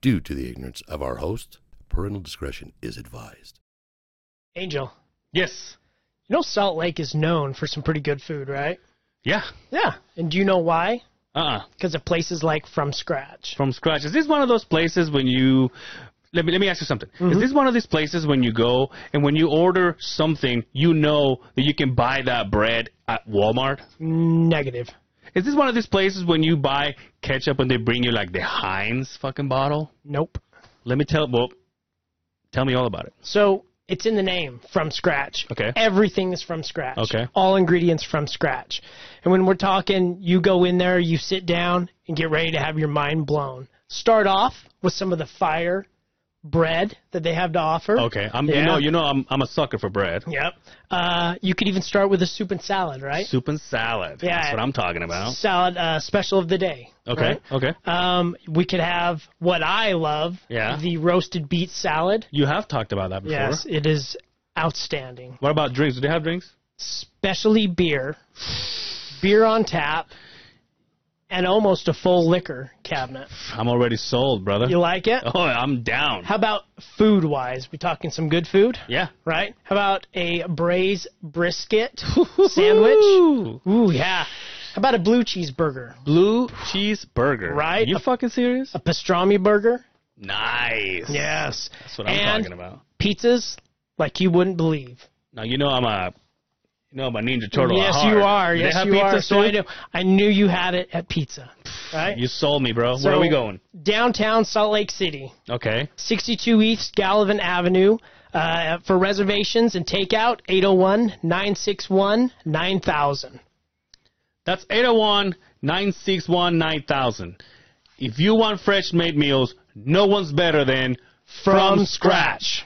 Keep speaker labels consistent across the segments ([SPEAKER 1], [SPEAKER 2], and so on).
[SPEAKER 1] due to the ignorance of our host. Parental discretion is advised.
[SPEAKER 2] Angel,
[SPEAKER 3] Yes.
[SPEAKER 2] you know Salt Lake is known for some pretty good food, right?
[SPEAKER 3] Yeah.
[SPEAKER 2] Yeah. And do you know why?
[SPEAKER 3] Uh-uh.
[SPEAKER 2] Because of places like From Scratch.
[SPEAKER 3] From scratch. Is this one of those places when you let me let me ask you something. Is
[SPEAKER 2] Mm-hmm.
[SPEAKER 3] this one of these places when you go and when you order something, you know that you can buy that bread at Walmart?
[SPEAKER 2] Negative.
[SPEAKER 3] Is this one of these places when you buy ketchup and they bring you like the Heinz fucking bottle?
[SPEAKER 2] Nope.
[SPEAKER 3] Let me tell well tell me all about it.
[SPEAKER 2] So it's in the name, from scratch.
[SPEAKER 3] Okay.
[SPEAKER 2] Everything is from scratch.
[SPEAKER 3] Okay.
[SPEAKER 2] All ingredients from scratch. And when we're talking, you go in there, you sit down, and get ready to have your mind blown. Start off with some of the fire bread that they have to offer.
[SPEAKER 3] Okay. I'm
[SPEAKER 2] Yeah.
[SPEAKER 3] you know, you know I'm I'm a sucker for bread.
[SPEAKER 2] Yep. Uh, you could even start with a soup and salad, right?
[SPEAKER 3] Soup and salad.
[SPEAKER 2] Yeah.
[SPEAKER 3] That's what I'm talking about.
[SPEAKER 2] Salad uh, special of the day.
[SPEAKER 3] Oh. Okay.
[SPEAKER 2] right?
[SPEAKER 3] Okay.
[SPEAKER 2] Um, we could have what I love,
[SPEAKER 3] Yeah.
[SPEAKER 2] the roasted beet salad.
[SPEAKER 3] You have talked about that before.
[SPEAKER 2] Yes, it is outstanding.
[SPEAKER 3] What about drinks? Do they have drinks?
[SPEAKER 2] Especially beer, beer on tap, and almost a full liquor cabinet.
[SPEAKER 3] I'm already sold, brother.
[SPEAKER 2] You like it?
[SPEAKER 3] Oh, I'm down.
[SPEAKER 2] How about food wise? We talking some good food?
[SPEAKER 3] Yeah.
[SPEAKER 2] Right? How about a braised brisket sandwich? Ooh, yeah. How about a blue cheeseburger?
[SPEAKER 3] Blue cheese burger.
[SPEAKER 2] Right?
[SPEAKER 3] You
[SPEAKER 2] A-
[SPEAKER 3] fucking serious?
[SPEAKER 2] A pastrami burger?
[SPEAKER 3] nice.
[SPEAKER 2] Yes.
[SPEAKER 3] That's what I'm
[SPEAKER 2] And
[SPEAKER 3] talking about.
[SPEAKER 2] Pizzas like you wouldn't believe.
[SPEAKER 3] Now you know I'm a you know I'm a ninja turtle. at
[SPEAKER 2] yes,
[SPEAKER 3] heart.
[SPEAKER 2] you are.
[SPEAKER 3] Do they
[SPEAKER 2] Yes,
[SPEAKER 3] have
[SPEAKER 2] you are.
[SPEAKER 3] pizzas
[SPEAKER 2] So I
[SPEAKER 3] too?
[SPEAKER 2] knew, I knew you had it at pizza. Right?
[SPEAKER 3] You sold me, bro. Where
[SPEAKER 2] So-
[SPEAKER 3] are we going?
[SPEAKER 2] Downtown Salt Lake City,
[SPEAKER 3] Okay.
[SPEAKER 2] 62 East Gallivan Avenue. Uh, for reservations and takeout, 801 961 9000.
[SPEAKER 3] That's 801 961 9000. If you want fresh made meals, no one's better than From, Scratch.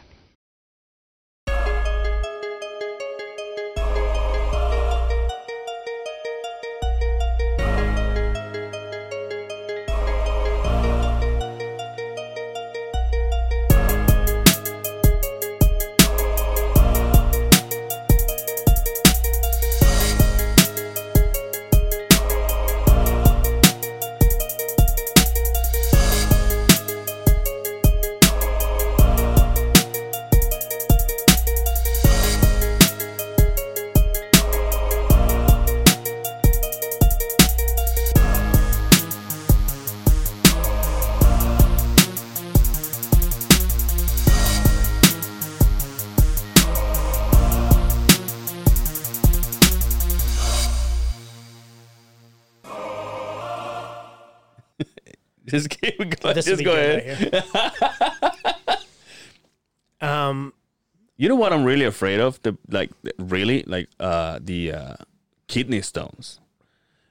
[SPEAKER 3] Just keep going.
[SPEAKER 2] This will be good right here. um,
[SPEAKER 4] You know what I'm really afraid of? The like really like uh the uh kidney stones.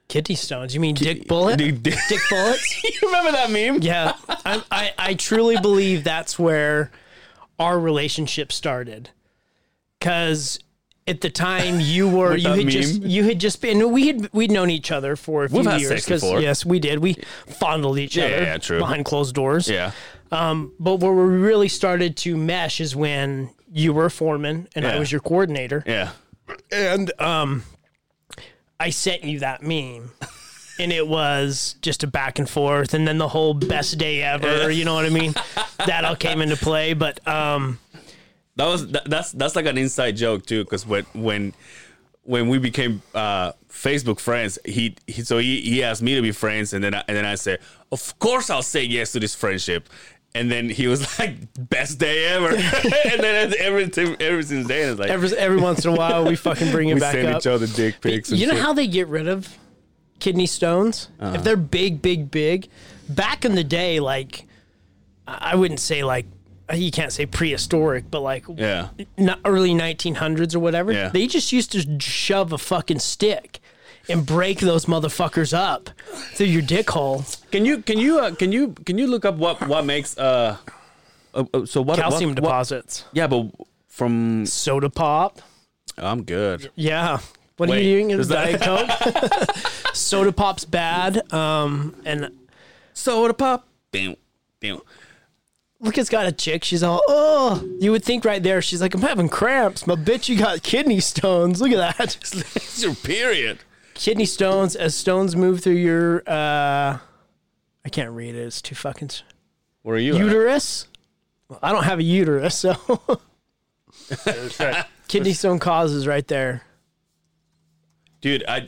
[SPEAKER 2] kidney stones. You mean Dick Bullet?
[SPEAKER 4] Dude, dude.
[SPEAKER 2] Dick Bullets?
[SPEAKER 4] you remember that meme?
[SPEAKER 2] Yeah, I, I I truly believe that's where our relationship started, because at the time you were you
[SPEAKER 4] that
[SPEAKER 2] had just
[SPEAKER 4] meme?
[SPEAKER 2] you had just been we had we'd known each other for a few
[SPEAKER 4] We've had
[SPEAKER 2] years.
[SPEAKER 4] sex
[SPEAKER 2] 'cause,
[SPEAKER 4] before.
[SPEAKER 2] Yes, we did. We fondled each
[SPEAKER 4] Yeah,
[SPEAKER 2] other
[SPEAKER 4] yeah, true.
[SPEAKER 2] behind closed doors.
[SPEAKER 4] Yeah.
[SPEAKER 2] Um, but where we really started to mesh is when you were a foreman and I
[SPEAKER 4] Yeah.
[SPEAKER 2] was your coordinator,
[SPEAKER 4] Yeah.
[SPEAKER 2] and um, I sent you that meme. And it was just a back and forth, and then the whole best day ever. You know what I mean? that all came into play. But um,
[SPEAKER 4] That was that, that's that's like an inside joke too, because when when when we became uh, Facebook friends, he, he so he, he asked me to be friends, and then I, and then I said, of course I'll say yes to this friendship, and then he was like, best day ever, and then every time- ever since then it's like
[SPEAKER 2] every every once in a while, we fucking bring it
[SPEAKER 4] we
[SPEAKER 2] back
[SPEAKER 4] send
[SPEAKER 2] up.
[SPEAKER 4] each other dick pics. and
[SPEAKER 2] you know
[SPEAKER 4] shit. Uh-huh.
[SPEAKER 2] how they get rid of kidney stones if they're big big big back in the day like i I wouldn't say like you can't say prehistoric but like
[SPEAKER 4] Yeah.
[SPEAKER 2] n- early 1900s or whatever
[SPEAKER 4] Yeah.
[SPEAKER 2] they just used to shove a fucking stick and break those motherfuckers up through your dick hole
[SPEAKER 4] Can you can you uh, can you can you look up what what makes uh, uh, uh, so what
[SPEAKER 2] calcium
[SPEAKER 4] what, what-
[SPEAKER 2] deposits
[SPEAKER 4] yeah, but from
[SPEAKER 2] soda pop
[SPEAKER 4] I'm good.
[SPEAKER 2] yeah what are
[SPEAKER 4] Wait,
[SPEAKER 2] you doing in
[SPEAKER 4] is
[SPEAKER 2] diet coke soda pop's bad um and
[SPEAKER 4] Soda pop. Bam, bam.
[SPEAKER 2] look, it's got a chick. She's all, oh, you would think right there. She's like, I'm having cramps. My bitch, you got kidney stones. Look at that.
[SPEAKER 4] It's your period.
[SPEAKER 2] kidney stones as stones move through your, uh, I can't read it. It's too fucking. s-
[SPEAKER 4] Where are you? at?
[SPEAKER 2] uterus. Well, I don't have a uterus, so kidney stone causes right there.
[SPEAKER 4] dude i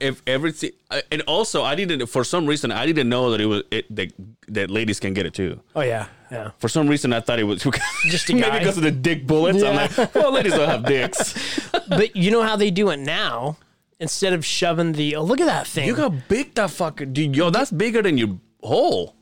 [SPEAKER 4] if everything I- and also i didn't for some reason i didn't know that it was it that, that ladies can get it too
[SPEAKER 2] Oh yeah, yeah.
[SPEAKER 4] for some reason i thought it was
[SPEAKER 2] Just a
[SPEAKER 4] maybe
[SPEAKER 2] guy.
[SPEAKER 4] because of the dick bullets i'm
[SPEAKER 2] Yeah.
[SPEAKER 4] like well ladies don't have dicks
[SPEAKER 2] But you know how they do it now? Instead of shoving the oh look at that thing.
[SPEAKER 4] you got big that fucking dude yo that's bigger than your hole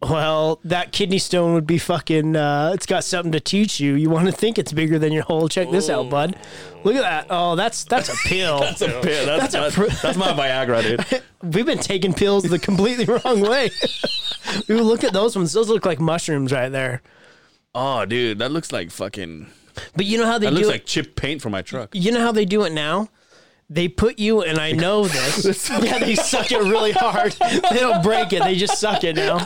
[SPEAKER 2] well, that kidney stone would be fucking. Uh, it's got something to teach you. You want to think it's bigger than your hole? Check this out, bud. Look at that. Oh, that's that's a pill.
[SPEAKER 4] that's a pill
[SPEAKER 2] That's
[SPEAKER 4] that's,
[SPEAKER 2] a
[SPEAKER 4] that's,
[SPEAKER 2] pr-
[SPEAKER 4] that's my viagra dude
[SPEAKER 2] We've been taking pills the completely wrong way. we would look at those ones. Those look like mushrooms right there.
[SPEAKER 4] oh dude that looks like fucking
[SPEAKER 2] But you know how they
[SPEAKER 4] that
[SPEAKER 2] do
[SPEAKER 4] looks
[SPEAKER 2] it.
[SPEAKER 4] like chip paint for my truck
[SPEAKER 2] you know how they do it now? They put you, and I know this. yeah, they suck it really hard. They don't break it. They just suck it now.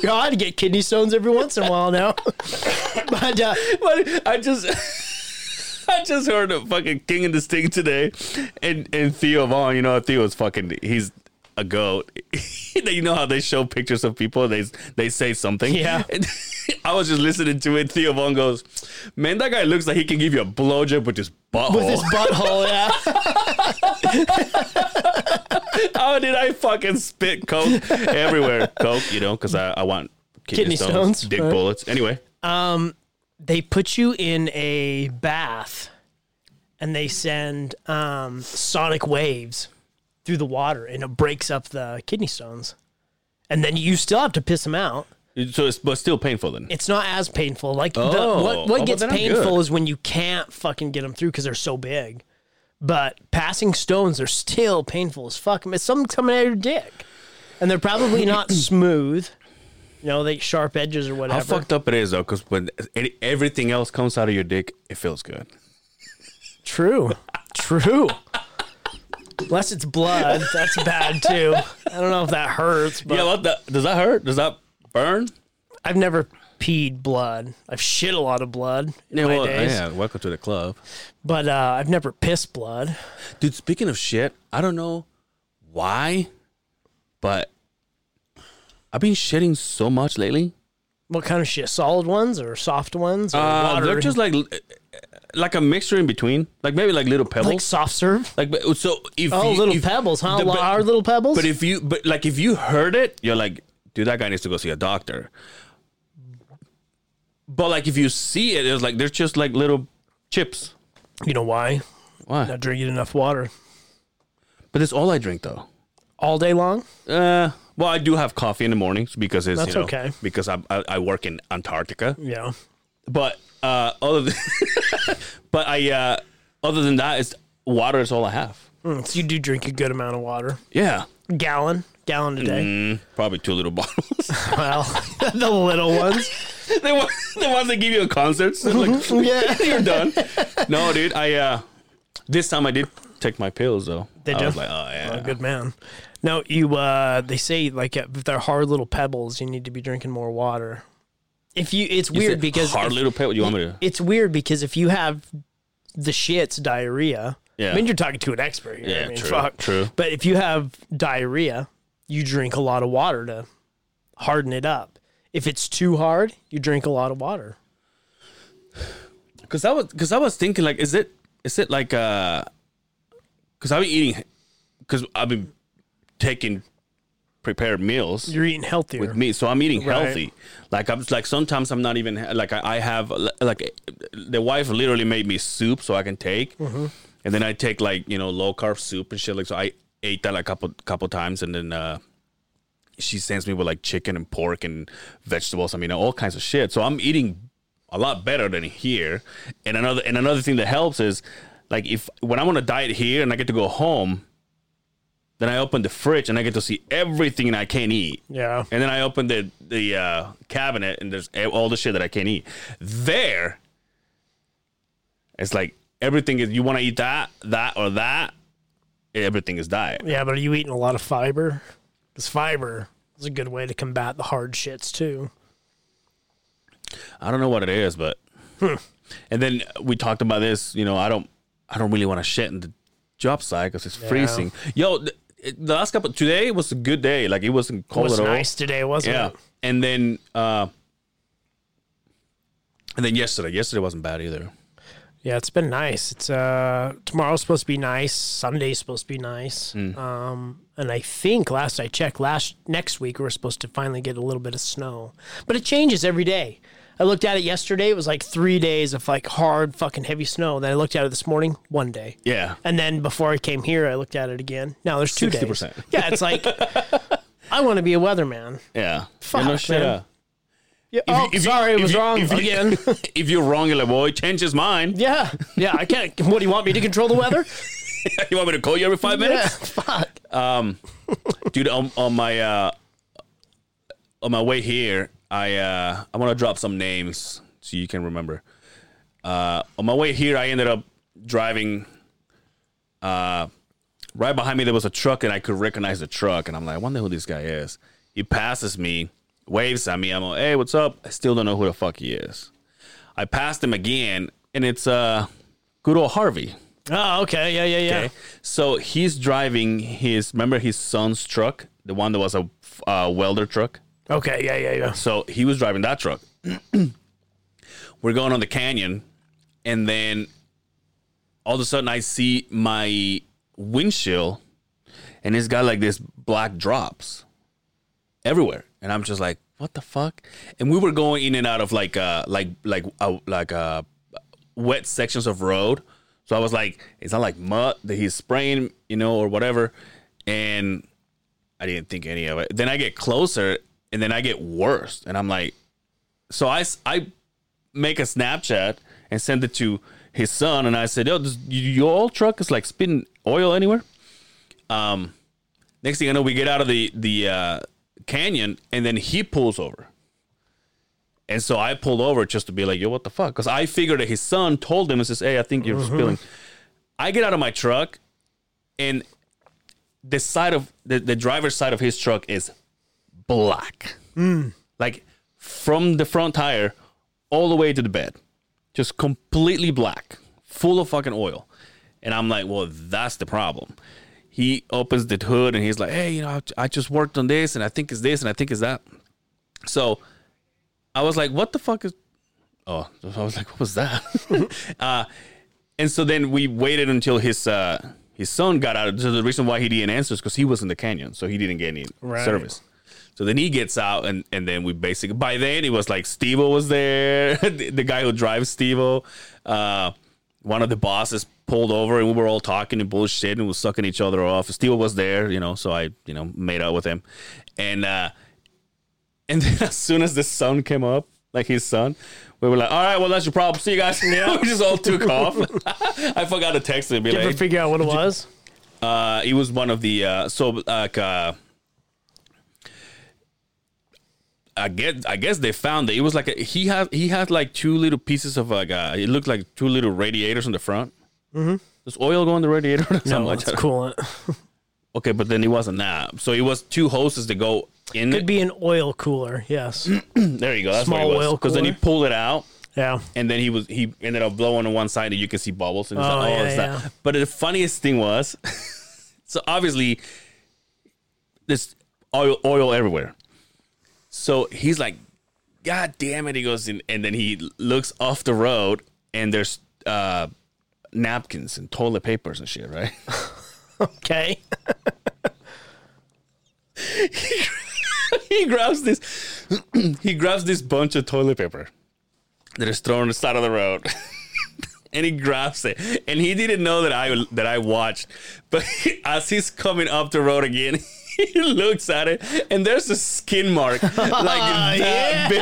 [SPEAKER 2] God, I get kidney stones every once in a while now. but uh,
[SPEAKER 4] But I just I just heard a fucking King and the Sting today, and and Theo Vaughn. You know Theo's fucking he's a goat. you know how they show pictures of people they they say something.
[SPEAKER 2] Yeah.
[SPEAKER 4] And I was just listening to it. Theo Vaughn goes, "Man, that guy looks like he can give you a blowjob with his butthole."
[SPEAKER 2] with this butthole, yeah.
[SPEAKER 4] how did I fucking spit coke everywhere? Coke, you know, because I, I want kidney,
[SPEAKER 2] Kidney
[SPEAKER 4] stones,
[SPEAKER 2] stones,
[SPEAKER 4] dick
[SPEAKER 2] right.
[SPEAKER 4] bullets. Anyway,
[SPEAKER 2] They put you in a bath, and they send um, sonic waves through the water, and it breaks up the kidney stones. And then you still have to piss them out.
[SPEAKER 4] so it's but still painful then.
[SPEAKER 2] it's not as painful. Like
[SPEAKER 4] Oh.
[SPEAKER 2] the, what
[SPEAKER 4] Oh,
[SPEAKER 2] what
[SPEAKER 4] well,
[SPEAKER 2] gets
[SPEAKER 4] then I'm
[SPEAKER 2] painful
[SPEAKER 4] good.
[SPEAKER 2] is when you can't fucking get them through because they're so big. But passing stones are still painful as fuck. It's something coming out of your dick, and they're probably not smooth. You know, they sharp edges or whatever.
[SPEAKER 4] How fucked up it is though, because when any, everything else comes out of your dick, it feels good.
[SPEAKER 2] True, true. Unless it's blood, that's bad too. I don't know if that hurts, but
[SPEAKER 4] yeah, what the, does that hurt? Does that burn?
[SPEAKER 2] I've never peed blood. I've shit a lot of blood in
[SPEAKER 4] Yeah,
[SPEAKER 2] my
[SPEAKER 4] well,
[SPEAKER 2] days,
[SPEAKER 4] yeah. Welcome to the club,
[SPEAKER 2] but uh, I've never pissed blood.
[SPEAKER 4] dude. Speaking of shit, I don't know why, but I've been shitting so much lately.
[SPEAKER 2] What kind of shit? Solid ones or soft ones? Or
[SPEAKER 4] Uh,
[SPEAKER 2] water?
[SPEAKER 4] they're just like like a mixture in between, like maybe like little
[SPEAKER 2] like
[SPEAKER 4] pebbles.
[SPEAKER 2] soft serve.
[SPEAKER 4] Like, but- so if
[SPEAKER 2] Oh,
[SPEAKER 4] you-
[SPEAKER 2] little
[SPEAKER 4] if-
[SPEAKER 2] pebbles, huh?
[SPEAKER 4] the- but-
[SPEAKER 2] Our little pebbles.
[SPEAKER 4] But if you, but like if you heard it, you're like, dude, that guy needs to go see a doctor. But like if you see it, it's like they're just like little chips.
[SPEAKER 2] you know why?
[SPEAKER 4] Why?
[SPEAKER 2] Not drinking enough water
[SPEAKER 4] But it's all I drink though.
[SPEAKER 2] all day long.
[SPEAKER 4] Uh, well, I do have coffee in the mornings because it's
[SPEAKER 2] That's
[SPEAKER 4] you know,
[SPEAKER 2] okay.
[SPEAKER 4] Because I, I I work in Antarctica.
[SPEAKER 2] Yeah.
[SPEAKER 4] But uh, other than, but I uh, other than that, it's water is all I have.
[SPEAKER 2] Mm, so you do drink a good amount of water.
[SPEAKER 4] Yeah,
[SPEAKER 2] Gallon, gallon a day.
[SPEAKER 4] Mm. probably two little bottles.
[SPEAKER 2] Well, the little ones.
[SPEAKER 4] they want they want to give you a concert. So like,
[SPEAKER 2] Yeah.
[SPEAKER 4] you're done. No, dude. I uh, this time I did take my pills though.
[SPEAKER 2] Did
[SPEAKER 4] I
[SPEAKER 2] you?
[SPEAKER 4] was like, oh yeah.
[SPEAKER 2] Oh, good man. No, you. uh They say like if they're hard little pebbles, you need to be drinking more water. If you, it's
[SPEAKER 4] You
[SPEAKER 2] weird
[SPEAKER 4] said
[SPEAKER 2] because
[SPEAKER 4] hard
[SPEAKER 2] if-
[SPEAKER 4] little pill. You want me to?
[SPEAKER 2] it's weird because if you have the shits diarrhea,
[SPEAKER 4] Yeah.
[SPEAKER 2] I mean you're talking to an expert here.
[SPEAKER 4] Yeah,
[SPEAKER 2] I mean,
[SPEAKER 4] true,
[SPEAKER 2] fuck.
[SPEAKER 4] true.
[SPEAKER 2] But if you have diarrhea, you drink a lot of water to harden it up. If it's too hard, you drink a lot of water.
[SPEAKER 4] Because I was because I was thinking like, is it is it like uh, because I've been eating, because I've been taking prepared meals.
[SPEAKER 2] You're eating healthier.
[SPEAKER 4] with me. So I'm eating
[SPEAKER 2] Right.
[SPEAKER 4] healthy. Like I'm like sometimes I'm not even like I, I have like the wife literally made me soup so I can take,
[SPEAKER 2] Mm-hmm.
[SPEAKER 4] and then I take like you know low carb soup and shit. Like so I ate that a couple couple times, and then uh, she sends me with like chicken and pork and vegetables. I mean all kinds of shit. So I'm eating a lot better than here. And another and another thing that helps is like if when I'm on a diet here and I get to go home. Then I open the fridge and I get to see everything I can't eat.
[SPEAKER 2] Yeah.
[SPEAKER 4] And then I opened the the uh, cabinet, and there's all the shit that I can't eat. There, it's like everything is. You want to eat that, that, or that. Everything is diet.
[SPEAKER 2] Yeah, but are you eating a lot of fiber? Because fiber is a good way to combat the hard shits too.
[SPEAKER 4] I don't know what it is, but.
[SPEAKER 2] Hmm.
[SPEAKER 4] And then we talked about this. You know, I don't. I don't really want to shit in the job site because it's freezing. Yo, th- it- the last couple today was a good day. Like it wasn't
[SPEAKER 2] It
[SPEAKER 4] cold
[SPEAKER 2] was
[SPEAKER 4] at all.
[SPEAKER 2] nice today, wasn't
[SPEAKER 4] Yeah,
[SPEAKER 2] it?
[SPEAKER 4] and then uh, and then yesterday. Yesterday wasn't bad either.
[SPEAKER 2] Yeah, it's been nice. It's uh tomorrow's supposed to be nice. Sunday's supposed to be nice.
[SPEAKER 4] Hmm.
[SPEAKER 2] Um, and I think last I checked, last next week we're supposed to finally get a little bit of snow, but it changes every day. I looked at it yesterday; it was like three days of like hard fucking heavy snow. Then I looked at it this morning, one day.
[SPEAKER 4] Yeah,
[SPEAKER 2] And then before I came here, I looked at it again. Now there's two
[SPEAKER 4] 60%.
[SPEAKER 2] days. Yeah, it's like I want to be a weatherman.
[SPEAKER 4] yeah.
[SPEAKER 2] Fuck,
[SPEAKER 4] You know,
[SPEAKER 2] man.
[SPEAKER 4] shit, yeah.
[SPEAKER 2] Yeah. oh,
[SPEAKER 4] if you-
[SPEAKER 2] sorry, it
[SPEAKER 4] if
[SPEAKER 2] was
[SPEAKER 4] you-
[SPEAKER 2] wrong
[SPEAKER 4] if you-
[SPEAKER 2] again.
[SPEAKER 4] if you're wrong, you're like, boy, change his mind.
[SPEAKER 2] yeah, yeah. I can't. What do you want me to control the weather?
[SPEAKER 4] you want me to call you every five minutes?
[SPEAKER 2] yeah, fuck.
[SPEAKER 4] dude on, on my uh on my way here i uh i want to drop some names so you can remember uh on my way here i ended up driving uh right behind me there was a truck and i could recognize the truck and i'm like i wonder who this guy is he passes me waves at me i'm like hey what's up i still don't know who the fuck he is i passed him again and it's uh good old harvey
[SPEAKER 2] Oh, okay. Yeah, yeah, yeah.
[SPEAKER 4] Okay. So he's driving his, remember his son's truck, the one that was a uh, welder truck?
[SPEAKER 2] Okay, yeah, yeah, yeah.
[SPEAKER 4] So he was driving that truck. We're going on the canyon, and then all of a sudden I see my windshield, and it's got like this black drops everywhere, and I'm just like, what the fuck? And we were going in and out of like uh like like uh, like uh wet sections of road, so I was like, it's not like mud that he's spraying, you know, or whatever, and I didn't think any of it. Then I get closer and then I get worse. And I'm like, so I, s- I make a Snapchat and send it to his son. And I said, yo, this, y- your old truck is like spitting oil anywhere. Um, next thing I know, we get out of the, the, uh, canyon and then he pulls over. And so I pulled over just to be like, yo, what the fuck? Cause I figured that his son told him and says, Hey, I think you're spilling. I get out of my truck and the side of the, the driver's side of his truck is black. Like from the front tire all the way to the bed. Just completely black, full of fucking oil. And I'm like, well, that's the problem. He opens the hood and he's like, hey, you know, I- I just worked on this and I think it's this and I think it's that. So I was like, what the fuck is. Oh, I was like, what was that? uh, and so then we waited until his uh, his son got out. So the reason why he didn't answer is because he was in the canyon, so he didn't get any
[SPEAKER 2] Right.
[SPEAKER 4] service. So then he gets out, and, and then we basically by then it was like Steve was there, the, the guy who drives Steve uh, one of the bosses pulled over, and we were all talking and bullshit, and we were sucking each other off. Steve was there, you know, so I you know made out with him, and uh, and then as soon as the sun came up, like his son, we were like, all right, well, that's your problem. See you guys. we just all took off. I forgot to text him and be
[SPEAKER 2] Ever
[SPEAKER 4] like,
[SPEAKER 2] figure out what it was?
[SPEAKER 4] uh, he was one of the, uh, so, like, uh, I get. I guess they found it. It was like a, he had. He had like two little pieces of like. Uh, it looked like two little radiators on the front. Mm-hmm. Does oil go on the radiator? or something
[SPEAKER 2] No,
[SPEAKER 4] like
[SPEAKER 2] it's
[SPEAKER 4] that?
[SPEAKER 2] coolant.
[SPEAKER 4] Okay, but then it wasn't that. So it was two hoses to go in.
[SPEAKER 2] Could be an oil cooler. Yes.
[SPEAKER 4] there you go. That's
[SPEAKER 2] small
[SPEAKER 4] what it was.
[SPEAKER 2] oil
[SPEAKER 4] Because then he
[SPEAKER 2] cooler.
[SPEAKER 4] pulled it out.
[SPEAKER 2] Yeah.
[SPEAKER 4] and then he was he ended up blowing on one side and you can see bubbles and it's
[SPEAKER 2] Oh,
[SPEAKER 4] like, oh
[SPEAKER 2] yeah,
[SPEAKER 4] it's
[SPEAKER 2] yeah.
[SPEAKER 4] that. but the funniest thing was so obviously there's oil oil everywhere so he's like god damn it he goes in and then he looks off the road and there's uh napkins and toilet papers and shit right
[SPEAKER 2] Okay.
[SPEAKER 4] he grabs this he grabs this bunch of toilet paper that is thrown on the side of the road and he grabs it and he didn't know that i that i watched but as he's coming up the road again he looks at it and there's a skin mark like that
[SPEAKER 2] yeah.
[SPEAKER 4] big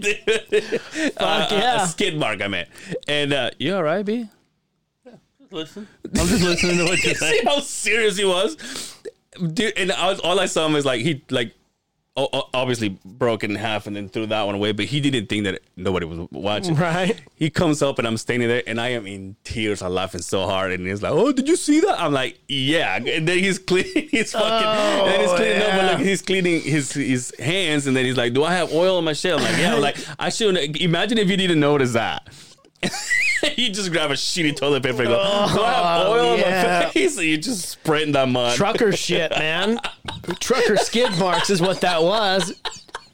[SPEAKER 4] Dude. Uh,
[SPEAKER 2] yeah.
[SPEAKER 4] a skin mark i meant and uh, you all right b
[SPEAKER 2] Listen.
[SPEAKER 4] I'm just listening to what you see how serious he was, dude. And I was, all I saw him was like he like o- o- obviously broke it in half and then threw that one away, but he didn't think that nobody was watching.
[SPEAKER 2] Right.
[SPEAKER 4] He comes up and I'm standing there and I am in tears. I'm laughing so hard and he's like, "Oh, did you see that?" I'm like, "Yeah." And then he's cleaning, he's fucking, and then he's
[SPEAKER 2] Oh,
[SPEAKER 4] cleaning up, but
[SPEAKER 2] yeah.
[SPEAKER 4] like he's cleaning his his hands, and then he's like, "Do I have oil on my shell?" I'm like, "Yeah." I'm like I shouldn't. Imagine if you didn't notice that. you just grab a shitty toilet paper and go, "Do I have oil on
[SPEAKER 2] Oh, yeah.
[SPEAKER 4] my face? And you just spray it in that mud.
[SPEAKER 2] Trucker shit, man. Trucker skid marks is what that was.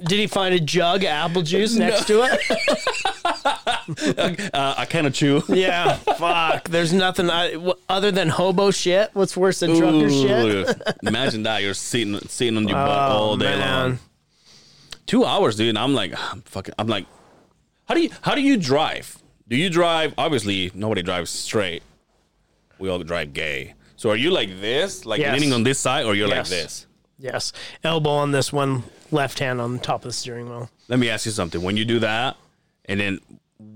[SPEAKER 2] Did he find a jug of apple juice next to it?
[SPEAKER 4] Uh, I kind of chew.
[SPEAKER 2] Yeah, fuck. There's nothing I, w- other than hobo shit. What's worse than trucker shit?
[SPEAKER 4] Ooh, Imagine that you're sitting sitting on your butt
[SPEAKER 2] Oh,
[SPEAKER 4] all day
[SPEAKER 2] man.
[SPEAKER 4] long. Two hours, dude. And I'm like, "Ah, I'm fucking. I'm like, how do you how do you drive? Do you drive? Obviously, nobody drives straight. We all drive gay. So are you like this, like
[SPEAKER 2] Yes.
[SPEAKER 4] leaning on this side, or you're
[SPEAKER 2] Yes.
[SPEAKER 4] like this?
[SPEAKER 2] Yes, elbow on this one, left hand on the top of the steering wheel.
[SPEAKER 4] Let me ask you something. When you do that, and then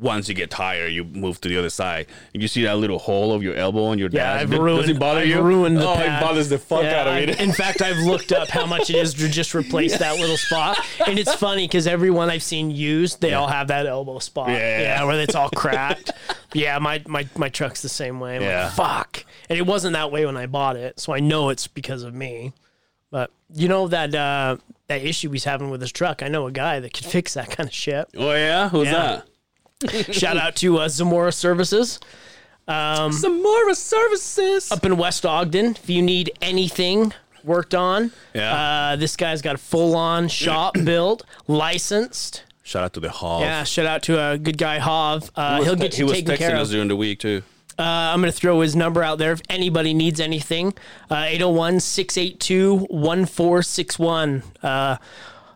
[SPEAKER 4] once you get tired, you move to the other side, and you see that little hole of your elbow on your
[SPEAKER 2] Yeah,
[SPEAKER 4] dash.
[SPEAKER 2] I've
[SPEAKER 4] Does-
[SPEAKER 2] ruined.
[SPEAKER 4] Does it bother
[SPEAKER 2] I've
[SPEAKER 4] you?
[SPEAKER 2] Ruined the
[SPEAKER 4] oh,
[SPEAKER 2] pad.
[SPEAKER 4] it bothers the fuck
[SPEAKER 2] Yeah,
[SPEAKER 4] out of
[SPEAKER 2] I-
[SPEAKER 4] me.
[SPEAKER 2] in fact, I've looked up how much it is to just replace that little spot, and it's funny because everyone I've seen used, they all have that elbow spot.
[SPEAKER 4] Yeah.
[SPEAKER 2] where it's all cracked. yeah, my my my truck's the same way. I'm like,
[SPEAKER 4] Yeah.
[SPEAKER 2] fuck. And it wasn't that way when I bought it, so I know it's because of me. But you know that uh, that issue he's having with his truck. I know a guy that could fix that kind of shit.
[SPEAKER 4] oh yeah, who's
[SPEAKER 2] Yeah.
[SPEAKER 4] that?
[SPEAKER 2] Shout out to uh, Zamora Services.
[SPEAKER 4] Some more services.
[SPEAKER 2] up in West Ogden. If you need anything worked on,
[SPEAKER 4] Yeah.
[SPEAKER 2] uh, this guy's got a full-on shop built, licensed.
[SPEAKER 4] Shout out to the Hall.
[SPEAKER 2] Yeah, shout out to a good guy, Hav. Uh,
[SPEAKER 4] Oh. He was-
[SPEAKER 2] he'll get
[SPEAKER 4] he
[SPEAKER 2] you
[SPEAKER 4] was
[SPEAKER 2] taken
[SPEAKER 4] texting
[SPEAKER 2] care
[SPEAKER 4] us
[SPEAKER 2] of.
[SPEAKER 4] during the week too.
[SPEAKER 2] Uh, I'm going to throw his number out there if anybody needs anything. Uh, 801 682 1461. Uh,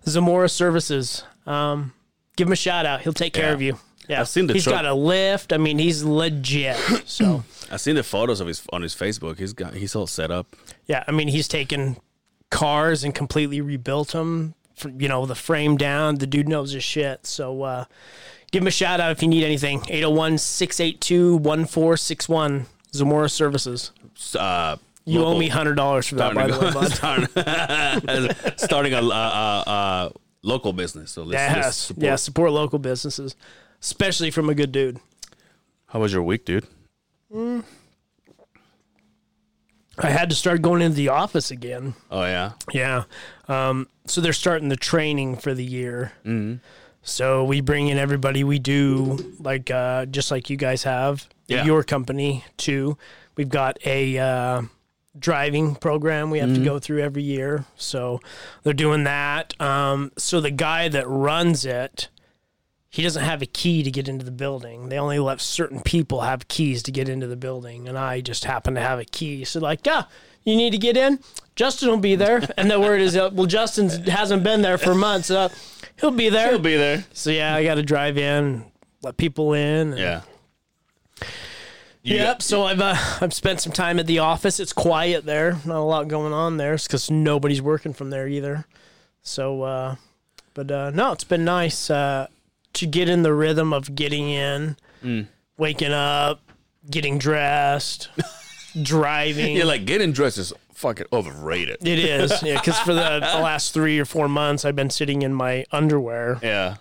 [SPEAKER 2] Zamora Services. Um, give him a shout out. He'll take care
[SPEAKER 4] Yeah.
[SPEAKER 2] of you. Yeah.
[SPEAKER 4] I've seen the
[SPEAKER 2] He's
[SPEAKER 4] truck-
[SPEAKER 2] got a lift. I mean, he's legit. So.
[SPEAKER 4] I seen the photos of his on his Facebook. He's got he's all set up.
[SPEAKER 2] Yeah, I mean, he's taken cars and completely rebuilt them. You know, the frame down. The dude knows his shit. So uh, give him a shout out if you need anything. 801 682 1461. Zamora Services.
[SPEAKER 4] Uh,
[SPEAKER 2] You
[SPEAKER 4] local-
[SPEAKER 2] owe me $100 for that, by the way, bud.
[SPEAKER 4] starting, starting a uh, uh, uh, local business. So let's, let's
[SPEAKER 2] yes.
[SPEAKER 4] support-
[SPEAKER 2] Yeah, support local businesses, especially from a good dude.
[SPEAKER 4] How was your week, dude?
[SPEAKER 2] I had to start going into the office again.
[SPEAKER 4] Oh yeah.
[SPEAKER 2] Yeah. Um, so they're starting the training for the year. Mm-hmm. So we bring in everybody we do, like uh, just like you guys have,
[SPEAKER 4] Yeah.
[SPEAKER 2] your company too. We've got a uh, driving program we have to go through every year. So they're doing that. Um, so the guy that runs it, he doesn't have a key to get into the building. They only let certain people have keys to get into the building, and I just happen to have a key. So like, yeah, you need to get in. Justin will be there, and the word is, uh, well, Justin hasn't been there for months. Uh, he'll be there.
[SPEAKER 4] He'll be there.
[SPEAKER 2] so yeah, I got to drive in, let people in. and-
[SPEAKER 4] Yeah. You
[SPEAKER 2] Yep.
[SPEAKER 4] got-
[SPEAKER 2] so I've uh, I've spent some time at the office. It's quiet there. Not a lot going on there because nobody's working from there either. So, uh, but uh, no, it's been nice uh, to get in the rhythm of getting in,
[SPEAKER 4] Mm.
[SPEAKER 2] waking up, getting dressed, driving.
[SPEAKER 4] You're like getting dressed is fucking overrated.
[SPEAKER 2] it is, yeah. Because for the, the last three or four months, I've been sitting in my underwear,
[SPEAKER 4] Yeah.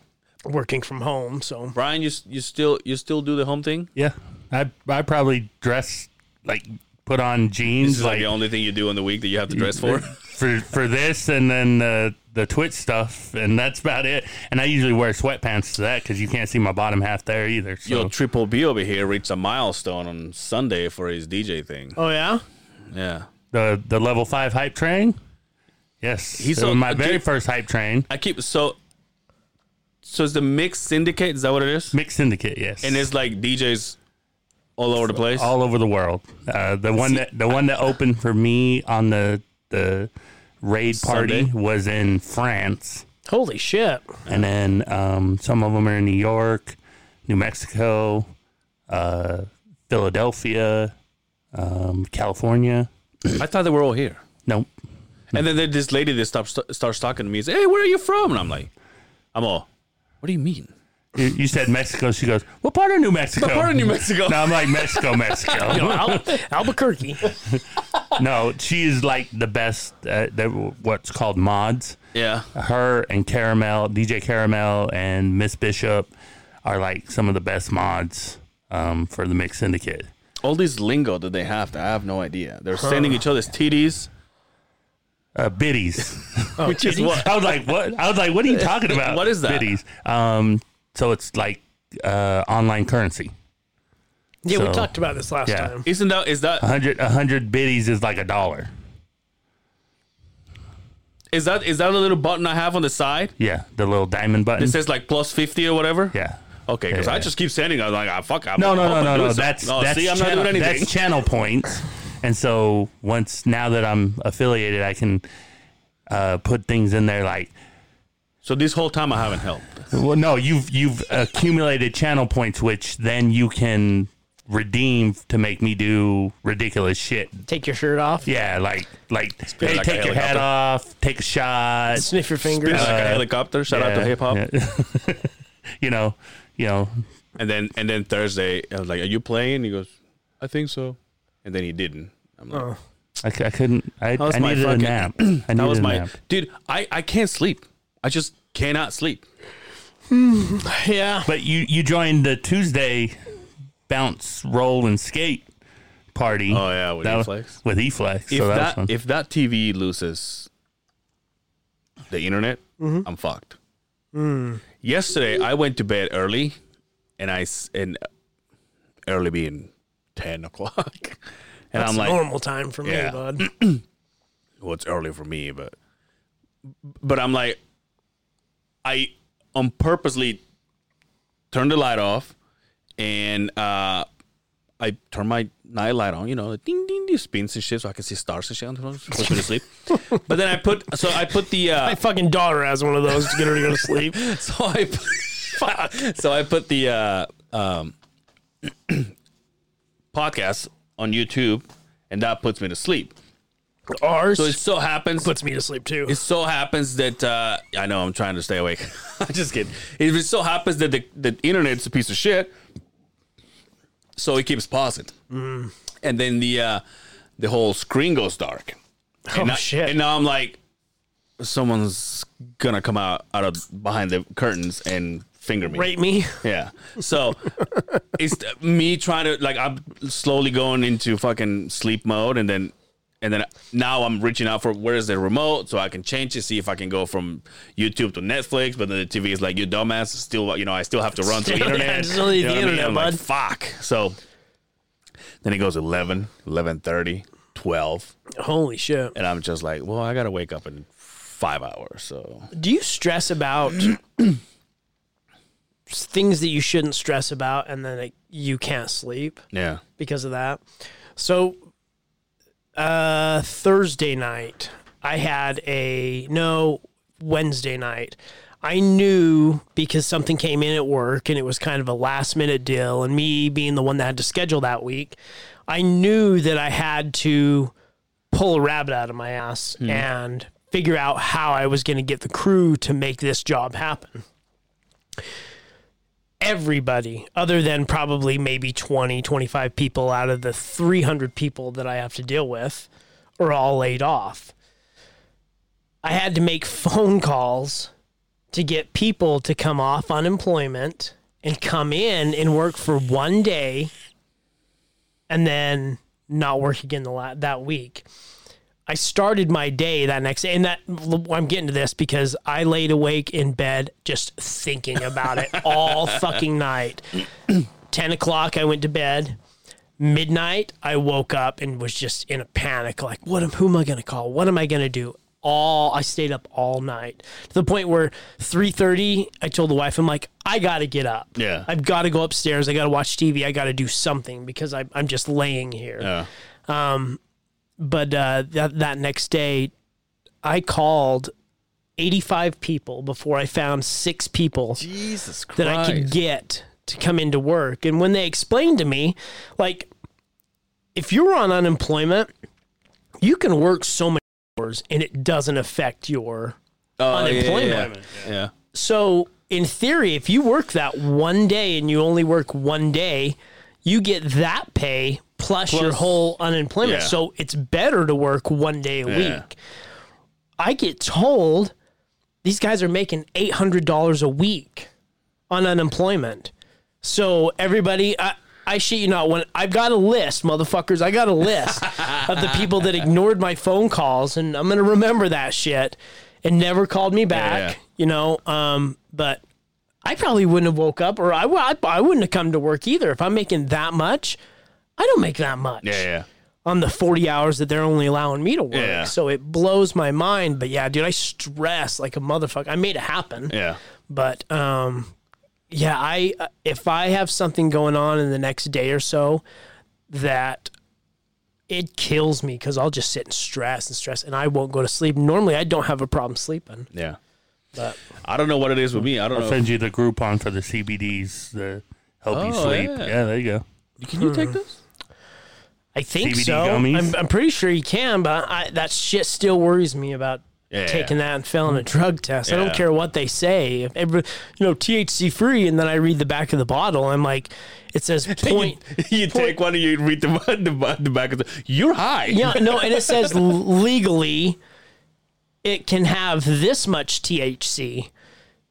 [SPEAKER 2] working from home. So
[SPEAKER 4] Brian, you s- you still you still do the home thing?
[SPEAKER 5] Yeah, I I probably dress like put on
[SPEAKER 4] This
[SPEAKER 5] jeans
[SPEAKER 4] is like
[SPEAKER 5] like,
[SPEAKER 4] the only thing you do in the week that you have to dress for.
[SPEAKER 5] for for this, and then the the Twitch stuff, and that's about it. And I usually wear sweatpants to that because you can't see my bottom half there either. So
[SPEAKER 4] Yo, Triple B over here reached a milestone on Sunday for his DJ thing.
[SPEAKER 2] oh yeah,
[SPEAKER 4] Yeah.
[SPEAKER 5] the the level five hype train. Yes,
[SPEAKER 4] He's
[SPEAKER 5] it was
[SPEAKER 4] on-
[SPEAKER 5] my very
[SPEAKER 4] dude-
[SPEAKER 5] first hype train.
[SPEAKER 4] I keep so. So it's the mixed syndicate. Is that what it is?
[SPEAKER 5] Mix Syndicate, yes,
[SPEAKER 4] And it's like DJs all over the place.
[SPEAKER 5] all over the world. Uh, the one that the one that opened for me on the the raid party
[SPEAKER 4] Sunday?
[SPEAKER 5] was in France.
[SPEAKER 2] holy shit.
[SPEAKER 5] and then um, some of them are in New York, New Mexico, uh, Philadelphia, um, California.
[SPEAKER 4] I thought they were all here.
[SPEAKER 5] Nope.
[SPEAKER 4] And then there's this lady that stops, starts talking to me. Says, "Hey, where are you from?" And I'm like, "I'm all." What do you mean?
[SPEAKER 5] You, you said Mexico. She goes, "What part of New Mexico?"
[SPEAKER 4] What part of New Mexico?
[SPEAKER 5] No, I'm like Mexico, Mexico.
[SPEAKER 2] Al- Albuquerque.
[SPEAKER 5] no, she is like the best. Uh, they what's called mods.
[SPEAKER 4] Yeah.
[SPEAKER 5] Her and Caramel, DJ Caramel, and Miss Bishop are like some of the best mods um, for the Mix Syndicate.
[SPEAKER 4] All this lingo that they have, that I have no idea. They're sending each other's TDs.
[SPEAKER 5] Uh, biddies.
[SPEAKER 4] which is Oh, what?
[SPEAKER 5] I was like, what? I was like, what are you talking about?
[SPEAKER 4] What is that?
[SPEAKER 5] Biddies. Um, so it's like uh, online currency.
[SPEAKER 2] Yeah, we
[SPEAKER 5] So,
[SPEAKER 2] talked about this last
[SPEAKER 5] yeah.
[SPEAKER 2] time.
[SPEAKER 4] Isn't that is that
[SPEAKER 5] 100, 100 biddies is like a dollar.
[SPEAKER 4] is that is that a little button I have on the side?
[SPEAKER 5] Yeah, the little diamond button.
[SPEAKER 4] It says like plus fifty or whatever.
[SPEAKER 5] Hmm. yeah.
[SPEAKER 4] Okay, because
[SPEAKER 5] Yeah,
[SPEAKER 4] I
[SPEAKER 5] yeah.
[SPEAKER 4] just keep sending. I'm like, ah, fuck. I'm
[SPEAKER 5] No, no,
[SPEAKER 4] I'm
[SPEAKER 5] no, no,
[SPEAKER 4] doing
[SPEAKER 5] no.
[SPEAKER 4] something.
[SPEAKER 5] That's
[SPEAKER 4] No,
[SPEAKER 5] that's
[SPEAKER 4] Oh, see, I'm
[SPEAKER 5] channel,
[SPEAKER 4] not doing anything.
[SPEAKER 5] That's channel points. And so once now that I'm affiliated, I can uh, put things in there like,
[SPEAKER 4] so this whole time I haven't helped.
[SPEAKER 5] well, no, you've you've accumulated channel points, which then you can redeem to make me do ridiculous shit.
[SPEAKER 2] Take your shirt off.
[SPEAKER 5] Yeah, like like hey,
[SPEAKER 4] like a
[SPEAKER 5] take your hat
[SPEAKER 4] helicopter.
[SPEAKER 5] off, take a shot.
[SPEAKER 2] Sniff your fingers.
[SPEAKER 4] It's like a helicopter. Shout out to
[SPEAKER 5] Uh, Yeah,
[SPEAKER 4] hip hop.
[SPEAKER 5] yeah. you know, you know,
[SPEAKER 4] And then and then Thursday, I was like, "Are you playing?" He goes, "I think so." And then he didn't. I'm like,
[SPEAKER 2] Oh.
[SPEAKER 5] I, c- I couldn't. I,
[SPEAKER 4] was
[SPEAKER 5] I
[SPEAKER 4] my
[SPEAKER 5] needed a
[SPEAKER 4] fucking-
[SPEAKER 5] nap. I needed
[SPEAKER 4] "That was
[SPEAKER 5] a
[SPEAKER 4] my
[SPEAKER 5] nap.
[SPEAKER 4] dude. I I can't sleep. I just cannot sleep."
[SPEAKER 2] Yeah.
[SPEAKER 5] But you you joined the Tuesday bounce, roll, and skate party.
[SPEAKER 4] Oh, yeah, with
[SPEAKER 5] That wa-
[SPEAKER 4] E-Flex.
[SPEAKER 5] With E-Flex.
[SPEAKER 4] If
[SPEAKER 5] so that, was
[SPEAKER 4] that
[SPEAKER 5] fun.
[SPEAKER 4] if that TV loses the internet,
[SPEAKER 5] Mm-hmm.
[SPEAKER 4] I'm fucked.
[SPEAKER 5] Mm.
[SPEAKER 4] Yesterday, I went to bed early, and I s- and early being ten o'clock, and
[SPEAKER 2] That's
[SPEAKER 4] I'm like,
[SPEAKER 2] normal time for me,
[SPEAKER 4] Yeah.
[SPEAKER 2] bud.
[SPEAKER 4] well, it's early for me, but but I'm like, I on purposely turned the light off, and uh, I turned my night light on. You know, ding ding, ding spins and shit, so I can see stars and shit. I'm supposed to sleep, but then I put so I put the uh,
[SPEAKER 2] My fucking daughter has one of those to get her to go to sleep.
[SPEAKER 4] so I put, so I put the uh, um, podcast on YouTube, and that puts me to sleep.
[SPEAKER 2] Ours
[SPEAKER 4] So it so happens
[SPEAKER 2] puts me to sleep too.
[SPEAKER 4] it so happens that uh, I know I'm trying to stay awake. I'm just kidding. If it so happens that the, the internet's a piece of shit, so it keeps pausing,
[SPEAKER 2] Mm.
[SPEAKER 4] and then the uh, the whole screen goes dark.
[SPEAKER 2] oh
[SPEAKER 4] and I-
[SPEAKER 2] shit!
[SPEAKER 4] And now I'm like, someone's gonna come out out of behind the curtains and finger me.
[SPEAKER 2] Rate me.
[SPEAKER 4] Yeah. So it's me trying to like I'm slowly going into fucking sleep mode and then and then now I'm reaching out for where is the remote so I can change it, see if I can go from YouTube to Netflix, but then the TV is like you dumbass, still you know, I still have to run through the
[SPEAKER 2] Still- yeah,
[SPEAKER 4] internet.
[SPEAKER 2] still need
[SPEAKER 4] You
[SPEAKER 2] the
[SPEAKER 4] know what I mean?
[SPEAKER 2] internet,
[SPEAKER 4] I'm
[SPEAKER 2] bud.
[SPEAKER 4] Like, fuck. So then it goes 11, 11.30, 12,
[SPEAKER 2] Holy shit!
[SPEAKER 4] and I'm just like, well, I gotta wake up in five hours. So
[SPEAKER 2] Do you stress about things that you shouldn't stress about, and then it, you can't sleep?
[SPEAKER 4] yeah.
[SPEAKER 2] because of that. So uh Thursday night I had a no Wednesday night. I knew because something came in at work and it was kind of a last minute deal and me being the one that had to schedule that week, I knew that I had to pull a rabbit out of my ass and figure out how I was going to get the crew to make this job happen everybody other than probably maybe 20 25 people out of the 300 people that i have to deal with are all laid off i had to make phone calls to get people to come off unemployment and come in and work for one day and then not work again the la- that week I started my day that next day, and that I'm getting to this because I laid awake in bed just thinking about it all fucking night. Ten o'clock, I went to bed. Midnight, I woke up and was just in a panic, like, "What am? Who am I gonna call? What am I gonna do?" All I stayed up all night to the point where three thirty, I told the wife, "I'm like, I gotta get up.
[SPEAKER 4] Yeah.
[SPEAKER 2] I've got to go upstairs. I gotta watch TV. I gotta do something because I, I'm just laying here."
[SPEAKER 4] Yeah.
[SPEAKER 2] but uh, that that next day, I called eighty five people before I found six people
[SPEAKER 4] Jesus Christ.
[SPEAKER 2] that I could get to come into work. And when they explained to me, like, if you're on unemployment, you can work so many hours and it doesn't affect your
[SPEAKER 4] Oh, yeah, yeah,
[SPEAKER 2] unemployment.
[SPEAKER 4] Yeah. yeah.
[SPEAKER 2] so in theory, if you work that one day and you only work one day, you get that pay plus, your
[SPEAKER 4] Plus-
[SPEAKER 2] whole unemployment.
[SPEAKER 4] Yeah.
[SPEAKER 2] So it's better to work one day a
[SPEAKER 4] Yeah.
[SPEAKER 2] week. I get told these guys are making eight hundred dollars a week on unemployment. So everybody, I, I shit you not, when I've got a list, motherfuckers, I got a list of the people that ignored my phone calls, and I'm gonna remember that shit and never called me back.
[SPEAKER 4] yeah.
[SPEAKER 2] You know, um, but I probably wouldn't have woke up, or I w- I, I wouldn't have come to work either. If I'm making that much, I don't make that much
[SPEAKER 4] Yeah, yeah.
[SPEAKER 2] on the 40 hours that they're only allowing me to work.
[SPEAKER 4] Yeah.
[SPEAKER 2] So it blows my mind. But yeah, dude, I stress like a motherfucker. I made it happen.
[SPEAKER 4] Yeah.
[SPEAKER 2] But um, yeah, I if I have something going on in the next day or so that it kills me because I'll just sit and stress and stress, and I won't go to sleep. Normally, I don't have a problem sleeping.
[SPEAKER 4] Yeah. I don't know what it is with me. I don't
[SPEAKER 5] I'll
[SPEAKER 4] know.
[SPEAKER 5] send you the Groupon for the CBDs to help you
[SPEAKER 4] Oh,
[SPEAKER 5] sleep.
[SPEAKER 4] yeah.
[SPEAKER 5] Yeah. there you go.
[SPEAKER 4] Can you take this?
[SPEAKER 2] I think
[SPEAKER 5] CBD
[SPEAKER 2] so.
[SPEAKER 5] gummies?
[SPEAKER 2] I'm, I'm pretty sure you can, but I, that shit still worries me about
[SPEAKER 4] Yeah.
[SPEAKER 2] taking that and failing a drug test. I
[SPEAKER 4] Yeah.
[SPEAKER 2] don't care what they say. If every, you know, THC free, and then I read the back of the bottle, I'm like, it says point.
[SPEAKER 4] You take one and you read the, the, the back of the. You're high.
[SPEAKER 2] yeah, no, and it says l- legally it can have this much THC.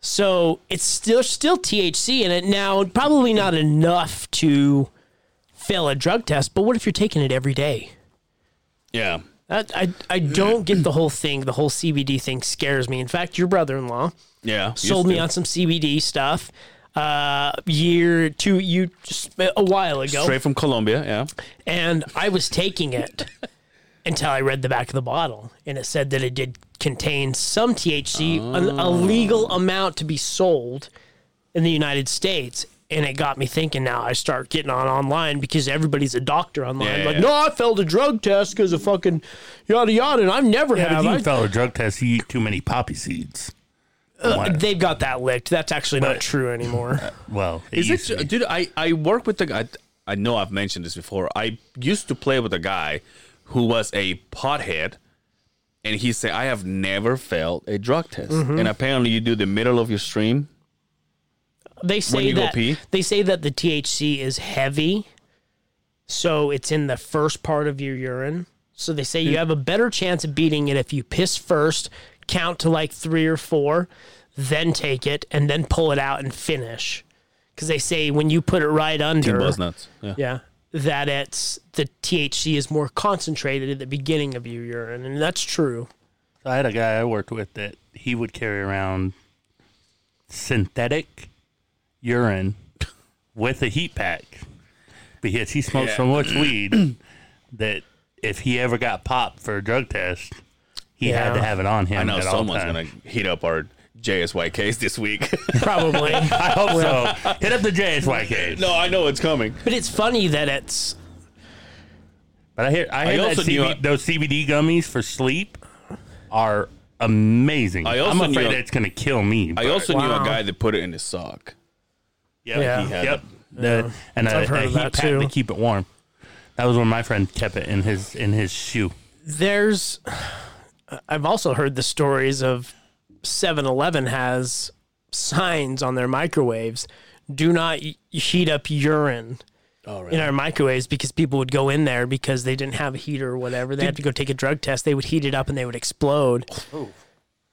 [SPEAKER 2] So it's still still THC in it now, probably not enough to fail a drug test. But what if you're taking it every day?
[SPEAKER 4] Yeah.
[SPEAKER 2] That, I I don't get the whole thing. The whole CBD thing scares me. In fact, your brother-in-law
[SPEAKER 4] Yeah.
[SPEAKER 2] sold me on some CBD stuff uh year two you just a while ago
[SPEAKER 4] Straight from Colombia. Yeah.
[SPEAKER 2] and I was taking it until I read the back of the bottle, and it said that it did contain some THC, an illegal amount to be sold in the United States. And it got me thinking. Now I start getting on online because everybody's a doctor online.
[SPEAKER 4] Yeah,
[SPEAKER 2] like,
[SPEAKER 4] yeah.
[SPEAKER 2] no, I failed a drug test because of fucking yada yada, and I've never
[SPEAKER 5] Yeah,
[SPEAKER 2] had.
[SPEAKER 5] if
[SPEAKER 2] I,
[SPEAKER 5] you fail a drug test, you eat too many poppy seeds.
[SPEAKER 4] Uh,
[SPEAKER 5] Why-
[SPEAKER 2] they've got that licked. That's actually not true anymore.
[SPEAKER 5] well, it
[SPEAKER 4] Is
[SPEAKER 5] used to
[SPEAKER 4] it,
[SPEAKER 5] be.
[SPEAKER 4] dude? I I work with the guy. I know I've mentioned this before. I used to play with a guy who was a pothead, and he said, "I have never failed a drug test."
[SPEAKER 2] Mm-hmm.
[SPEAKER 4] And apparently, you do the middle of your stream.
[SPEAKER 2] They say
[SPEAKER 4] you go
[SPEAKER 2] that
[SPEAKER 4] pee?
[SPEAKER 2] they say that the THC is heavy, so it's in the first part of your urine. So they say you
[SPEAKER 4] Hmm.
[SPEAKER 2] have a better chance of beating it if you piss first, count to like three or four, then take it, and then pull it out and finish. Because they say when you put it right under,
[SPEAKER 4] Buzz nuts. Yeah.
[SPEAKER 2] yeah, that it's the THC is more concentrated at the beginning of your urine, and that's true.
[SPEAKER 5] I had a guy I worked with that he would carry around synthetic urine with a heat pack because he smoked so much weed that if he ever got popped for a drug test, he had to
[SPEAKER 2] Yeah.
[SPEAKER 5] have it on him.
[SPEAKER 4] I know
[SPEAKER 5] at all
[SPEAKER 4] someone's
[SPEAKER 5] times.
[SPEAKER 4] gonna heat up our JSY case this week.
[SPEAKER 2] Probably.
[SPEAKER 5] I hope so. Hit up the JSYK.
[SPEAKER 4] no, I know it's coming.
[SPEAKER 2] but it's funny that it's
[SPEAKER 5] But I hear I hear that
[SPEAKER 4] also knew
[SPEAKER 5] CB,
[SPEAKER 4] I-
[SPEAKER 5] those CBD gummies for sleep are amazing.
[SPEAKER 4] I also
[SPEAKER 5] I'm afraid
[SPEAKER 4] knew I-
[SPEAKER 5] that's gonna kill me.
[SPEAKER 4] I also knew a
[SPEAKER 2] Wow.
[SPEAKER 4] guy that put it in his sock.
[SPEAKER 5] Yep.
[SPEAKER 2] Yeah.
[SPEAKER 5] He had yep. The, and a,
[SPEAKER 2] I've heard
[SPEAKER 5] a
[SPEAKER 2] of
[SPEAKER 5] heat
[SPEAKER 2] that
[SPEAKER 5] pack
[SPEAKER 2] too.
[SPEAKER 5] to keep it warm. That was when my friend kept it in his in his shoe.
[SPEAKER 2] there's I've also heard the stories of 7-Eleven has signs on their microwaves do not y- heat up urine
[SPEAKER 4] Oh,
[SPEAKER 2] in our microwaves because people would go in there because they didn't have a heater or whatever they had to go take a drug test they would heat it up and they would explode
[SPEAKER 4] Oh.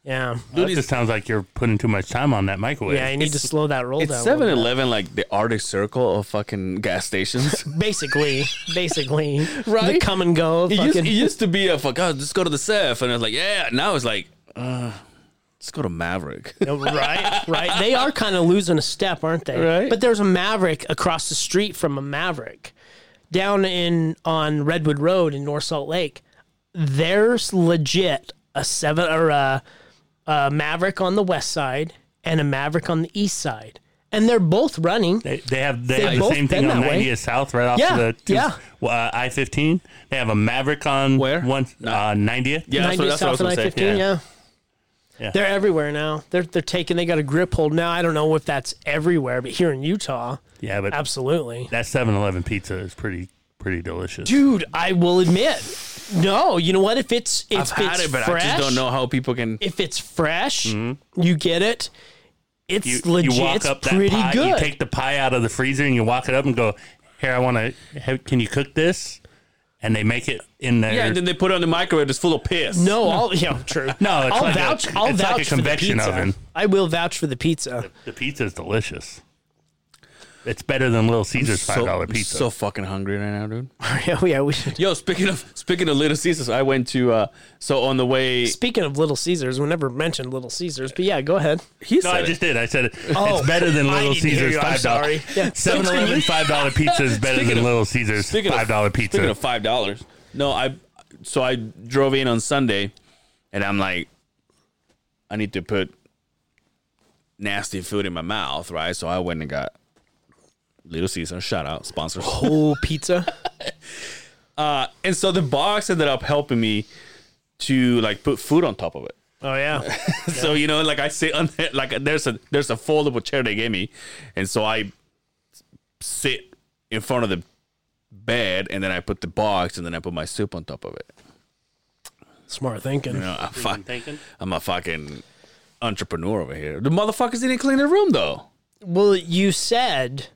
[SPEAKER 2] yeah
[SPEAKER 5] That just sounds like you're putting too much time on that microwave.
[SPEAKER 2] yeah you need to slow that roll
[SPEAKER 4] It's
[SPEAKER 2] down a little
[SPEAKER 4] 7 Eleven, like the Arctic Circle of fucking gas stations.
[SPEAKER 2] bit. basically basically the
[SPEAKER 4] Right?
[SPEAKER 2] come and go
[SPEAKER 4] It used, it
[SPEAKER 2] fucking,
[SPEAKER 4] used to be a fuck. Oh, just go to the Seth, and I was like, yeah. Now it's like, uh, let's go to Maverick.
[SPEAKER 2] right right they are kind of losing a step aren't they
[SPEAKER 4] Right.
[SPEAKER 2] but there's a maverick across the street from a maverick down in on redwood road in north salt lake there's legit a seven or a, a maverick on the west side and a maverick on the east side and they're both running
[SPEAKER 5] They, they have they
[SPEAKER 2] They've
[SPEAKER 5] have the
[SPEAKER 2] both
[SPEAKER 5] same thing
[SPEAKER 2] been
[SPEAKER 5] on
[SPEAKER 2] that way.
[SPEAKER 5] 90th South right off
[SPEAKER 2] Yeah,
[SPEAKER 5] the two-
[SPEAKER 2] yeah.
[SPEAKER 5] uh, I fifteen. They have a Maverick on
[SPEAKER 4] Where?
[SPEAKER 5] one uh, 90th.
[SPEAKER 4] Yeah,
[SPEAKER 2] 90
[SPEAKER 4] that's what, that's what I was
[SPEAKER 2] south
[SPEAKER 4] gonna
[SPEAKER 2] and
[SPEAKER 4] say.
[SPEAKER 2] i-15 yeah.
[SPEAKER 5] Yeah.
[SPEAKER 2] they're everywhere now they're, they're taking they got a grip hold now i don't know if that's everywhere but here in utah
[SPEAKER 5] yeah, but
[SPEAKER 2] absolutely
[SPEAKER 5] that 7-Eleven pizza is pretty pretty delicious.
[SPEAKER 2] dude i will admit no you know what if it's if
[SPEAKER 4] I've
[SPEAKER 2] it's
[SPEAKER 4] had it, but
[SPEAKER 2] fresh,
[SPEAKER 4] I just don't know how people can.
[SPEAKER 2] if it's fresh you get it it's
[SPEAKER 5] Mm-hmm. you,
[SPEAKER 2] legit
[SPEAKER 5] you walk
[SPEAKER 2] it's
[SPEAKER 5] up that
[SPEAKER 2] pretty
[SPEAKER 5] pie,
[SPEAKER 2] good
[SPEAKER 5] You take the pie out of the freezer and you walk it up and go, "Here, I want to. Can you cook this?" And they make it in there.
[SPEAKER 4] Yeah, and then they put it on the microwave. It's full of piss.
[SPEAKER 2] no all yeah true
[SPEAKER 5] No, it's
[SPEAKER 2] i'll
[SPEAKER 5] like a-
[SPEAKER 2] vouch i'll
[SPEAKER 5] it's like
[SPEAKER 2] vouch
[SPEAKER 5] a
[SPEAKER 2] for the
[SPEAKER 5] convection
[SPEAKER 2] pizza
[SPEAKER 5] oven.
[SPEAKER 2] i will vouch for the pizza
[SPEAKER 5] the pizza is delicious. It's better than Little Caesar's five dollar
[SPEAKER 4] I'm
[SPEAKER 5] pizza.
[SPEAKER 4] So fucking hungry right now, dude.
[SPEAKER 2] yeah, yeah, we should.
[SPEAKER 4] Yo, speaking of speaking of Little Caesars, I went to uh so on the way
[SPEAKER 2] Speaking of Little Caesars, we never mentioned Little Caesars, but yeah, go ahead.
[SPEAKER 4] he
[SPEAKER 5] no, I
[SPEAKER 4] said it.
[SPEAKER 5] just did. I said it.
[SPEAKER 2] Oh,
[SPEAKER 5] it's better than
[SPEAKER 2] I
[SPEAKER 5] Little
[SPEAKER 2] didn't hear
[SPEAKER 5] Caesar's
[SPEAKER 2] you, I'm
[SPEAKER 5] five dollar.
[SPEAKER 2] sorry. Yeah.
[SPEAKER 5] Seven Eleven five dollar pizza is better
[SPEAKER 4] Speaking
[SPEAKER 5] than
[SPEAKER 4] of-
[SPEAKER 5] Little Caesar's
[SPEAKER 4] Speaking of-
[SPEAKER 5] five dollar
[SPEAKER 4] Speaking
[SPEAKER 5] pizza.
[SPEAKER 4] of five dollars, no, I so I drove in on Sunday, and I'm like, I need to put nasty food in my mouth, right? So I went and got Little Caesar, shout out sponsor, Uh,
[SPEAKER 2] Oh, pizza.
[SPEAKER 4] and so the box ended up helping me to like put food on top of it.
[SPEAKER 2] Oh yeah.
[SPEAKER 4] So you know, like I sit on there, like there's a there's a foldable chair they gave me, and so I sit in front of the bed, and then I put the box, and then I put my soup on top of it.
[SPEAKER 2] Smart thinking.
[SPEAKER 4] You know, I fuck, I'm a fucking entrepreneur over here. The motherfuckers didn't clean the room though.
[SPEAKER 2] Well, you said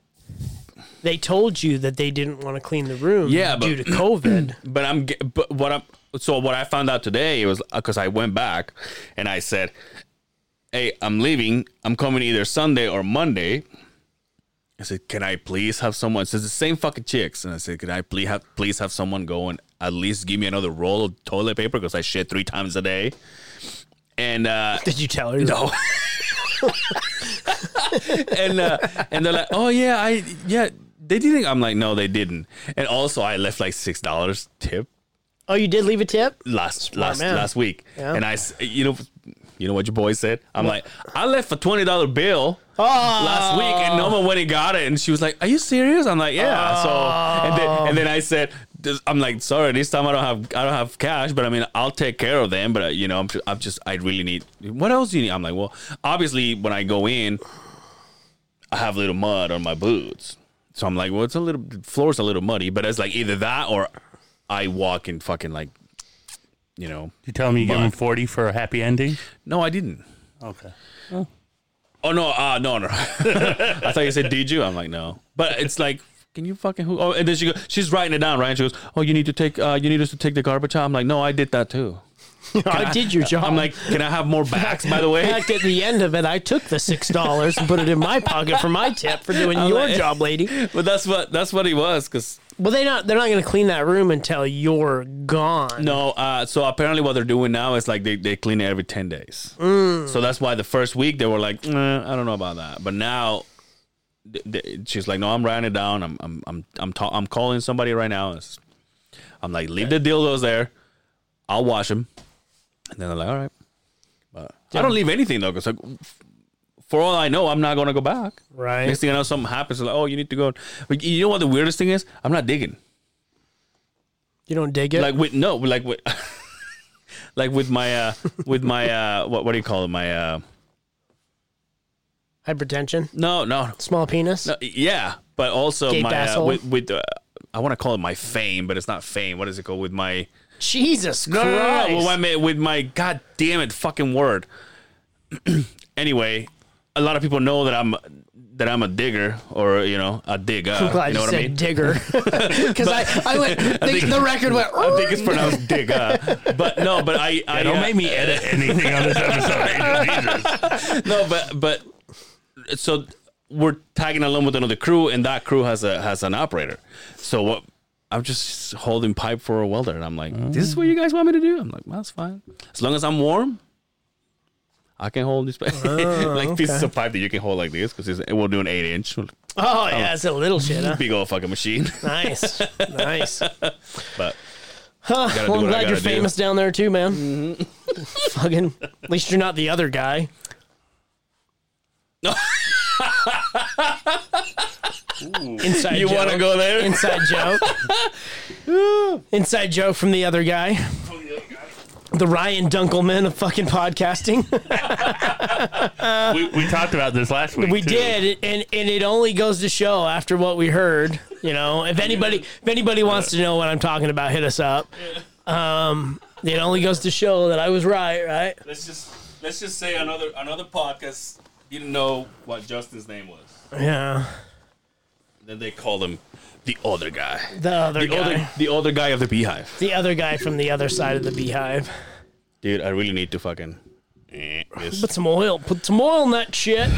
[SPEAKER 2] they told you that they didn't want to clean the room
[SPEAKER 4] Yeah, but-
[SPEAKER 2] due to COVID.
[SPEAKER 4] But I'm ge- but what I'm so what I found out today was because I went back and I said, "Hey, I'm leaving. I'm coming either Sunday or Monday." I said, "Can I please have someone?" Says the same fucking chicks, and I said, "Can I please have please have someone go and at least give me another roll of toilet paper because I shit three times a day." And uh,
[SPEAKER 2] Did you tell her?
[SPEAKER 4] No. and uh, and they're like, oh yeah, I yeah they didn't. I'm like, no, they didn't. And also, I left like six dollars tip
[SPEAKER 2] Oh, you did leave a tip.
[SPEAKER 4] last last
[SPEAKER 2] man.
[SPEAKER 4] last week.
[SPEAKER 2] Yeah.
[SPEAKER 4] And I, s- you know, you know what your boy said. I'm like, I left a twenty dollar bill.
[SPEAKER 2] Oh,
[SPEAKER 4] Last week, and no one went and got it, and she was like, "Are you serious?" I'm like, "Yeah." So, and then, and then I said, this- "I'm like, sorry, this time I don't have I don't have cash, but I mean, I'll take care of them." But uh, you know, I'm, ju- I'm just I really need. What else do you need? I'm like, well, obviously, when I go in, I have little mud on my boots. So I'm like, well, it's a little the floor's a little muddy, but it's like either that or I walk in fucking like, you know.
[SPEAKER 5] you tell me you give him forty for a happy ending?
[SPEAKER 4] No, I didn't.
[SPEAKER 5] Okay.
[SPEAKER 4] Oh no, uh, no, no. I thought you said did you? I'm like no, but it's like. Can you fucking who? Oh, and then she goes, she's writing it down, right? She goes, "Oh, you need to take, uh, you need us to take the garbage out." I'm like, "No, I did that too."
[SPEAKER 2] I did your job.
[SPEAKER 4] I'm like, "Can I have more bags, by the way?"
[SPEAKER 2] In fact, at the end of it, I took the six dollars and put it in my pocket for my tip for doing your
[SPEAKER 4] like-
[SPEAKER 2] job, lady.
[SPEAKER 4] But that's what that's what he was, because
[SPEAKER 2] Well, they not they're not going to clean that room until you're gone.
[SPEAKER 4] No, uh, so apparently what they're doing now is like they, they clean it every 10 days. So that's why the first week they were like, "Nah, I don't know about that. But now th- th- she's like, no, I'm writing it down. I'm I'm I'm I'm, ta- I'm calling somebody right now. It's- I'm like, leave the dildos there. I'll wash them. And then they're like, all right. But I don't leave anything though, because like, for all I know, I'm not going to go back.
[SPEAKER 2] right?
[SPEAKER 4] Next thing I know, something happens. Like, oh, you need to go. But you know what the weirdest thing is? I'm not digging
[SPEAKER 2] You don't dig it.
[SPEAKER 4] like with no like with like with my uh with my uh what what do you call it my uh
[SPEAKER 2] Hypertension,
[SPEAKER 4] no no
[SPEAKER 2] small penis.
[SPEAKER 4] no yeah but also
[SPEAKER 2] Gape
[SPEAKER 4] my uh,
[SPEAKER 2] asshole.
[SPEAKER 4] with with uh, I want to call it my fame but it's not fame what is it called with my
[SPEAKER 2] Jesus
[SPEAKER 4] no
[SPEAKER 2] Christ!
[SPEAKER 4] no no, no, with my with my god damn it fucking word anyway a lot of people know that I'm that I'm a digger or you know a digger
[SPEAKER 2] I'm glad
[SPEAKER 4] you know
[SPEAKER 2] you
[SPEAKER 4] what
[SPEAKER 2] said
[SPEAKER 4] I mean
[SPEAKER 2] digger because I, I went the,
[SPEAKER 4] think-
[SPEAKER 2] the record went.
[SPEAKER 4] I think it's pronounced digger but no but I I
[SPEAKER 5] Don't
[SPEAKER 4] uh,
[SPEAKER 5] make me edit anything on this episode. Angel Jesus.
[SPEAKER 4] no, but but so we're tagging along with another crew, and that crew has a has an operator. So what? I'm just holding pipe for a welder, and I'm like, "This is what you guys want me to do?" I'm like, well, "That's fine, as long as I'm warm." I can hold this pipe, like pieces of pipe that you can hold like this, because we'll do an eight inch,
[SPEAKER 2] oh yeah, it's a little shit. Huh?
[SPEAKER 4] big old fucking machine.
[SPEAKER 2] Nice, nice.
[SPEAKER 4] But
[SPEAKER 2] Huh, well, I'm
[SPEAKER 4] do what
[SPEAKER 2] glad
[SPEAKER 4] I
[SPEAKER 2] you're
[SPEAKER 4] gotta do. Mm-hmm.
[SPEAKER 2] famous down there too, man. Fucking, at least you're not the other guy. Inside
[SPEAKER 4] you
[SPEAKER 2] joke.
[SPEAKER 4] want to go there?
[SPEAKER 2] Inside joke. Inside joke from the other guy. The Ryan Dunkelman of fucking podcasting.
[SPEAKER 5] we, we talked about this last week.
[SPEAKER 2] We
[SPEAKER 5] too.
[SPEAKER 2] did, and and it only goes to show after what we heard. You know, if anybody if anybody wants to know what I'm talking about, hit us up. Um, it only goes to show that I was right, right?
[SPEAKER 4] Let's just let's just say another another podcast didn't know what Justin's name was.
[SPEAKER 2] Yeah,
[SPEAKER 4] Then they called him the other guy.
[SPEAKER 2] the other
[SPEAKER 4] The
[SPEAKER 2] guy,
[SPEAKER 4] other, the other guy of the beehive.
[SPEAKER 2] the other guy from the other side of the beehive.
[SPEAKER 4] Dude, I really need to fucking. eh, this.
[SPEAKER 2] Put some oil, put some oil in that shit.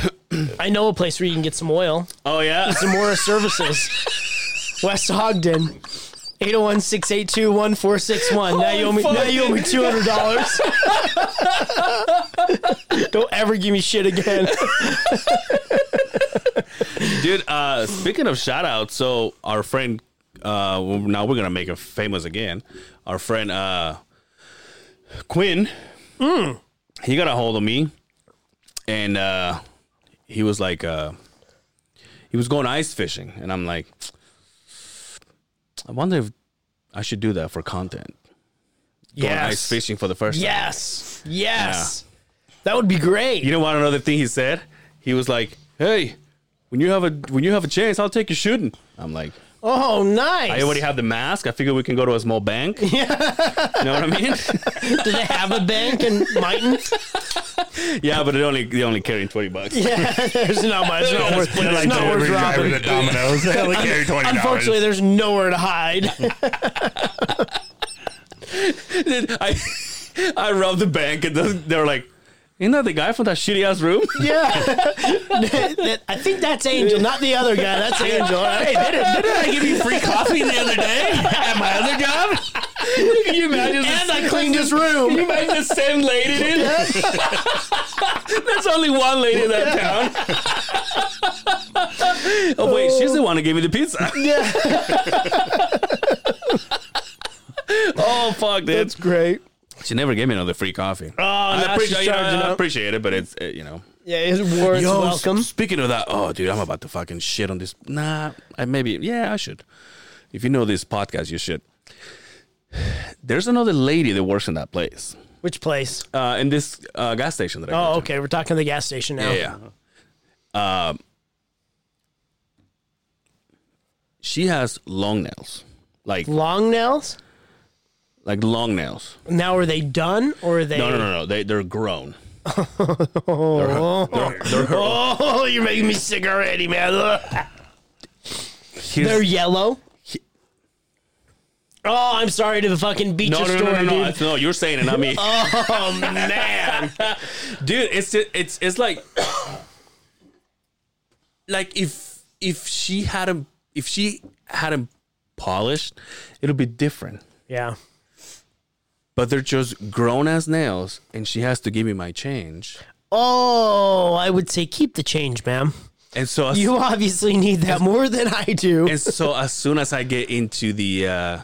[SPEAKER 2] I know a place where you can get some oil.
[SPEAKER 4] Oh yeah.
[SPEAKER 2] Zamora Services, West oh Ogden. 801-682-1461. Now you owe me now you owe me $200. Don't ever give me shit again.
[SPEAKER 4] Dude, uh, speaking of shout outs, so our friend, uh, well, now we're going to make him famous again. Our friend uh, Quinn, Mm. he got a hold of me and uh, he was like, uh, he was going ice fishing. And I'm like, I wonder if I should do that for content. Going ice
[SPEAKER 2] Yes.
[SPEAKER 4] fishing for the first time.
[SPEAKER 2] Yes. Yes. That would be great.
[SPEAKER 4] You know what? Another thing he said, he was like, "Hey, when you have a when you have a chance, I'll take you shooting." I'm like,
[SPEAKER 2] oh, nice.
[SPEAKER 4] I already have the mask. I figure we can go to a small bank. you know what I mean?
[SPEAKER 2] Do they have a bank in Mighton?
[SPEAKER 4] yeah, but they only they only carry twenty bucks.
[SPEAKER 2] yeah, there's not much. It's not worth, it's not worth robbing.
[SPEAKER 5] at Domino's. They only carry twenty
[SPEAKER 2] Unfortunately, there's nowhere to hide.
[SPEAKER 4] I I robbed the bank and they're like, "Isn't that the guy from that shitty ass room?"
[SPEAKER 2] Yeah. I think that's Angel, not the other guy. That's Angel. Hey, they didn't, they didn't give you free coffee the other day at my other job.
[SPEAKER 4] can you imagine?
[SPEAKER 2] And I cleaned his room.
[SPEAKER 4] you imagine the same lady did? There's only one lady in that town. oh wait, she's the one who gave me the pizza. oh fuck, dude.
[SPEAKER 2] great.
[SPEAKER 4] She never gave me another free coffee.
[SPEAKER 2] Oh,
[SPEAKER 4] I,
[SPEAKER 2] now she's
[SPEAKER 4] appreciate, you know,
[SPEAKER 2] charging
[SPEAKER 4] I
[SPEAKER 2] up.
[SPEAKER 4] appreciate it, but it's uh, you know.
[SPEAKER 2] Yeah, his words
[SPEAKER 4] Yo,
[SPEAKER 2] welcome.
[SPEAKER 4] s- Speaking of that, oh dude, I'm about to fucking shit on this. Nah, I maybe yeah, I should. If you know this podcast, you should. There's another lady that works in that place,
[SPEAKER 2] Which place?
[SPEAKER 4] uh, in this uh, gas station that I. go
[SPEAKER 2] Oh, Uh-huh.
[SPEAKER 4] to.
[SPEAKER 2] okay. We're talking the gas station now.
[SPEAKER 4] Yeah. Um, she has long nails, like
[SPEAKER 2] Long nails?
[SPEAKER 4] like long nails.
[SPEAKER 2] Now, are they done or are they?
[SPEAKER 4] No, no, no, no. They they're grown.
[SPEAKER 2] Oh, you're making me sick already, man. Ugh. They're yellow. Oh, I'm sorry to the fucking beach
[SPEAKER 4] No,
[SPEAKER 2] story,
[SPEAKER 4] no, no, no, no,
[SPEAKER 2] dude.
[SPEAKER 4] It's- no. You're saying it, not me,
[SPEAKER 2] Oh man.
[SPEAKER 4] dude. It's ju- it's it's like like if if she hadn't if she hadn't polished, it'll be different.
[SPEAKER 2] yeah.
[SPEAKER 4] But they're just grown as nails, and she has to give me my change.
[SPEAKER 2] Oh, I would say keep the change, ma'am.
[SPEAKER 4] And so I
[SPEAKER 2] You obviously need that more than I do.
[SPEAKER 4] And so as soon as I get into the uh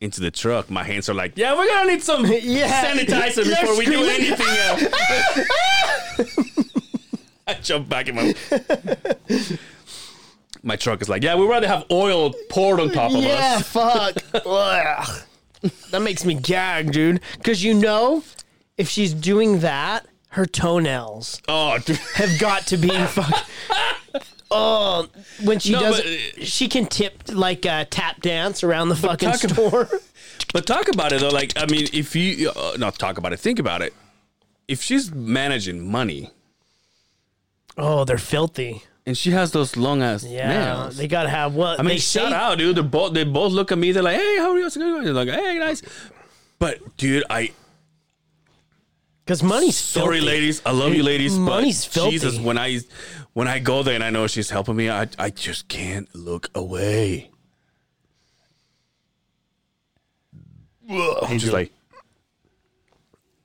[SPEAKER 4] into the truck, my hands are like, "Yeah, we're gonna need some
[SPEAKER 2] Yeah.
[SPEAKER 4] sanitizer
[SPEAKER 2] They're
[SPEAKER 4] before we do
[SPEAKER 2] screaming.
[SPEAKER 4] anything." Else. I jump back in my my truck is like, "Yeah, we'd rather have oil poured on top of
[SPEAKER 2] Yeah,
[SPEAKER 4] us."
[SPEAKER 2] fuck. Ugh. that makes me gag, dude. Because you know, if she's doing that, her toenails
[SPEAKER 4] Oh, dude.
[SPEAKER 2] have got to be fuck. Oh, when she
[SPEAKER 4] No,
[SPEAKER 2] does,
[SPEAKER 4] but,
[SPEAKER 2] it, she can tip like uh, tap dance around the fucking
[SPEAKER 4] talk about-
[SPEAKER 2] store.
[SPEAKER 4] but talk about it though. Like, I mean, if you uh, not talk about it, think about it. If she's managing money
[SPEAKER 2] oh, they're filthy.
[SPEAKER 4] and she has those long ass
[SPEAKER 2] Yeah,
[SPEAKER 4] nails,
[SPEAKER 2] they gotta have what?
[SPEAKER 4] I mean,
[SPEAKER 2] they
[SPEAKER 4] shout
[SPEAKER 2] say-
[SPEAKER 4] out, dude. They both they both look at me. They're like, "Hey, how are you?" How's it going?" They're like, "Hey, nice." But dude, I
[SPEAKER 2] Because money's
[SPEAKER 4] sorry,
[SPEAKER 2] filthy.
[SPEAKER 4] ladies. I love you, ladies.
[SPEAKER 2] Money's
[SPEAKER 4] but
[SPEAKER 2] filthy.
[SPEAKER 4] Jesus, when I when I go there and I know she's helping me, I I just can't look away. I'm just like,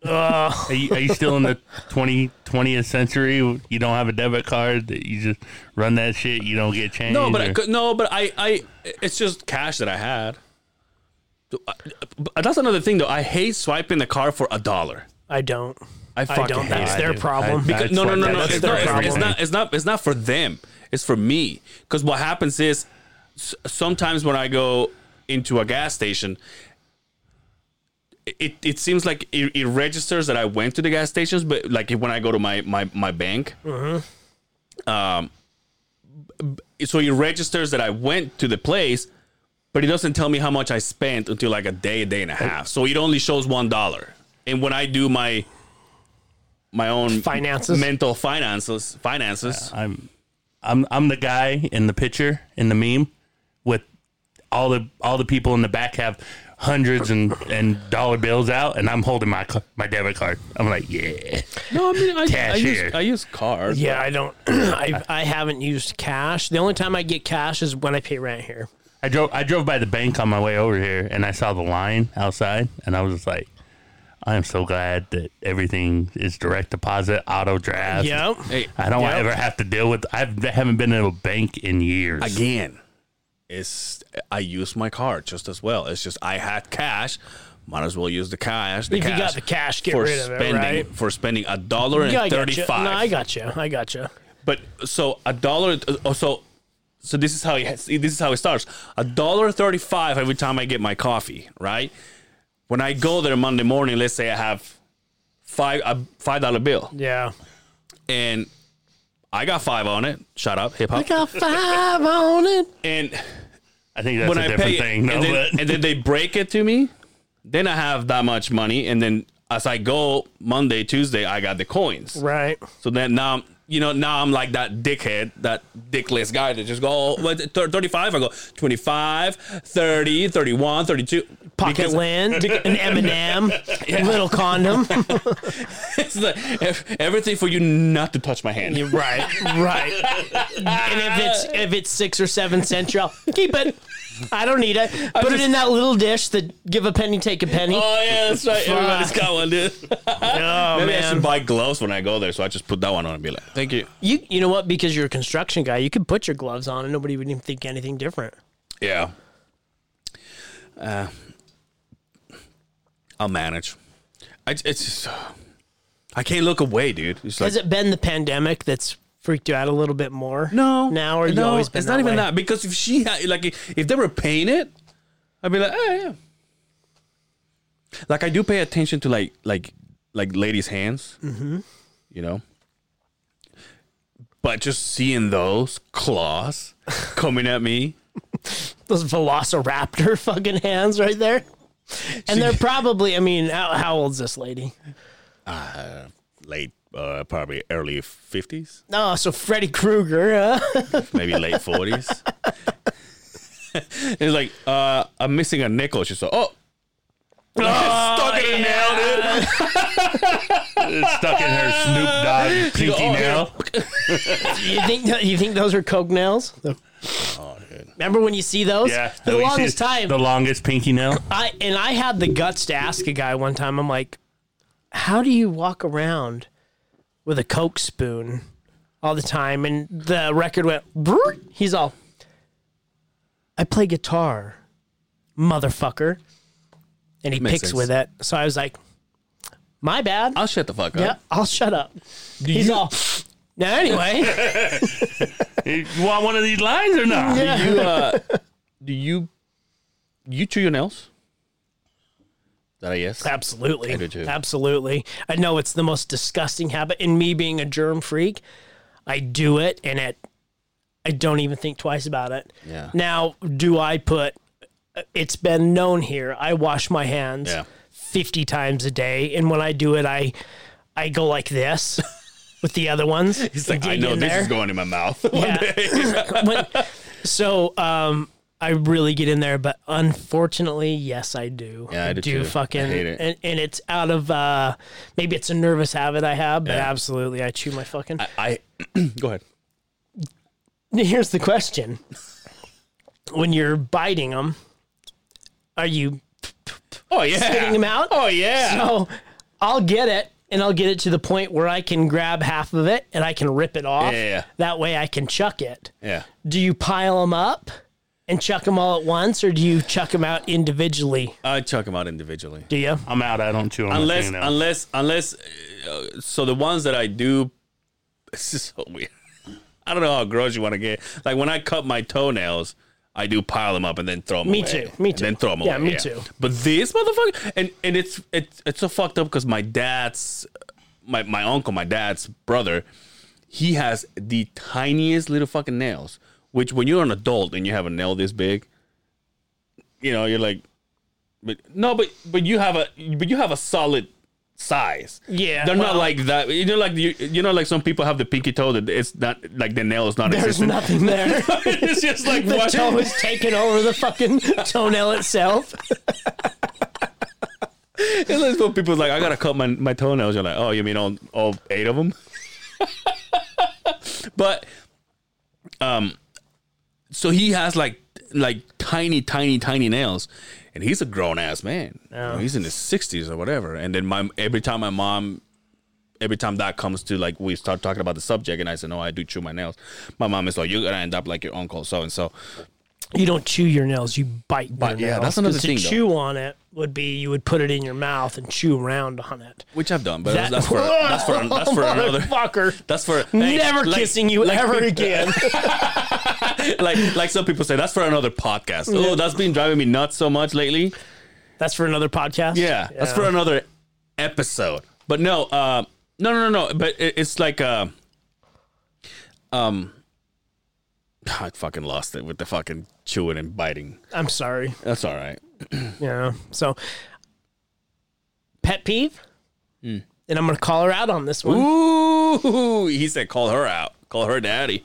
[SPEAKER 5] Are you, are you still in the 20, 20th century? You don't have a debit card that you just run that shit. You don't get change.
[SPEAKER 4] no, but I,
[SPEAKER 5] or-
[SPEAKER 4] could- no, but I I it's just cash that I had. So, I- but That's another thing though. I hate swiping the card for a dollar.
[SPEAKER 2] I don't.
[SPEAKER 4] I
[SPEAKER 2] I
[SPEAKER 4] fucking
[SPEAKER 2] don't.
[SPEAKER 4] hate
[SPEAKER 2] That's
[SPEAKER 4] it.
[SPEAKER 2] their
[SPEAKER 5] do.
[SPEAKER 2] problem.
[SPEAKER 5] I-
[SPEAKER 2] Because-
[SPEAKER 4] Because, no, no,
[SPEAKER 5] what-
[SPEAKER 4] no,
[SPEAKER 5] that-
[SPEAKER 4] no.
[SPEAKER 5] that's
[SPEAKER 4] It's
[SPEAKER 2] their
[SPEAKER 4] not, it's, it's
[SPEAKER 2] problem.
[SPEAKER 4] not. It's not. It's not for them. It's for me. Because what happens is, s- sometimes when I go into a gas station, it, it seems like it, it registers that I went to the gas stations, but like when I go to my my my bank, um, b- so it registers that I went to the place. But it doesn't tell me how much I spent until like a day, a day and a half. So it only shows one dollar. And when I do my my own
[SPEAKER 2] Finances.
[SPEAKER 4] mental finances, finances.
[SPEAKER 5] I'm I'm I'm the guy in the picture in the meme with all the all the people in the back have hundreds and, and dollar bills out, and I'm holding my ca- my debit card. I'm like, yeah,
[SPEAKER 4] No, I mean, I, I
[SPEAKER 5] Cashier.
[SPEAKER 4] use I use cards.
[SPEAKER 2] Yeah, I don't. I I haven't used cash. The only time I get cash is when I pay rent here.
[SPEAKER 5] I drove I drove by the bank on my way over here and I saw the line outside and I was just like I am so glad that everything is direct deposit, auto draft.
[SPEAKER 2] Yep.
[SPEAKER 4] Hey,
[SPEAKER 5] I don't want to
[SPEAKER 2] Yep.
[SPEAKER 5] ever have to deal with I've, I haven't been in a bank in years.
[SPEAKER 4] again, it's I use my card just as well. It's just I had cash. Might as well use the cash. The
[SPEAKER 2] If you
[SPEAKER 4] cash
[SPEAKER 2] got the cash, get
[SPEAKER 4] for
[SPEAKER 2] rid of it,
[SPEAKER 4] spending,
[SPEAKER 2] right?
[SPEAKER 4] For spending a dollar and
[SPEAKER 2] Yeah, I got you.
[SPEAKER 4] thirty-five.
[SPEAKER 2] No, I got you. I got you.
[SPEAKER 4] But so a dollar. oh, So so this is how it has, this is how it starts. A dollar thirty-five every time I get my coffee. Right. When I go there Monday morning, let's say I have five a five dollar bill
[SPEAKER 2] Yeah.
[SPEAKER 4] and. I got five on it. Shut up, hip hop.
[SPEAKER 2] Got five on it.
[SPEAKER 4] And
[SPEAKER 5] I think that's
[SPEAKER 4] when
[SPEAKER 5] a
[SPEAKER 4] I
[SPEAKER 5] different
[SPEAKER 4] pay
[SPEAKER 5] thing.
[SPEAKER 4] it,
[SPEAKER 5] No,
[SPEAKER 4] and, then,
[SPEAKER 5] but
[SPEAKER 4] and then they break it to me, then I have that much money, and then as I go Monday, Tuesday, I got the coins.
[SPEAKER 2] Right.
[SPEAKER 4] So then now, you know, now I'm like that dickhead, that dickless guy that just go, oh, what, thir- 35, I go 25, 30, 31, 32.
[SPEAKER 2] Pocket
[SPEAKER 4] Because-
[SPEAKER 2] lint, an M&M, little condom.
[SPEAKER 4] It's like, ev- everything for you not to touch my hand.
[SPEAKER 2] You're right, right. and if it's if it's six or seven cents, you'll keep it. I don't need it. Put it
[SPEAKER 4] just-
[SPEAKER 2] in that little dish that give a penny, take a penny.
[SPEAKER 4] Oh, yeah, that's right. Everybody's got one, dude.
[SPEAKER 2] oh
[SPEAKER 4] Maybe I should buy gloves when I go there, so I just put that one on and be like, thank you.
[SPEAKER 2] you you know what? Because you're a construction guy, you could put your gloves on and nobody would even think anything different.
[SPEAKER 4] Yeah. Uh, I'll manage. I, it's just, uh, I can't look away, dude. It's like,
[SPEAKER 2] Has it been the pandemic that's freaked you out a little bit more?
[SPEAKER 4] no,
[SPEAKER 2] Now or you
[SPEAKER 4] no,
[SPEAKER 2] always
[SPEAKER 4] it's
[SPEAKER 2] been
[SPEAKER 4] not even
[SPEAKER 2] way?
[SPEAKER 4] that because if she had, like if they were paying it, I'd be like, oh yeah. Like I do pay attention to like like like ladies' hands, mm-hmm. you know. But just seeing those claws coming at me,
[SPEAKER 2] those velociraptor fucking hands right there. And they're probably, I mean, how, how old's this lady?
[SPEAKER 4] late, uh, probably early fifties.
[SPEAKER 2] Oh, so Freddy Krueger, huh?
[SPEAKER 4] maybe late forties. it's like uh, I'm missing a nickel. She's like, oh, stuck in a nail, dude.
[SPEAKER 5] it's stuck in her Snoop Dogg
[SPEAKER 4] She go,
[SPEAKER 5] pinky
[SPEAKER 4] "Oh,
[SPEAKER 5] nail.
[SPEAKER 2] You think you think those are coke nails? Remember when you see those?
[SPEAKER 5] Oh, Yeah,
[SPEAKER 2] For the
[SPEAKER 5] we see
[SPEAKER 2] longest time,
[SPEAKER 5] The longest pinky nail.
[SPEAKER 2] I and I had the guts to ask a guy one time. I'm like, how do you walk around with a coke spoon all the time? And the record went. "Brrrt." He's all, I play guitar, motherfucker, and he
[SPEAKER 4] Makes
[SPEAKER 2] picks
[SPEAKER 4] sense.
[SPEAKER 2] with it. So I was like, my bad.
[SPEAKER 4] I'll shut the fuck up.
[SPEAKER 2] yeah, I'll shut up. He's all. Now anyway.
[SPEAKER 5] you want one of these lines or not?
[SPEAKER 4] You, uh, do you you chew your nails? Is that a yes?
[SPEAKER 2] Absolutely.
[SPEAKER 4] do too.
[SPEAKER 2] Absolutely. I know it's the most disgusting habit. And me being a germ freak, I do it and it I don't even think twice about it.
[SPEAKER 4] Yeah.
[SPEAKER 2] Now, do I put uh, it's been known here, I wash my hands
[SPEAKER 4] Yeah.
[SPEAKER 2] 50 times a day and when I do it I I go like this with the other ones.
[SPEAKER 4] He's like, I
[SPEAKER 2] dig
[SPEAKER 4] know
[SPEAKER 2] in
[SPEAKER 4] this
[SPEAKER 2] there."
[SPEAKER 4] is going in my mouth.
[SPEAKER 2] Yeah. When- so um, I really get in there, but unfortunately, yes, I do.
[SPEAKER 4] Yeah, I do too.
[SPEAKER 2] fucking
[SPEAKER 4] I hate it.
[SPEAKER 2] And, and it's out of uh, maybe it's a nervous habit I have, but
[SPEAKER 4] Yeah.
[SPEAKER 2] absolutely, I chew my fucking.
[SPEAKER 4] I go ahead.
[SPEAKER 2] Here's the question: When you're biting them, are you
[SPEAKER 4] Oh yeah.
[SPEAKER 2] spitting them out?
[SPEAKER 4] Oh yeah.
[SPEAKER 2] So I'll get it. And I'll get it to the point where I can grab half of it and I can rip it off.
[SPEAKER 4] Yeah, yeah, yeah.
[SPEAKER 2] That way I can chuck it.
[SPEAKER 4] yeah.
[SPEAKER 2] do you pile them up and chuck them all at once, or do you chuck them out individually?
[SPEAKER 4] I chuck them out individually.
[SPEAKER 2] Do you?
[SPEAKER 5] I'm out. I don't chew on
[SPEAKER 4] unless
[SPEAKER 5] my fingernails.
[SPEAKER 4] unless unless uh, so the ones that I do this is so weird. I don't know how gross you want to get. Like when I cut my toenails, I do pile them up and then throw them
[SPEAKER 2] Me
[SPEAKER 4] away.
[SPEAKER 2] too, me
[SPEAKER 4] And
[SPEAKER 2] too.
[SPEAKER 4] then throw them
[SPEAKER 2] Yeah,
[SPEAKER 4] away.
[SPEAKER 2] me too.
[SPEAKER 4] But this motherfucker and and it's it's it's so fucked up because my dad's my my uncle, my dad's brother, he has the tiniest little fucking nails. Which when you're an adult and you have a nail this big, you know you're like, but no, but but you have a but you have a solid size.
[SPEAKER 2] Yeah,
[SPEAKER 4] they're not
[SPEAKER 2] well-
[SPEAKER 4] like that. You know, like you, you know, like some people have the pinky toe that it's not like the nail is not
[SPEAKER 2] There's
[SPEAKER 4] existent.
[SPEAKER 2] nothing there.
[SPEAKER 4] it's just like
[SPEAKER 2] the
[SPEAKER 4] what?
[SPEAKER 2] toe is taking over the fucking toenail itself.
[SPEAKER 4] It's like when people like, I gotta cut my, my toenails. You're like, oh, you mean all, all eight of them? but, um, so he has like like tiny, tiny, tiny nails, and he's a grown ass man. You know, he's in his sixties or whatever. And then my every time my mom, every time that comes to like we start talking about the subject, and I said, no, I do chew my nails. My mom is like, you're gonna end up like your uncle so and so.
[SPEAKER 2] You don't chew your nails; you bite.
[SPEAKER 4] Bite,
[SPEAKER 2] your
[SPEAKER 4] yeah,
[SPEAKER 2] nails.
[SPEAKER 4] that's another
[SPEAKER 2] 'Cause
[SPEAKER 4] thing,
[SPEAKER 2] To
[SPEAKER 4] though.
[SPEAKER 2] chew on it would be you would put it in your mouth and chew around on it.
[SPEAKER 4] Which I've done, but
[SPEAKER 2] That-
[SPEAKER 4] that's for that's for that's for another.
[SPEAKER 2] Motherfucker.
[SPEAKER 4] That's for
[SPEAKER 2] Never
[SPEAKER 4] like-
[SPEAKER 2] kissing you
[SPEAKER 4] like-
[SPEAKER 2] ever again.
[SPEAKER 4] like like some people say, that's for another podcast. Oh, that's been driving me nuts so much lately.
[SPEAKER 2] That's for another podcast.
[SPEAKER 4] Yeah, that's for another episode. But no, uh, no, no, no, no. But it, it's like, uh, um, I fucking lost it with the fucking chewing and biting.
[SPEAKER 2] I'm sorry.
[SPEAKER 4] That's all right.
[SPEAKER 2] Yeah. So, pet peeve,
[SPEAKER 4] Hmm.
[SPEAKER 2] and I'm gonna call her out on this one.
[SPEAKER 4] Ooh, he said, call her out, call her daddy.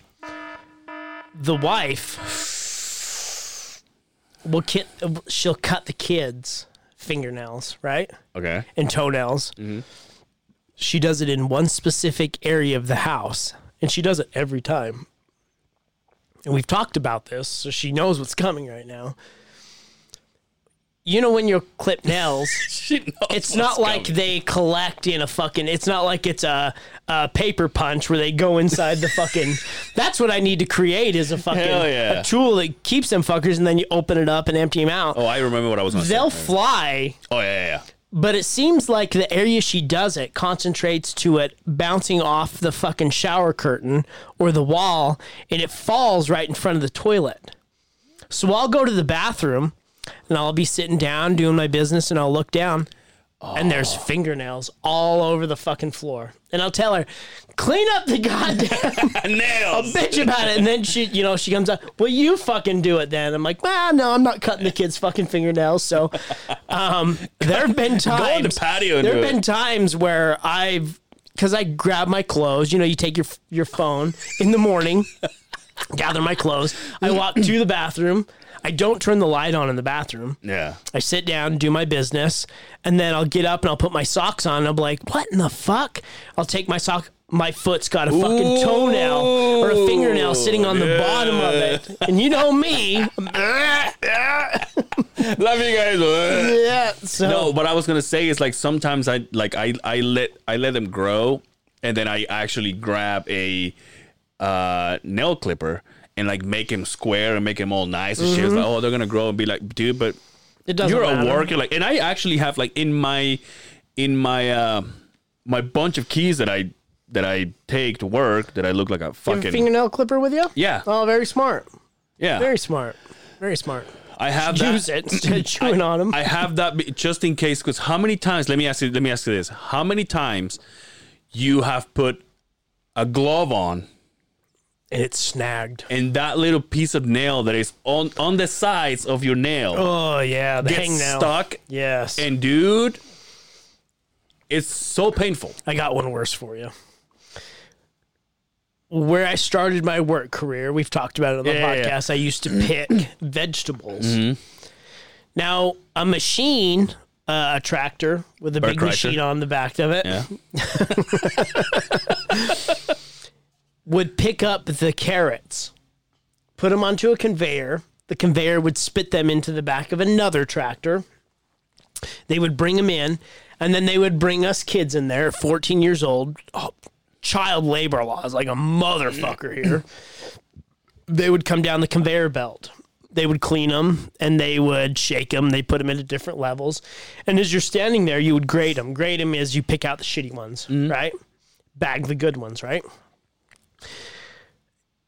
[SPEAKER 2] The wife will ki- she'll cut the kids' fingernails, right,
[SPEAKER 4] Okay.
[SPEAKER 2] and toenails. She does it in one specific area of the house, and she does it every time. And we've talked about this, so she knows what's coming right now. You know when you clip nails.
[SPEAKER 4] She knows
[SPEAKER 2] it's
[SPEAKER 4] what's
[SPEAKER 2] not like
[SPEAKER 4] coming.
[SPEAKER 2] they collect in a fucking it's not like it's a, a paper punch where they go inside the fucking that's what i need to create is a fucking
[SPEAKER 4] Hell yeah.
[SPEAKER 2] a tool that keeps them fuckers and then you open it up and empty them out
[SPEAKER 4] Oh, I remember what I was. Gonna
[SPEAKER 2] they'll
[SPEAKER 4] Say.
[SPEAKER 2] fly
[SPEAKER 4] Oh yeah, yeah, yeah.
[SPEAKER 2] but it seems like the area she does it concentrates to it bouncing off the fucking shower curtain or the wall and it falls right in front of the toilet. So I'll go to the bathroom and I'll be sitting down doing my business and I'll look down and there's fingernails all over the fucking floor. And I'll tell her, clean up the goddamn
[SPEAKER 4] Nails.
[SPEAKER 2] bitch about it. And then she, you know, she comes up, well, you fucking do it then. I'm like, ah, no, I'm not cutting the kid's fucking fingernails. So um, there have been times.
[SPEAKER 4] Go on the patio and
[SPEAKER 2] There
[SPEAKER 4] do
[SPEAKER 2] have
[SPEAKER 4] it.
[SPEAKER 2] been times where I've, because I grab my clothes. You know, you take your your phone in the morning, gather my clothes. I walk to the bathroom. I don't turn the light on in the bathroom.
[SPEAKER 4] yeah.
[SPEAKER 2] I sit down, do my business, and then I'll get up and I'll put my socks on. And I'm like, what in the fuck? I'll take my sock. My foot's got a fucking toenail or a fingernail sitting on the bottom of it. And you know me.
[SPEAKER 4] Love you guys.
[SPEAKER 2] yeah. So
[SPEAKER 4] No, what I was gonna say is like sometimes I like I I let I let them grow, and then I actually grab a uh, nail clipper and like make him square and make him all nice and shit. It's like, oh, they're gonna grow and be like, dude, but
[SPEAKER 2] it Mm-hmm. doesn't
[SPEAKER 4] you're
[SPEAKER 2] matter.
[SPEAKER 4] a worker. Like, and I actually have like in my in my uh, my bunch of keys that I that I take to work that I look like a
[SPEAKER 2] You have a
[SPEAKER 4] fucking
[SPEAKER 2] fingernail clipper with you?
[SPEAKER 4] Yeah.
[SPEAKER 2] Oh, very smart.
[SPEAKER 4] yeah.
[SPEAKER 2] Very smart. Very smart.
[SPEAKER 4] I have that.
[SPEAKER 2] Use it instead of chewing on them.
[SPEAKER 4] I have that be- just in case. Because how many times? Let me ask you. Let me ask you this: How many times you have put a glove on,
[SPEAKER 2] and it's snagged.
[SPEAKER 4] and that little piece of nail that is on on the sides of your nail
[SPEAKER 2] Oh, yeah. The
[SPEAKER 4] gets
[SPEAKER 2] hang nail.
[SPEAKER 4] stuck?
[SPEAKER 2] Yes.
[SPEAKER 4] And dude, it's so painful.
[SPEAKER 2] I got one worse for you. Where I started my work career, we've talked about it on the
[SPEAKER 4] Yeah, Mm-hmm. yeah, yeah.
[SPEAKER 2] podcast. I used to pick vegetables. Now, a machine, uh, a tractor with a big
[SPEAKER 4] Kreischer.
[SPEAKER 2] machine on the back of it,
[SPEAKER 4] Yeah.
[SPEAKER 2] would pick up the carrots, put them onto a conveyor. The conveyor would spit them into the back of another tractor. They would bring them in, and then they would bring us kids in there, 14 years old. Oh, child labor laws, like a motherfucker here. they would come down the conveyor belt. They would clean them and they would shake them. They put them into different levels. And as you're standing there, you would grade them. Grade them is you pick out the shitty ones, right? Bag the good ones, right?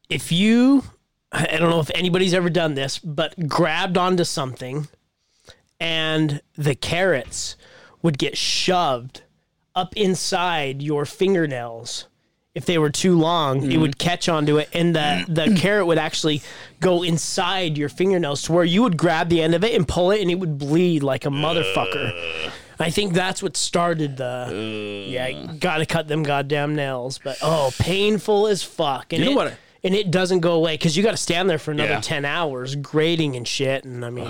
[SPEAKER 2] if you I don't know if anybody's ever done this, but grabbed onto something and the carrots would get shoved up inside your fingernails. If they were too long,
[SPEAKER 4] Mm.
[SPEAKER 2] it would catch onto it and the, the carrot would actually go
[SPEAKER 4] Uh.
[SPEAKER 2] inside your fingernails to where you would grab the end of it and pull it and it would bleed like a motherfucker. I think that's what started the. Yeah, gotta cut them goddamn nails. But oh, painful as fuck. And
[SPEAKER 4] You know
[SPEAKER 2] it,
[SPEAKER 4] what I-
[SPEAKER 2] And it doesn't go away because you got to stand there for another
[SPEAKER 4] Yeah.
[SPEAKER 2] ten hours grading and shit. And I mean,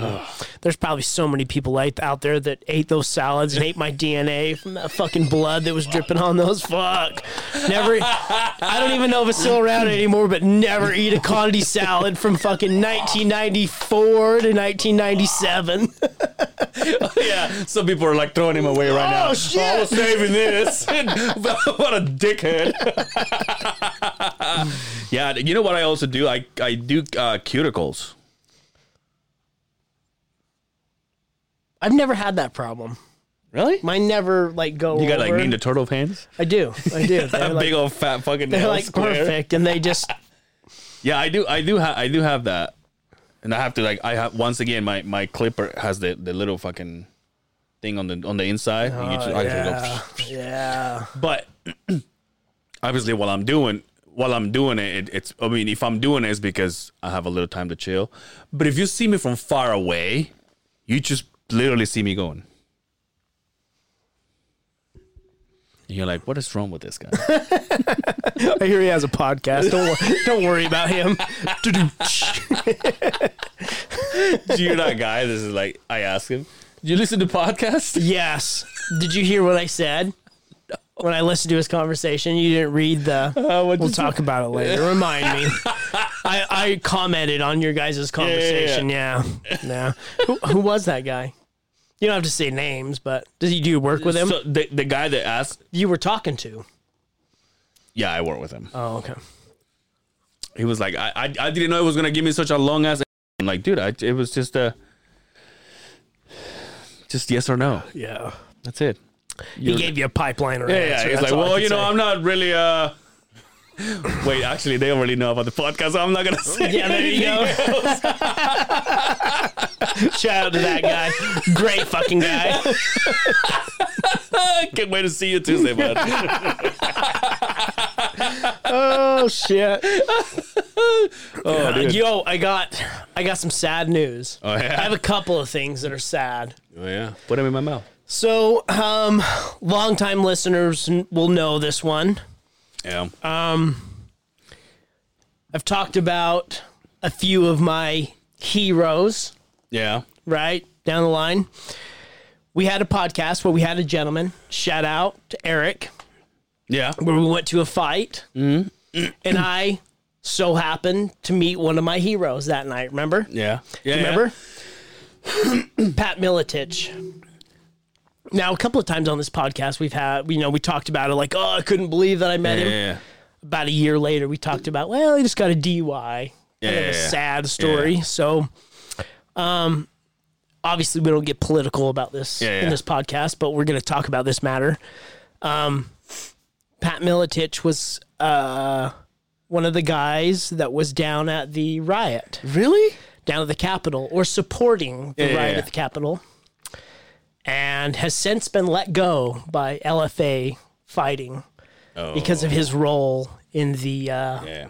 [SPEAKER 2] there's probably so many people like out there that ate those salads and ate my DNA from that fucking blood that was dripping on those. Fuck. Never. e, I don't even know if it's still around anymore, but never eat a quantity salad from fucking 1994 to 1997.
[SPEAKER 4] yeah, some people are like throwing him away right now.
[SPEAKER 2] Oh, shit.
[SPEAKER 4] I was saving this. what a dickhead. yeah, you know what I also do? I I do uh, cuticles.
[SPEAKER 2] I've never had that problem.
[SPEAKER 4] Really?
[SPEAKER 2] Mine never like go.
[SPEAKER 4] You got like
[SPEAKER 2] over.
[SPEAKER 4] Ninja Turtle hands?
[SPEAKER 2] I do. I do. They're like,
[SPEAKER 4] Big old fat fucking
[SPEAKER 2] they're
[SPEAKER 4] nails.
[SPEAKER 2] like
[SPEAKER 4] square.
[SPEAKER 2] perfect, and they just
[SPEAKER 4] Yeah, I do. I do. Ha- I do have that, and I have to like. I have once again. My my clipper has the the little fucking thing on the on the inside. You just- I just go,
[SPEAKER 2] Oh, yeah, yeah.
[SPEAKER 4] but obviously, while I'm doing while I'm doing it, it, it's. I mean, if I'm doing it, it's because I have a little time to chill. But if you see me from far away, you just literally see me going. And you're like, what is wrong with this guy?
[SPEAKER 2] I hear he has a podcast. Don't wor- don't worry about him.
[SPEAKER 4] Do you that guy? This is like, I ask him, do you listen to podcasts?
[SPEAKER 2] yes. Did you hear what I said? When I listened to his conversation, you didn't read the.
[SPEAKER 4] what
[SPEAKER 2] we'll talk about it later. Remind me. I, I commented on your guys' conversation. Yeah, yeah. Who, who was that guy? You don't have to say names, but does he do you work with him?
[SPEAKER 4] So the, the guy that asked,
[SPEAKER 2] you were talking to.
[SPEAKER 4] yeah, I work with him.
[SPEAKER 2] Oh, okay.
[SPEAKER 4] He was like, I, I, I didn't know it was gonna give me such a long ass. I'm like, dude, I, it was just a, just yes or no.
[SPEAKER 2] Yeah.
[SPEAKER 4] That's it.
[SPEAKER 2] He gave you a pipeline or
[SPEAKER 4] Yeah, yeah. He's like, well, you know, I'm not really. uh Wait, actually, they already know about the podcast. so I'm not gonna say.
[SPEAKER 2] Yeah, there you go. Shout out to that guy. Great fucking guy.
[SPEAKER 4] I can't wait to see you Tuesday, bud.
[SPEAKER 2] Oh shit.
[SPEAKER 4] oh, dude.
[SPEAKER 2] Yo, I got I got some sad news.
[SPEAKER 4] Oh, yeah.
[SPEAKER 2] I have a couple of things that are sad.
[SPEAKER 4] Oh, yeah. Put him in my mouth.
[SPEAKER 2] So, um longtime listeners n- will know this one.
[SPEAKER 4] Yeah.
[SPEAKER 2] I've talked about a few of my heroes,
[SPEAKER 4] yeah.
[SPEAKER 2] right? Down the line. We had a podcast where we had a gentleman, shout out to Eric.
[SPEAKER 4] Yeah.
[SPEAKER 2] where we went to a fight,
[SPEAKER 4] Mm-hmm.
[SPEAKER 2] and I so happened to meet one of my heroes that night. Remember?
[SPEAKER 4] Yeah. Yeah.
[SPEAKER 2] Remember? Pat Militich. Now, a couple of times on this podcast, we've had, you know, we talked about it like, oh, I couldn't believe that I met
[SPEAKER 4] Yeah.
[SPEAKER 2] him.
[SPEAKER 4] yeah.
[SPEAKER 2] About a year later, we talked about, well, he just got a DUI. Kind of
[SPEAKER 4] Yeah.
[SPEAKER 2] a sad story. So, um, obviously, we don't get political about this
[SPEAKER 4] Yeah, yeah.
[SPEAKER 2] in this podcast, but we're going to talk about this matter. Um, Pat Militich was uh, one of the guys that was down at the riot,
[SPEAKER 4] Really?
[SPEAKER 2] down at the Capitol, or supporting the
[SPEAKER 4] Yeah, yeah,
[SPEAKER 2] riot
[SPEAKER 4] yeah.
[SPEAKER 2] at the Capitol, and has since been let go by LFA fighting
[SPEAKER 4] Oh.
[SPEAKER 2] because of his role in the uh,
[SPEAKER 4] Yeah.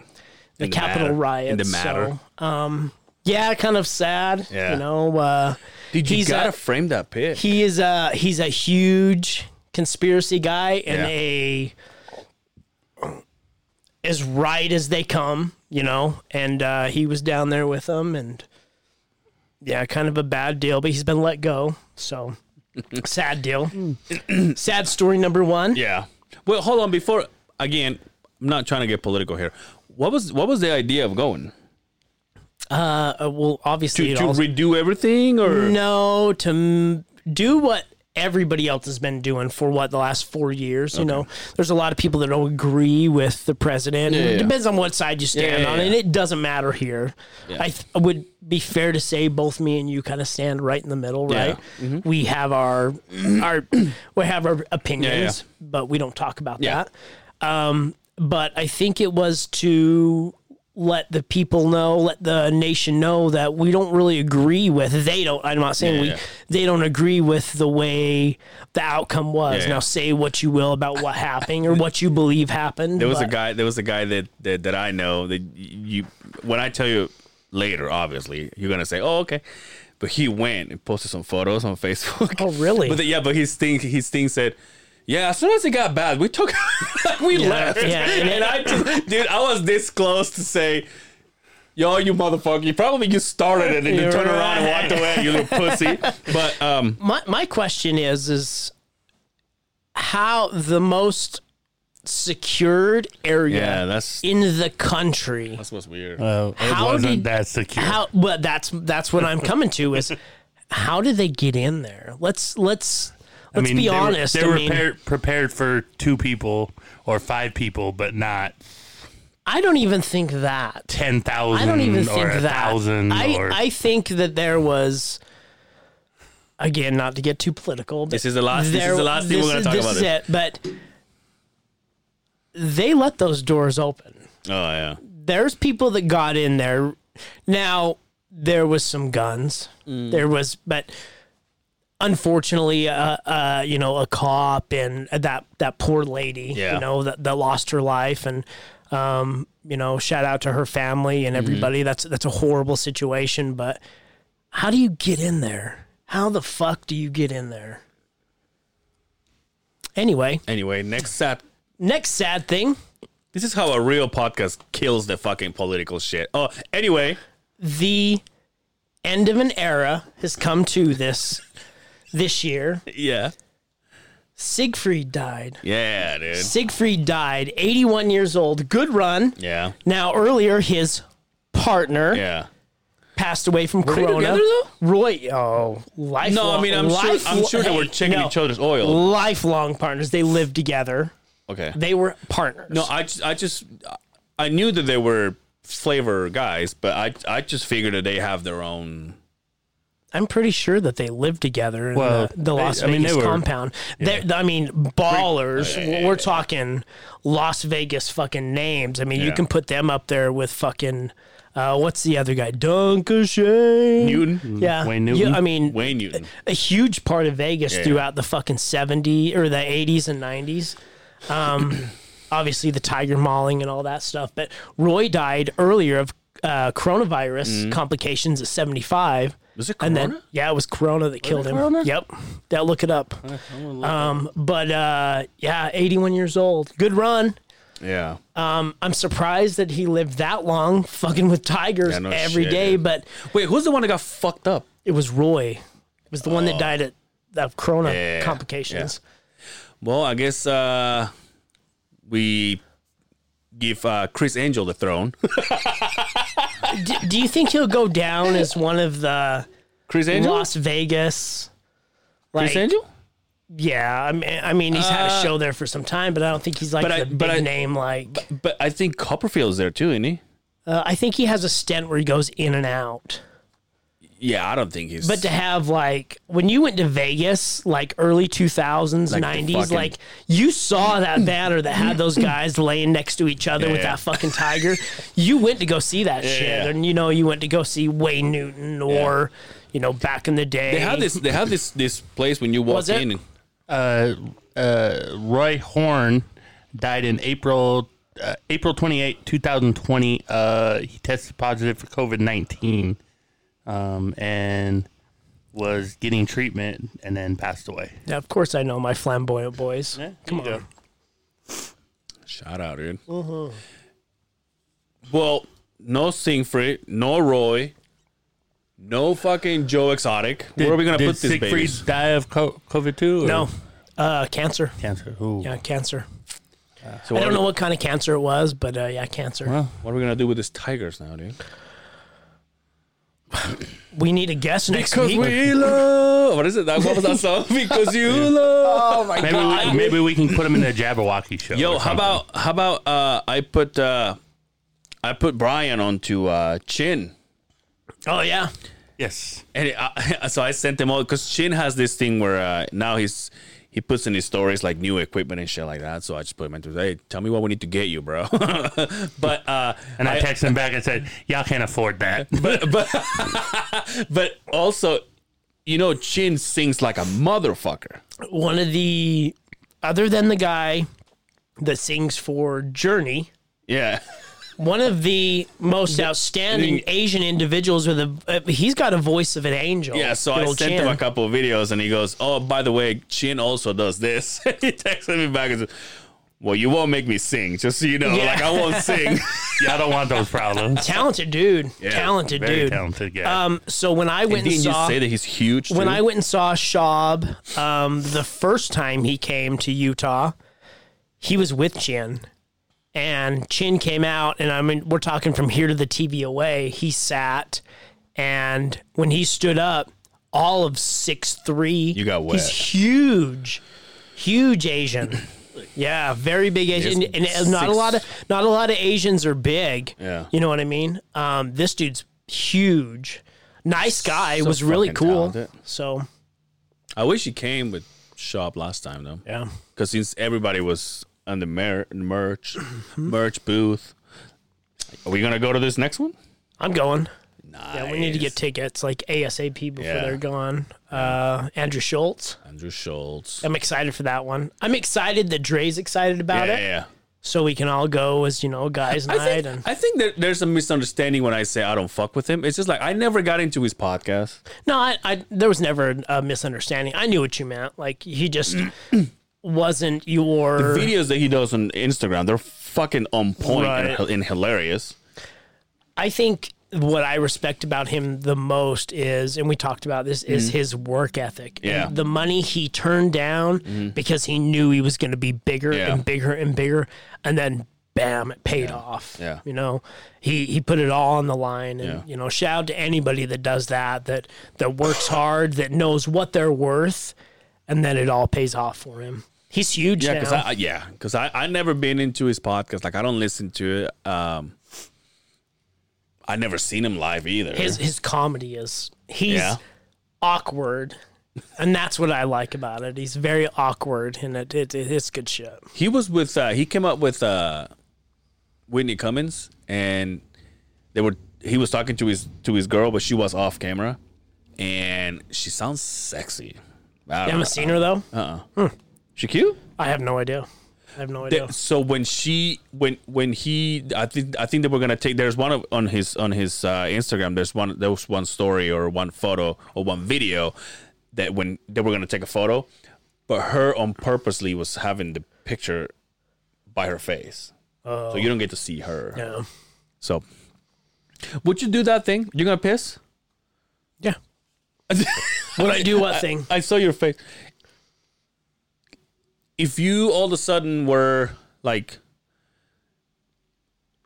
[SPEAKER 2] the, Capitol riots.
[SPEAKER 4] In the matter.
[SPEAKER 2] So, um, yeah, kind of sad.
[SPEAKER 4] Yeah.
[SPEAKER 2] You know, uh,
[SPEAKER 4] Dude, you
[SPEAKER 2] he's
[SPEAKER 4] gotta
[SPEAKER 2] a-
[SPEAKER 4] frame that pitch.
[SPEAKER 2] he is a he's a huge conspiracy guy and
[SPEAKER 4] Yeah.
[SPEAKER 2] a as right as they come, you know. And uh, he was down there with them, and yeah, kind of a bad deal, but he's been let go. So sad deal. sad story number one.
[SPEAKER 4] yeah. Well, hold on. Before again, I'm not trying to get political here. What was what was the idea of going
[SPEAKER 2] Uh, well, obviously,
[SPEAKER 4] to,
[SPEAKER 2] it
[SPEAKER 4] to
[SPEAKER 2] all-
[SPEAKER 4] redo everything or
[SPEAKER 2] No, to m- do what everybody else has been doing for what the last four years. You know, there's a lot of people that don't agree with the president.
[SPEAKER 4] yeah,
[SPEAKER 2] it
[SPEAKER 4] yeah.
[SPEAKER 2] depends on what side you stand
[SPEAKER 4] Yeah, yeah,
[SPEAKER 2] on,
[SPEAKER 4] yeah.
[SPEAKER 2] and it doesn't matter here. I th- would be fair to say both me and you kind of stand right in the middle,
[SPEAKER 4] Yeah. Mm-hmm.
[SPEAKER 2] right? We have our our we have our opinions, but we don't talk about
[SPEAKER 4] Yeah.
[SPEAKER 2] that Um, but I think it was to let the people know, let the nation know that we don't really agree with. They don't. I'm not saying we.
[SPEAKER 4] Yeah.
[SPEAKER 2] They don't agree with the way the outcome was.
[SPEAKER 4] Yeah.
[SPEAKER 2] Now say what you will about what happened or what you believe happened.
[SPEAKER 4] There was
[SPEAKER 2] but-
[SPEAKER 4] a guy. There was a guy that, that that I know that you. When I tell you later, obviously you're gonna say, "Oh, okay," But he went and posted some photos on Facebook.
[SPEAKER 2] Oh, really?
[SPEAKER 4] But the- yeah, but his thing, his thing said, yeah. As soon as it got bad, we took, we left.
[SPEAKER 2] yeah, and
[SPEAKER 4] and, I just, dude, I was this close to say. Yo, you motherfucker! You probably just started it and then
[SPEAKER 2] You're
[SPEAKER 4] turned around and
[SPEAKER 2] right.
[SPEAKER 4] walked away, you little pussy. But um,
[SPEAKER 2] my my question is is how the most secured area
[SPEAKER 4] yeah, that's
[SPEAKER 2] in the country
[SPEAKER 4] that's what's weird.
[SPEAKER 2] Uh,
[SPEAKER 5] Well, it
[SPEAKER 2] How did-
[SPEAKER 5] wasn't that secure.
[SPEAKER 2] how well that's that's what i'm coming to is how did they get in there let's let's
[SPEAKER 5] I
[SPEAKER 2] let's
[SPEAKER 5] mean,
[SPEAKER 2] be
[SPEAKER 5] they were-
[SPEAKER 2] honest
[SPEAKER 5] they were
[SPEAKER 2] I, mean,
[SPEAKER 5] prepared, prepared for two people or five people, but not
[SPEAKER 2] I don't even think that
[SPEAKER 5] ten thousand.
[SPEAKER 2] I don't even
[SPEAKER 5] or
[SPEAKER 2] think
[SPEAKER 5] a
[SPEAKER 2] that.
[SPEAKER 5] thousand.
[SPEAKER 2] I,
[SPEAKER 5] or
[SPEAKER 2] I think that there was, again, not to get too political. But
[SPEAKER 4] This is the last- this is the last thing we're gonna
[SPEAKER 2] is-
[SPEAKER 4] talk about
[SPEAKER 2] Is
[SPEAKER 4] this.
[SPEAKER 2] it, but they let those doors open.
[SPEAKER 4] Oh yeah,
[SPEAKER 2] There's people that got in there. Now there was some guns. There was, but unfortunately, uh, uh, you know, a cop and that that poor lady,
[SPEAKER 4] Yeah.
[SPEAKER 2] you know, that, that lost her life, and um, you know, shout out to her family and everybody. That's that's a horrible situation, but how do you get in there? How the fuck do you get in there? Anyway,
[SPEAKER 4] Anyway, next sad.
[SPEAKER 2] next sad thing.
[SPEAKER 4] This is how a real podcast kills the fucking political shit. Oh, anyway,
[SPEAKER 2] The end of an era has come to this this year.
[SPEAKER 4] yeah,
[SPEAKER 2] Siegfried died.
[SPEAKER 4] yeah, dude,
[SPEAKER 2] Siegfried died, 81 years old. Good run.
[SPEAKER 4] yeah,
[SPEAKER 2] Now, earlier, his partner
[SPEAKER 4] yeah.
[SPEAKER 2] passed away from
[SPEAKER 4] they
[SPEAKER 2] corona.
[SPEAKER 4] together, though?
[SPEAKER 2] Roy, oh, life.
[SPEAKER 4] No, I mean, I'm sure. I'm sure they were checking each other's oil.
[SPEAKER 2] Lifelong partners. They lived together.
[SPEAKER 4] Okay.
[SPEAKER 2] They were partners.
[SPEAKER 4] No, I, ju- I just, I knew that they were flavor guys, but I, I just figured that they have their own.
[SPEAKER 2] I'm pretty sure that they lived together in
[SPEAKER 5] Well,
[SPEAKER 2] the, the Las
[SPEAKER 5] I mean, they
[SPEAKER 2] Vegas
[SPEAKER 5] were-
[SPEAKER 2] compound. They're I mean, ballers. We're talking Las Vegas fucking names. I mean, you
[SPEAKER 4] Yeah.
[SPEAKER 2] can put them up there with fucking. Uh, what's the other guy? Dunkashane.
[SPEAKER 4] Newton,
[SPEAKER 2] Yeah.
[SPEAKER 5] Wayne Newton?
[SPEAKER 2] Yeah, I mean,
[SPEAKER 4] Wayne Newton.
[SPEAKER 2] a huge part of Vegas throughout the fucking 70s or the 80s and 90s. Um, obviously, the tiger mauling and all that stuff. But Roy died earlier of uh, coronavirus complications at 75.
[SPEAKER 4] Mm-hmm. Was it
[SPEAKER 2] And
[SPEAKER 4] Corona?
[SPEAKER 2] then, yeah, it was Corona that killed him. Yep. Yeah, look it up. Um, but uh, yeah, 81 years old. Good run. Um,
[SPEAKER 4] yeah.
[SPEAKER 2] I'm surprised that he lived that long fucking with tigers
[SPEAKER 4] Yeah, no
[SPEAKER 2] every day.
[SPEAKER 4] shit, dude.
[SPEAKER 2] but
[SPEAKER 4] Wait, who's the one that got fucked up?
[SPEAKER 2] it was Roy. It was the one that died at of corona
[SPEAKER 4] Oh. Yeah,
[SPEAKER 2] complications.
[SPEAKER 4] Well, I guess uh, we give uh, Chris Angel the throne.
[SPEAKER 2] D- do you think he'll go down as one of the
[SPEAKER 4] Chris Angel.
[SPEAKER 2] Las Vegas? Like,
[SPEAKER 4] Chris Angel.
[SPEAKER 2] yeah, I mean, I mean, he's had a
[SPEAKER 4] Uh,
[SPEAKER 2] show there for some time, but I don't think he's like
[SPEAKER 4] but
[SPEAKER 2] the
[SPEAKER 4] I-
[SPEAKER 2] big
[SPEAKER 4] but I-
[SPEAKER 2] name. Like,
[SPEAKER 4] But I think Copperfield's there too, isn't he?
[SPEAKER 2] uh, I think he has a stint where he goes in and out.
[SPEAKER 4] Yeah, I don't think he's.
[SPEAKER 2] But to have like when you went to Vegas, like early two thousands,
[SPEAKER 4] Like the
[SPEAKER 2] nineties,
[SPEAKER 4] fucking-
[SPEAKER 2] like you saw that banner that had those guys laying next to each other with
[SPEAKER 4] Yeah.
[SPEAKER 2] that fucking tiger. you went to go see that shit, and you know you went to go see Wayne Newton or you know back in the day
[SPEAKER 4] they have this. They have this. This place when you walk
[SPEAKER 2] Was it?
[SPEAKER 4] in. and-
[SPEAKER 5] uh, uh, Roy Horn died in April uh, April 28, 2020. Uh, he tested positive for COVID 19 um, and was getting treatment and then passed away.
[SPEAKER 2] Now, of course, I know my flamboyant boys.
[SPEAKER 5] Come on.
[SPEAKER 4] Shout out, dude.
[SPEAKER 2] Mm-hmm.
[SPEAKER 4] Well, no Siegfried, no Roy, no fucking Joe Exotic. Where are we gonna
[SPEAKER 5] did
[SPEAKER 4] put this
[SPEAKER 5] Siegfried
[SPEAKER 4] baby?
[SPEAKER 5] die of co- COVID too? or-
[SPEAKER 2] No, uh, cancer.
[SPEAKER 5] Cancer. Ooh.
[SPEAKER 2] Yeah, cancer.
[SPEAKER 4] So
[SPEAKER 2] I
[SPEAKER 4] what,
[SPEAKER 2] don't
[SPEAKER 4] are
[SPEAKER 2] know
[SPEAKER 4] we,
[SPEAKER 2] what kind of cancer it was, but uh, yeah, cancer.
[SPEAKER 4] what are we gonna do with these tigers now, dude?
[SPEAKER 2] we need a guest next
[SPEAKER 4] Because
[SPEAKER 2] week.
[SPEAKER 4] we love. What is it? That, what was that song? because you love.
[SPEAKER 5] Maybe we, maybe we can put him in the Jabberwocky show.
[SPEAKER 4] Yo,
[SPEAKER 5] or
[SPEAKER 4] how
[SPEAKER 5] something.
[SPEAKER 4] about how about uh, I put uh, I put Brian onto uh, Chin.
[SPEAKER 2] Oh yeah,
[SPEAKER 5] yes?
[SPEAKER 4] And I, so I sent them all because Chin has this thing where uh, now he's he puts in his stories like new equipment and shit like that. So I just put him into hey, tell me what we need to get you, bro. but uh,
[SPEAKER 5] And I, texted him back and said, "Y'all can't afford that."
[SPEAKER 4] but but but also, you know, Chin sings like a motherfucker.
[SPEAKER 2] one of the other than the guy that sings for Journey,
[SPEAKER 4] Yeah,
[SPEAKER 2] one of the most outstanding Asian individuals with a uh, he's got a voice of an angel.
[SPEAKER 4] Yeah, so
[SPEAKER 2] good
[SPEAKER 4] I
[SPEAKER 2] old
[SPEAKER 4] sent him
[SPEAKER 2] Chan.
[SPEAKER 4] a couple of videos, and he goes, "Oh, by the way, Chin also does this." he texted me back and says, "Well, you won't make me sing, just so you know.
[SPEAKER 2] Yeah.
[SPEAKER 4] Like I won't sing."
[SPEAKER 5] Yeah, I don't want those problems.
[SPEAKER 2] talented dude, talented
[SPEAKER 5] Very
[SPEAKER 2] dude.
[SPEAKER 5] talented guy.
[SPEAKER 2] Um, so when I went and,
[SPEAKER 4] Didn't you
[SPEAKER 2] saw
[SPEAKER 4] say that he's huge?
[SPEAKER 2] when
[SPEAKER 4] too?
[SPEAKER 2] I went and saw Shaab um, the first time he came to Utah, he was with Chin. And Chin came out, and I mean, we're talking from here to the TV away. He sat, and when he stood up, all of six three.
[SPEAKER 4] You got
[SPEAKER 2] He's
[SPEAKER 4] wet.
[SPEAKER 2] huge, huge Asian. Yeah, very big Asian, and, and not a lot of not a lot of Asians are big.
[SPEAKER 4] Yeah.
[SPEAKER 2] you know what I mean. Um, this dude's huge. Nice guy.
[SPEAKER 4] So
[SPEAKER 2] was really
[SPEAKER 4] fucking
[SPEAKER 2] cool.
[SPEAKER 4] talented.
[SPEAKER 2] So
[SPEAKER 4] I wish he came with Shop last time though,
[SPEAKER 2] yeah,
[SPEAKER 4] because since everybody was on the mer- merch merch booth, are we gonna go to this next one?
[SPEAKER 2] I'm going.
[SPEAKER 4] Nice.
[SPEAKER 2] Yeah, we need to get tickets like ASAP before
[SPEAKER 4] Yeah.
[SPEAKER 2] they're gone. Uh, Andrew Schultz.
[SPEAKER 4] Andrew Schultz.
[SPEAKER 2] I'm excited for that one. I'm excited that Dre's excited about
[SPEAKER 4] yeah,
[SPEAKER 2] it,
[SPEAKER 4] yeah.
[SPEAKER 2] so we can all go as you know, guys
[SPEAKER 4] I
[SPEAKER 2] night.
[SPEAKER 4] think,
[SPEAKER 2] and
[SPEAKER 4] I think that there's a misunderstanding when I say I don't fuck with him. It's just like I never got into his podcast.
[SPEAKER 2] No, I, I there was never a misunderstanding. I knew what you meant. Like he just wasn't your
[SPEAKER 4] videos that he does on Instagram, they're fucking on point
[SPEAKER 2] Right.
[SPEAKER 4] and, and hilarious.
[SPEAKER 2] I think what I respect about him the most is, and we talked about this, is his work ethic.
[SPEAKER 4] Mm-hmm. Yeah. Mm-hmm.
[SPEAKER 2] And the money he turned down because he knew he was going to be bigger
[SPEAKER 4] Yeah.
[SPEAKER 2] and bigger and bigger, and then bam, it paid off.
[SPEAKER 4] Yeah.
[SPEAKER 2] You know, he he put it all on the line, and
[SPEAKER 4] Yeah.
[SPEAKER 2] you know, shout out to anybody that does that, that that works hard, that knows what they're worth, and then it all pays off for him. He's huge
[SPEAKER 4] Yeah,
[SPEAKER 2] now.
[SPEAKER 4] because I, I- yeah, because I I never been into his podcast. Like I don't listen to it. Um, I never seen him live either.
[SPEAKER 2] his his comedy is he's
[SPEAKER 4] Yeah.
[SPEAKER 2] awkward, and that's what I like about it. He's very awkward, and it, it, it it's good shit.
[SPEAKER 4] he was with uh, he came up with uh, Whitney Cummings, and they were he was talking to his to his girl, but she was off camera, and she sounds
[SPEAKER 2] You
[SPEAKER 4] sexy. I don't know.
[SPEAKER 2] haven't seen her though.
[SPEAKER 4] Uh-uh. She cute.
[SPEAKER 2] I have no idea. I have no
[SPEAKER 4] They-
[SPEAKER 2] idea.
[SPEAKER 4] so when she when when he I think I think they were gonna take there's one of, on his on his uh, Instagram there's one there was one story or one photo or one video that when they were gonna take a photo, but her on purposely was having the picture by her face, so you don't get to see her.
[SPEAKER 2] yeah.
[SPEAKER 4] So would you do that thing? You're gonna piss?
[SPEAKER 2] Yeah. Would I do what thing?
[SPEAKER 4] I saw your face. If you all of a sudden were like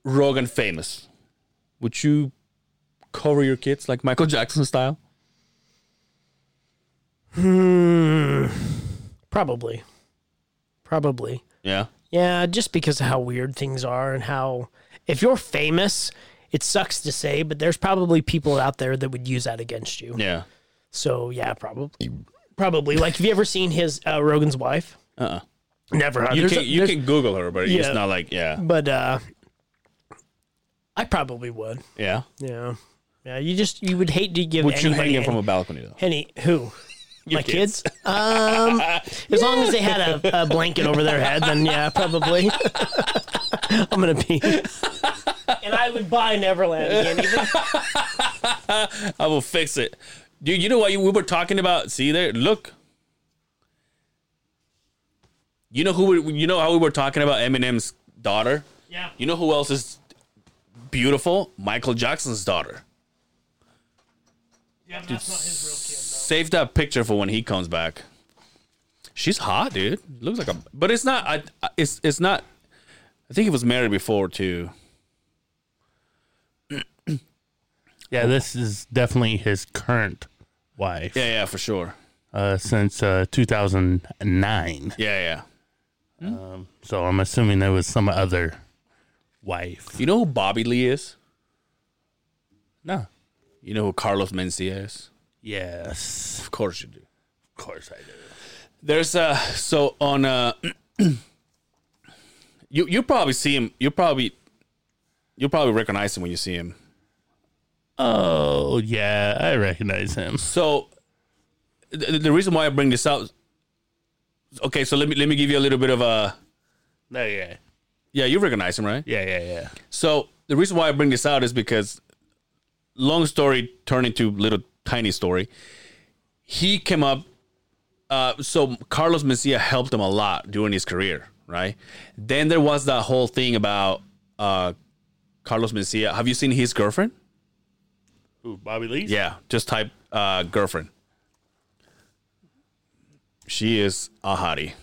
[SPEAKER 4] Rogan famous, would you cover your kids like Michael Jackson style?
[SPEAKER 2] Probably. Probably.
[SPEAKER 4] Yeah.
[SPEAKER 2] Yeah, just because of how weird things are and how if you're famous, it sucks to say, but there's probably people out there that would use that against you.
[SPEAKER 4] Yeah.
[SPEAKER 2] So yeah, probably. Probably. Like, have you ever seen his uh, Rogan's wife?
[SPEAKER 4] Uh. uh
[SPEAKER 2] Never.
[SPEAKER 4] You
[SPEAKER 2] There's
[SPEAKER 4] can
[SPEAKER 2] a-
[SPEAKER 4] you
[SPEAKER 2] there's-
[SPEAKER 4] can Google her, but
[SPEAKER 2] Yeah.
[SPEAKER 4] it's not like yeah
[SPEAKER 2] but uh, I probably would.
[SPEAKER 4] yeah.
[SPEAKER 2] Yeah, yeah. You just you would hate to give.
[SPEAKER 4] Would you hang
[SPEAKER 2] anybody
[SPEAKER 4] him from
[SPEAKER 2] any,
[SPEAKER 4] a balcony though?
[SPEAKER 2] any who? My kids. Um, as long as they had a, a blanket over their head, then yeah, probably. I'm gonna be. And I would buy Neverland again. Even,
[SPEAKER 4] I will fix it, dude. You know what you, we were talking about? See there, look. You know who? We, you know how we were talking about Eminem's daughter?
[SPEAKER 2] yeah.
[SPEAKER 4] You know who else is beautiful? Michael Jackson's daughter.
[SPEAKER 2] yeah, but that's not his real kid.
[SPEAKER 4] Save that picture for when he comes back. She's hot, dude. Looks like a, but it's not. I, I- it's it's not. I think he was married before too.
[SPEAKER 5] yeah, this is definitely his current wife
[SPEAKER 4] Yeah, yeah, for sure.
[SPEAKER 5] uh, since uh, 2009.
[SPEAKER 4] Yeah, yeah.
[SPEAKER 5] So I'm assuming there was some other wife.
[SPEAKER 4] You know who Bobby Lee is?
[SPEAKER 5] No.
[SPEAKER 4] You know who Carlos Mencia is?
[SPEAKER 5] Yes.
[SPEAKER 4] Of course you do.
[SPEAKER 5] Of course I do.
[SPEAKER 4] There's uh so on uh you you probably see him. You probably you'll probably recognize him when you see him.
[SPEAKER 5] Oh, yeah. I recognize him.
[SPEAKER 4] So the, the reason why I bring this out Okay, so let me let me give you a little bit of a
[SPEAKER 5] No, yeah.
[SPEAKER 4] Yeah, you recognize him, right?
[SPEAKER 5] Yeah, yeah, yeah.
[SPEAKER 4] So the the reason why I bring this out is because long story turned into little tiny story. He came up. Uh, so Carlos Mencia helped him a lot during his career, right? Then there was that whole thing about uh, Carlos Mencia. Have you seen his girlfriend?
[SPEAKER 5] Ooh, Bobby Lee.
[SPEAKER 4] Yeah, just type uh, girlfriend. She is a hottie.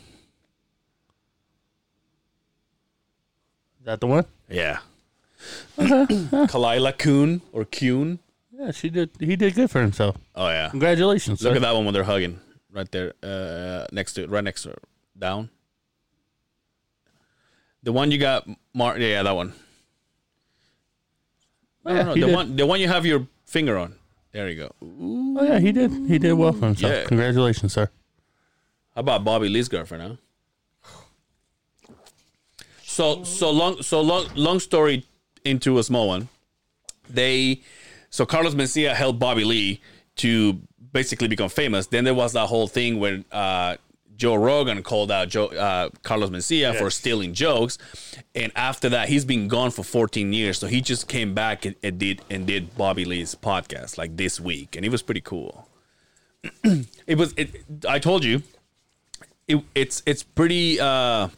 [SPEAKER 5] Is that the one?
[SPEAKER 4] Yeah. Kalila Kuhn or Kuhn.
[SPEAKER 5] Yeah, she did. He did good for himself.
[SPEAKER 4] Oh yeah.
[SPEAKER 5] Congratulations.
[SPEAKER 4] Look
[SPEAKER 5] sir.
[SPEAKER 4] at that one when they're hugging, right there, uh, next to right next to down. The one you got, Mar- yeah, that one. No,
[SPEAKER 5] Oh, Yeah,
[SPEAKER 4] no, no,
[SPEAKER 5] he
[SPEAKER 4] the
[SPEAKER 5] did.
[SPEAKER 4] one, the one you have your finger on. There you go. How
[SPEAKER 5] Oh yeah, he did. He did well for himself.
[SPEAKER 4] Yeah.
[SPEAKER 5] Congratulations, sir.
[SPEAKER 4] about Bobby Lee's girlfriend, huh? So so long so long long story into a small one. They so Carlos Mencia helped Bobby Lee to basically become famous. Then there was that whole thing when uh, Joe Rogan called out Joe, uh, Carlos Mencia for stealing jokes, and after that he's been gone for 14 years. So he just came back and, and did and did Bobby Lee's podcast like this week, and it was pretty cool. it was it. I told you, it, it's it's pretty. Uh,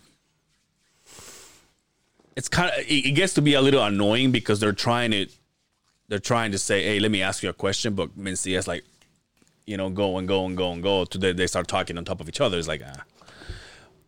[SPEAKER 4] it's kind of it, it gets to be a little annoying because they're trying to they're trying to say, "Hey, let me ask you a question," but Mencia's like, you know, go and go and go and go. To they, they start talking on top of each other. It's like, ah.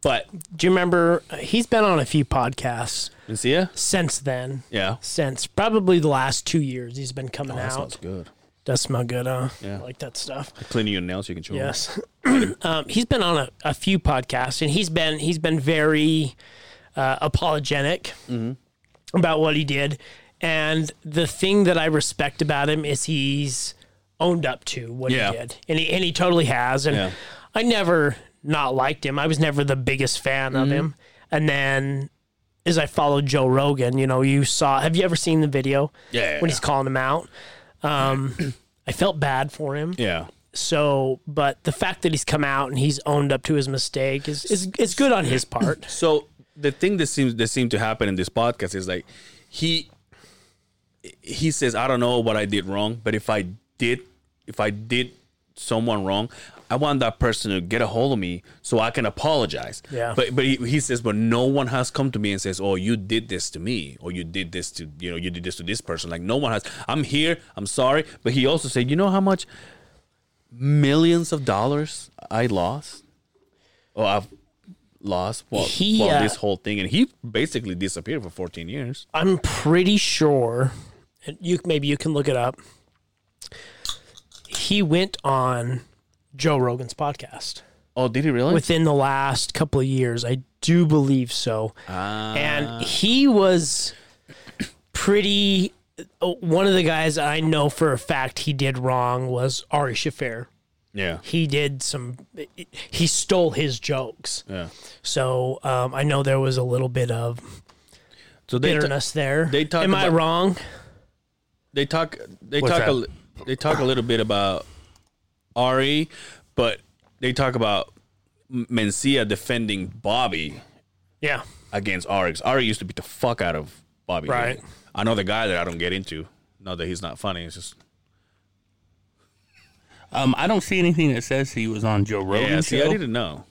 [SPEAKER 4] But
[SPEAKER 2] Do you remember? uh, He's been on a few podcasts
[SPEAKER 4] Mencia,
[SPEAKER 2] since then.
[SPEAKER 4] yeah, Oh,
[SPEAKER 2] Since probably the last two years, he's been coming
[SPEAKER 4] that
[SPEAKER 2] out.
[SPEAKER 4] sounds good.
[SPEAKER 2] Does smell good, huh?
[SPEAKER 4] Yeah.
[SPEAKER 2] I like that stuff.
[SPEAKER 4] Cleaning your nails, you can chew. 'em.
[SPEAKER 2] Yes, um, he's been on a, a few podcasts, and he's been he's been very uh, apologetic
[SPEAKER 4] Mm-hmm.
[SPEAKER 2] about what he did. And the thing that I respect about him is he's owned up to what
[SPEAKER 4] Yeah.
[SPEAKER 2] he did, and he and he totally has. And
[SPEAKER 4] Yeah.
[SPEAKER 2] I never not liked him. I was never the biggest fan of
[SPEAKER 4] Mm-hmm.
[SPEAKER 2] him. And then as I followed Joe Rogan, you know, you saw. Have you ever seen the video?
[SPEAKER 4] Yeah.
[SPEAKER 2] when he's calling him out. Um, I felt bad for him.
[SPEAKER 4] Yeah.
[SPEAKER 2] So, but the fact that he's come out and he's owned up to his mistake is is, is good on his part.
[SPEAKER 4] So the thing that seems that seemed to happen in this podcast is like he he says, I don't know what I did wrong, but if I did if I did someone wrong, I want that person to get a hold of me so I can apologize.
[SPEAKER 2] Yeah.
[SPEAKER 4] But but he, he says, but no one has come to me and says, oh, you did this to me, or you did this to you know you did this to this person. Like no one has. I'm here. I'm sorry. But he also said, you know how much millions of dollars I lost. Oh, I've lost while,
[SPEAKER 2] He,
[SPEAKER 4] while
[SPEAKER 2] uh,
[SPEAKER 4] this whole thing, and he basically disappeared for 14 years.
[SPEAKER 2] I'm pretty sure and you maybe you can look it up. He went on Joe Rogan's podcast
[SPEAKER 4] Oh, did he really?
[SPEAKER 2] within the last couple of years. I do believe so. and he was pretty oh, one of the guys I know for a fact he did wrong was Ari Shaffir.
[SPEAKER 4] yeah,
[SPEAKER 2] he did some he stole his jokes
[SPEAKER 4] yeah.
[SPEAKER 2] so um, i know there was a little bit of
[SPEAKER 4] So they ta-
[SPEAKER 2] bitterness there
[SPEAKER 4] they talk
[SPEAKER 2] am i
[SPEAKER 4] about-
[SPEAKER 2] wrong
[SPEAKER 4] they talk they
[SPEAKER 5] What's
[SPEAKER 4] talk a,
[SPEAKER 5] that?
[SPEAKER 4] li- they talk a little bit about Ari, but they talk about M- Mencia defending Bobby
[SPEAKER 2] yeah
[SPEAKER 4] against Ari. 'cause Ari used to beat the fuck out of Bobby.
[SPEAKER 2] Right.
[SPEAKER 4] I know the guy that I don't get into. Not that he's not funny. It's just
[SPEAKER 5] Um, I don't see anything that says he was on Joe Rogan
[SPEAKER 4] yeah. See, I
[SPEAKER 5] show.
[SPEAKER 4] didn't know.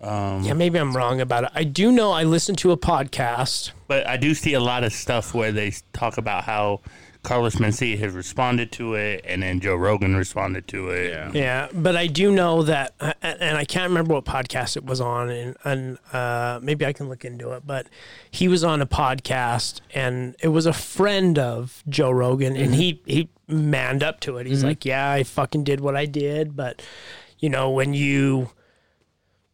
[SPEAKER 4] Um,
[SPEAKER 2] yeah maybe i'm wrong about it i do know i listened to a podcast
[SPEAKER 5] but I do see a lot of stuff where they talk about how Carlos Mencia has responded to it, and then Joe Rogan responded to it.
[SPEAKER 4] Yeah.
[SPEAKER 2] yeah but i do know that and i can't remember what podcast it was on and, and uh, maybe i can look into it but he was on a podcast and it was a friend of joe rogan
[SPEAKER 5] Mm-hmm.
[SPEAKER 2] and he he manned up to it he's like yeah i fucking did what i did but you know when you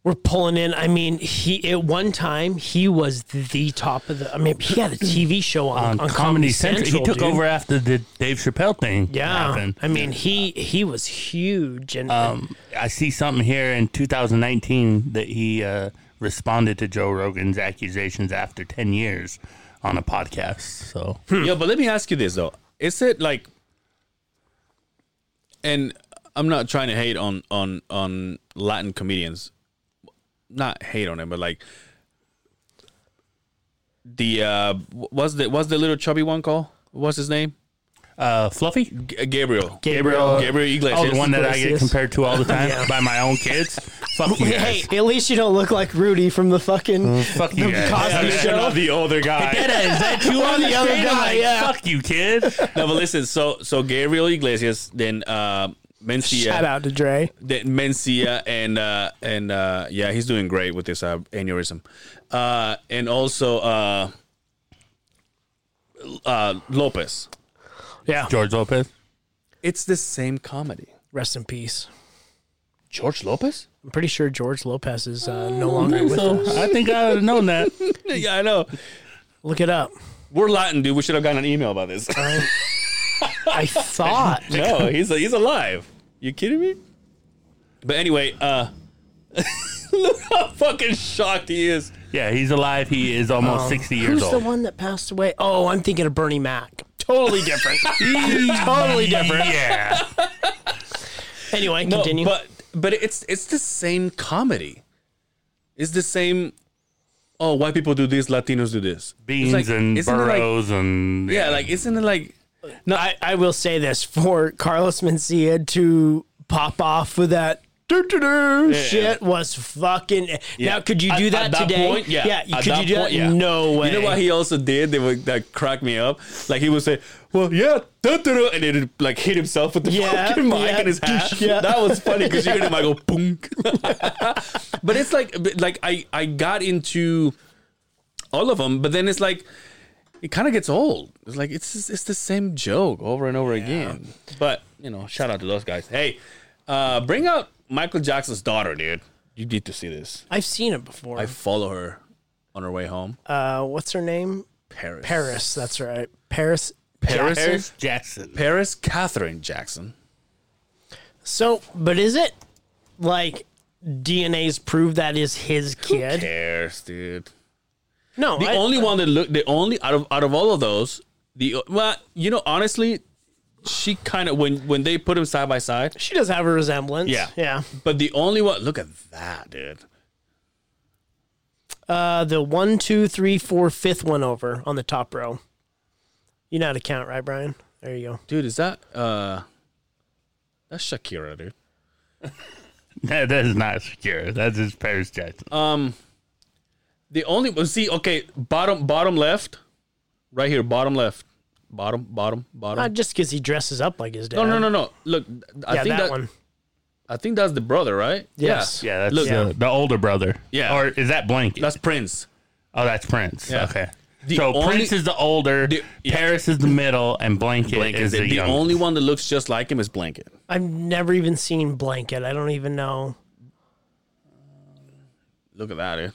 [SPEAKER 2] were pulling in i mean he at one time he was the top of the i mean he had a tv show on,
[SPEAKER 5] On,
[SPEAKER 2] on
[SPEAKER 5] Comedy, Central, he took
[SPEAKER 2] dude.
[SPEAKER 5] over after the Dave Chappelle thing
[SPEAKER 2] yeah
[SPEAKER 5] happened.
[SPEAKER 2] i mean he he was huge and
[SPEAKER 5] Um, I see something here in 2019 that he uh, responded to Joe Rogan's accusations after 10 years on a podcast. So
[SPEAKER 4] Yeah, but let me ask you this though: Is it like, and I'm not trying to hate on on on Latin comedians, not hate on them, but like, the uh, what's the what's the little chubby one called? What's his name?
[SPEAKER 5] Uh, Fluffy?
[SPEAKER 4] G- Gabriel.
[SPEAKER 2] Gabriel.
[SPEAKER 4] Gabriel Iglesias.
[SPEAKER 5] Oh, the one that I get
[SPEAKER 2] Iglesias.
[SPEAKER 5] compared to all the time by my own kids. Fuck you
[SPEAKER 2] Hey,
[SPEAKER 5] guys.
[SPEAKER 2] at least you don't look like Rudy from the fucking
[SPEAKER 5] Fuck you
[SPEAKER 2] the
[SPEAKER 5] guys.
[SPEAKER 2] Cosby
[SPEAKER 4] Yeah,
[SPEAKER 2] Show.
[SPEAKER 4] not the other guy.
[SPEAKER 5] Is that you on
[SPEAKER 2] the other
[SPEAKER 5] screen? I'm
[SPEAKER 2] guy,
[SPEAKER 5] like,
[SPEAKER 2] yeah.
[SPEAKER 5] Fuck you, kid.
[SPEAKER 4] no, but listen. So so Gabriel Iglesias, then uh, Mencia.
[SPEAKER 2] Shout out to Dre.
[SPEAKER 4] that Mencia and uh, and uh, yeah, he's doing great with this uh, aneurysm, uh, and also uh, uh, Lopez.
[SPEAKER 2] Yeah.
[SPEAKER 5] George Lopez.
[SPEAKER 4] It's the same comedy.
[SPEAKER 2] Rest in peace.
[SPEAKER 4] George Lopez?
[SPEAKER 2] I'm pretty sure George Lopez is uh,
[SPEAKER 4] Oh,
[SPEAKER 2] no longer with
[SPEAKER 5] So
[SPEAKER 2] us.
[SPEAKER 5] I think I would have known that.
[SPEAKER 4] yeah, I know.
[SPEAKER 2] Look it up.
[SPEAKER 4] We're Latin, dude. We should have gotten an email about this.
[SPEAKER 2] I thought.
[SPEAKER 4] no, he's he's alive. You kidding me? But anyway, uh, look how fucking shocked he is.
[SPEAKER 5] Yeah, he's alive. He is almost
[SPEAKER 4] Oh.
[SPEAKER 5] 60 years
[SPEAKER 2] Who's the
[SPEAKER 5] old.
[SPEAKER 2] one that passed away? Oh, I'm thinking of Bernie Mac. Totally different. totally different.
[SPEAKER 5] Yeah.
[SPEAKER 2] Anyway,
[SPEAKER 4] No,
[SPEAKER 2] continue.
[SPEAKER 4] but but it's it's the same comedy. It's the same. Oh, white people do this, Latinos do this.
[SPEAKER 5] Beans
[SPEAKER 4] like-
[SPEAKER 5] and
[SPEAKER 4] isn't it like-
[SPEAKER 5] burrows and.
[SPEAKER 4] Yeah, like isn't it like
[SPEAKER 2] no, I, I will say this for Carlos Mencia to pop off with that. doo-doo-doo Shit was fucking. Now, could you
[SPEAKER 4] At-
[SPEAKER 2] do that
[SPEAKER 4] at
[SPEAKER 2] today?
[SPEAKER 4] point, yeah. At
[SPEAKER 2] could you do that?
[SPEAKER 4] point, yeah.
[SPEAKER 2] No way.
[SPEAKER 4] You know what he also did that, would, that cracked me up? Like he would say, "Well, yeah," da-da-da, and then like hit himself with the
[SPEAKER 2] Yeah,
[SPEAKER 4] fucking mic
[SPEAKER 2] yeah,
[SPEAKER 4] in his hat.
[SPEAKER 2] yeah.
[SPEAKER 4] That was funny because you hear the mic go boom. but it's like, but, like I I got into all of them, but then it's like. It kind of gets old. It's like it's just- it's the same joke over and over again. But you know, shout out to those guys. Hey, uh, bring out Michael Jackson's daughter, dude. You need to see this.
[SPEAKER 2] I've seen it before.
[SPEAKER 4] I follow her on her way home.
[SPEAKER 2] uh, what's her name?
[SPEAKER 4] Paris.
[SPEAKER 2] Paris. That's right. Paris.
[SPEAKER 4] Paris.
[SPEAKER 5] Paris Jackson.
[SPEAKER 4] Paris Catherine Jackson.
[SPEAKER 2] So, but is it like DNA's proved that is his kid?
[SPEAKER 4] Paris, dude.
[SPEAKER 2] No,
[SPEAKER 4] The
[SPEAKER 2] I-
[SPEAKER 4] only one that look the only out of out of all of those, the well, you know, honestly, she kind of when when they put them side by side,
[SPEAKER 2] she does have a resemblance.
[SPEAKER 4] Yeah.
[SPEAKER 2] yeah.
[SPEAKER 4] but the only one, look at that, dude.
[SPEAKER 2] Uh, the one, two, three, four, fifth one over on the top row. You know how to count, right, Brian? There you go.
[SPEAKER 4] Dude, is that uh that's Shakira, dude.
[SPEAKER 5] No, that is not secure. That's just Paris Jackson.
[SPEAKER 4] Uh, The only well, see, okay, bottom bottom left, right here, bottom left, bottom bottom bottom.
[SPEAKER 2] Not Uh, just because he dresses up like his dad.
[SPEAKER 4] no, no, no, no. Look, I
[SPEAKER 2] yeah,
[SPEAKER 4] think
[SPEAKER 2] that,
[SPEAKER 4] that,
[SPEAKER 2] one.
[SPEAKER 4] I think that's the brother, right?
[SPEAKER 2] Yes.
[SPEAKER 5] yeah, that's
[SPEAKER 4] Look-
[SPEAKER 5] the, the older brother.
[SPEAKER 4] Yeah.
[SPEAKER 5] Or is that Blanket?
[SPEAKER 4] That's Prince.
[SPEAKER 5] oh, that's Prince.
[SPEAKER 4] Yeah.
[SPEAKER 5] Okay.
[SPEAKER 4] The
[SPEAKER 5] so
[SPEAKER 4] only-
[SPEAKER 5] Prince is the older,
[SPEAKER 4] The- yeah.
[SPEAKER 5] Paris is the middle, and Blanket,
[SPEAKER 4] Blanket.
[SPEAKER 5] is the,
[SPEAKER 4] the the
[SPEAKER 5] young.
[SPEAKER 4] only one that looks just like him is Blanket.
[SPEAKER 2] I've never even seen Blanket. I don't even know.
[SPEAKER 4] Look at that, dude.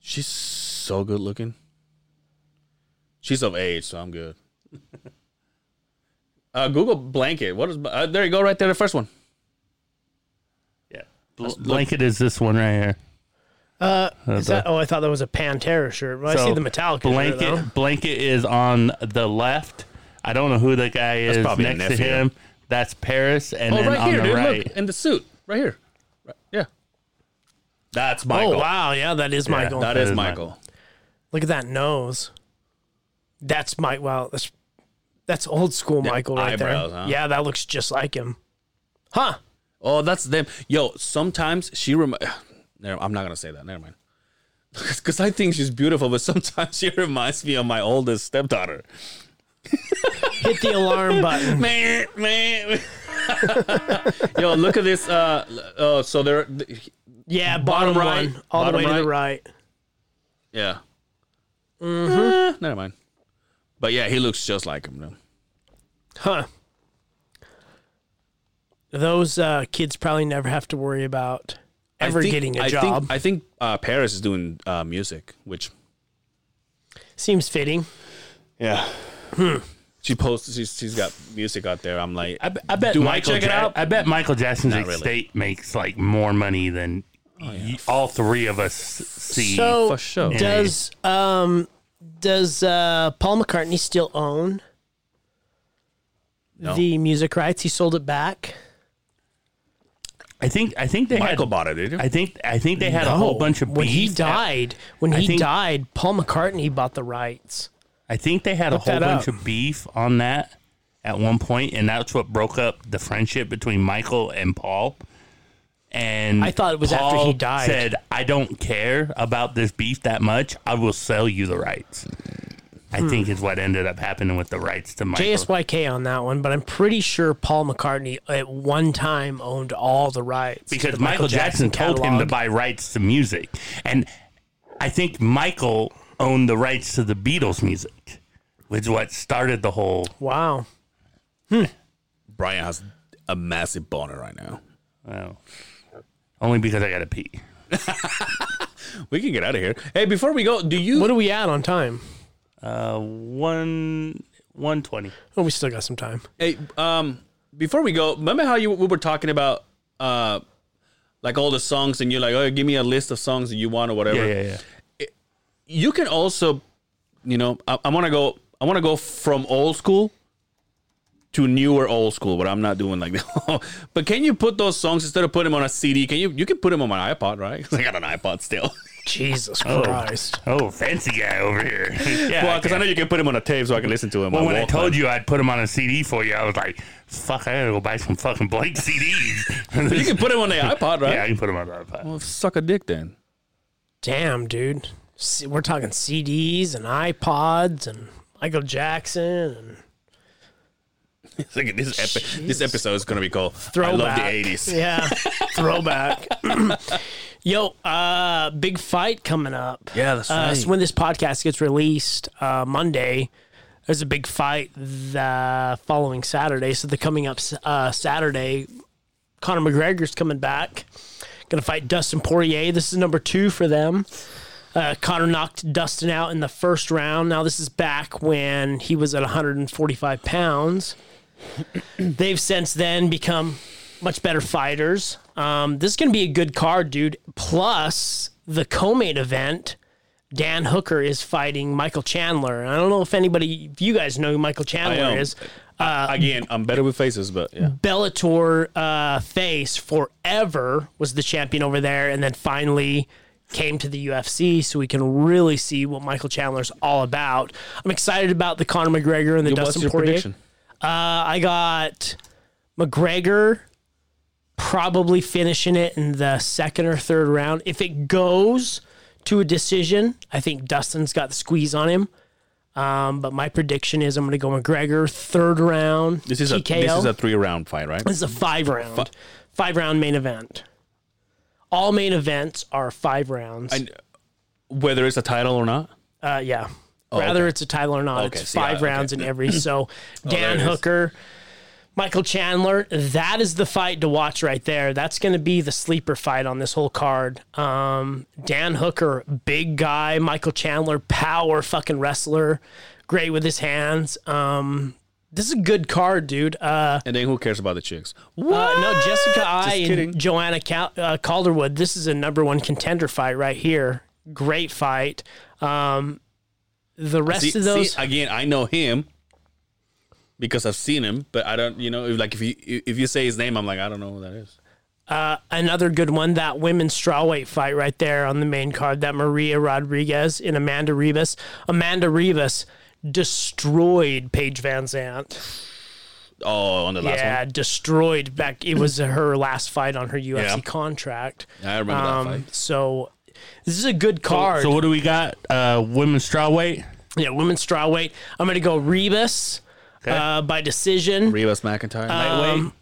[SPEAKER 4] She's so good looking. She's of age, so I'm good. uh, Google Blanket. What is? Uh, there you go, right there, the first one.
[SPEAKER 5] Yeah. Bl- Blanket is this one right here.
[SPEAKER 2] Is that, oh, I thought that was a Pantera shirt. Well, I see the Metallica
[SPEAKER 5] blanket.
[SPEAKER 2] shirt, though.
[SPEAKER 5] Blanket is on the left. I don't know who the guy is
[SPEAKER 4] probably a
[SPEAKER 5] next to
[SPEAKER 4] nephew.
[SPEAKER 5] him. That's Paris, and
[SPEAKER 4] Oh,
[SPEAKER 5] then
[SPEAKER 4] right
[SPEAKER 5] on
[SPEAKER 4] here,
[SPEAKER 5] the
[SPEAKER 4] dude.
[SPEAKER 5] right.
[SPEAKER 4] Look, in the suit, right here. Right, yeah, that's Michael.
[SPEAKER 2] Oh, wow. Yeah, that is Michael.
[SPEAKER 4] That
[SPEAKER 5] That
[SPEAKER 4] is
[SPEAKER 5] is
[SPEAKER 4] Michael.
[SPEAKER 2] Look at that nose. That's Mike. Wow, that's that's old school Michael right
[SPEAKER 4] eyebrows,
[SPEAKER 2] there.
[SPEAKER 4] huh?
[SPEAKER 2] Yeah, that looks just like him. Huh?
[SPEAKER 4] Oh, that's them. Yo, sometimes she rem. Never, I'm not gonna say that. Never mind. Because I think she's beautiful, but sometimes she reminds me of my oldest stepdaughter.
[SPEAKER 2] Hit the alarm button.
[SPEAKER 4] Man, man. Yo, look at this. Uh, oh, so there. th-
[SPEAKER 2] Yeah,
[SPEAKER 4] Bottom
[SPEAKER 2] bottom,
[SPEAKER 4] right.
[SPEAKER 2] right, all
[SPEAKER 4] Bottom
[SPEAKER 2] the way to the right.
[SPEAKER 4] Yeah.
[SPEAKER 5] Mm-hmm.
[SPEAKER 4] Eh, never mind. But yeah, he looks just like him. Though.
[SPEAKER 2] Huh? Those uh, kids probably never have to worry about ever
[SPEAKER 4] I think-
[SPEAKER 2] getting a
[SPEAKER 4] I
[SPEAKER 2] job.
[SPEAKER 4] Think, I think uh, Paris is doing uh, music, which
[SPEAKER 2] Seems fitting.
[SPEAKER 4] yeah. She posts. She's, she's got music out there. I'm like,
[SPEAKER 5] I, b- I bet
[SPEAKER 4] Do I
[SPEAKER 5] Michael.
[SPEAKER 4] check it
[SPEAKER 5] Ja-
[SPEAKER 4] out?
[SPEAKER 5] I bet Michael Jackson's
[SPEAKER 4] Not really. Oh,
[SPEAKER 5] estate makes like more money than y- all three of us see.
[SPEAKER 2] So
[SPEAKER 4] for sure.
[SPEAKER 2] does um does uh, Paul McCartney still own the music rights? He sold it back.
[SPEAKER 5] I think I think they
[SPEAKER 4] Michael
[SPEAKER 5] had,
[SPEAKER 4] bought it, did you?
[SPEAKER 5] I think I think they had a whole
[SPEAKER 2] No,
[SPEAKER 5] bunch of
[SPEAKER 2] when he
[SPEAKER 5] beef at-
[SPEAKER 2] died. When
[SPEAKER 5] I
[SPEAKER 2] he
[SPEAKER 5] think-
[SPEAKER 2] died, Paul McCartney bought the rights.
[SPEAKER 5] I think they had a whole
[SPEAKER 2] that
[SPEAKER 5] bunch
[SPEAKER 2] up.
[SPEAKER 5] of beef on that at one point, and that's what broke up the friendship between Michael and Paul. And
[SPEAKER 2] I thought it was after he
[SPEAKER 5] Paul
[SPEAKER 2] died.
[SPEAKER 5] Said, "I don't care about this beef that much. I will sell you the rights." I
[SPEAKER 2] Hmm.
[SPEAKER 5] think is what ended up happening with the rights to Michael.
[SPEAKER 2] JSYK on that one, but I'm pretty sure Paul McCartney at one time owned all the rights to
[SPEAKER 5] because
[SPEAKER 2] the
[SPEAKER 5] Michael, Jackson, told him to
[SPEAKER 2] catalog.
[SPEAKER 5] buy rights to music, and I think Michael owned the rights to the Beatles music, which is what started the whole.
[SPEAKER 2] Wow.
[SPEAKER 4] Brian has a massive boner right now.
[SPEAKER 5] Well, only because I got to pee.
[SPEAKER 4] We can get out of here. Hey, before we go, do you?
[SPEAKER 2] What are we at on time?
[SPEAKER 5] Uh, one one twenty.
[SPEAKER 2] Oh, we still got some time.
[SPEAKER 4] Hey, um, before we go, remember how you we were talking about uh, like all the songs, and you're like, oh, give me a list of songs that you want or whatever.
[SPEAKER 5] yeah.
[SPEAKER 4] You can also, you know, I, I want to go. I want to go from old school to newer old school, but I'm not doing like that. but can you put those songs instead of putting them on a CD? Can you? You can put them on my iPod, right? 'Cause I got an iPod still.
[SPEAKER 2] Jesus Christ.
[SPEAKER 5] Oh, fancy guy over here. yeah,
[SPEAKER 4] well,
[SPEAKER 5] I
[SPEAKER 4] because I
[SPEAKER 5] can.
[SPEAKER 4] know you can put them on a tape, so I can listen to them.
[SPEAKER 5] Well,
[SPEAKER 4] on
[SPEAKER 5] when I
[SPEAKER 4] Walkman.
[SPEAKER 5] told you I'd put them on a CD for you, I was like, "Fuck, I gotta go buy some fucking blank CDs."
[SPEAKER 4] you can put them on the iPod, right?
[SPEAKER 5] yeah, I can put them on the iPod.
[SPEAKER 4] Well, suck a dick then.
[SPEAKER 2] Damn, dude. C- We're talking CDs and iPods and Michael Jackson and
[SPEAKER 4] Look at this epi- This episode is gonna be called
[SPEAKER 2] throwback.
[SPEAKER 4] "I Love the '80s."
[SPEAKER 2] Yeah, throwback. Yo, uh, big fight coming up.
[SPEAKER 4] Yeah, that's
[SPEAKER 2] uh,
[SPEAKER 4] right.
[SPEAKER 2] So when this podcast gets released uh, Monday, there's a big fight the following Saturday. So the coming up uh, Saturday, Conor McGregor's coming back. Going to fight Dustin Poirier. This is number two for them. Uh, Connor knocked Dustin out in the first round. Now this is back when he was at 145 pounds. They've since then become much better fighters. Um, this is going to be a good card, dude. Plus the co-main event. Dan Hooker is fighting Michael Chandler. I don't know if anybody, if you guys know who Michael
[SPEAKER 4] I
[SPEAKER 2] Chandler
[SPEAKER 4] am.
[SPEAKER 2] is.
[SPEAKER 4] Uh, Again, I'm better with faces, but yeah.
[SPEAKER 2] Bellator uh, face forever was the champion over there, and then finally came to the UFC, so we can really see what Michael Chandler's all about. I'm excited about the Conor McGregor and the
[SPEAKER 4] What's
[SPEAKER 2] Dustin
[SPEAKER 4] your
[SPEAKER 2] Poirier.
[SPEAKER 4] prediction?
[SPEAKER 2] Uh, I got McGregor probably finishing it in the second or third round. If it goes to a decision, I think Dustin's got the squeeze on him. Um, but my prediction is I'm going to go McGregor third round.
[SPEAKER 4] This is
[SPEAKER 2] TKO.
[SPEAKER 4] a this is a three round fight, right?
[SPEAKER 2] This is a five round, five round main event. All main events are five rounds.
[SPEAKER 4] I- Whether it's a title or not.
[SPEAKER 2] uh, yeah. Rather it's a title or not,
[SPEAKER 4] Oh, Okay,
[SPEAKER 2] it's
[SPEAKER 4] see, I-
[SPEAKER 2] five
[SPEAKER 4] okay. Oh,
[SPEAKER 2] rounds in every. So Dan
[SPEAKER 4] it is.
[SPEAKER 2] Hooker, Michael Chandler, that is the fight to watch right there. That's going to be the sleeper fight on this whole card. Um, Dan Hooker, big guy. Michael Chandler, power fucking wrestler, great with his hands. Um, this is a good card, dude. Uh,
[SPEAKER 4] And then who cares about the chicks?
[SPEAKER 2] Uh, no, Jessica I
[SPEAKER 4] kidding.
[SPEAKER 2] and Joanna Cal- uh, Calderwood. This is a number one contender fight right here. Great fight. Um, the rest
[SPEAKER 4] See,
[SPEAKER 2] of those,
[SPEAKER 4] see, again, I know him because I've seen him, but I don't. You know, if, like if you if you say his name, I'm like I don't know who that is.
[SPEAKER 2] uh, another good one. That women's strawweight fight right there on the main card. That Maria Rodriguez and Amanda Rivas. Amanda Rivas destroyed Paige Van Zant.
[SPEAKER 4] Oh, on the last
[SPEAKER 2] Yeah, destroyed. Back it was her last fight on her UFC
[SPEAKER 4] Yeah.
[SPEAKER 2] contract. Um,
[SPEAKER 4] one. I remember that fight.
[SPEAKER 2] So this is a good card.
[SPEAKER 5] So what do we got? Uh, women's strawweight.
[SPEAKER 2] Yeah, women's strawweight. I'm going to go Rebus uh, by decision.
[SPEAKER 4] Rivas
[SPEAKER 2] Um,
[SPEAKER 4] McIntyre.
[SPEAKER 5] Lightweight.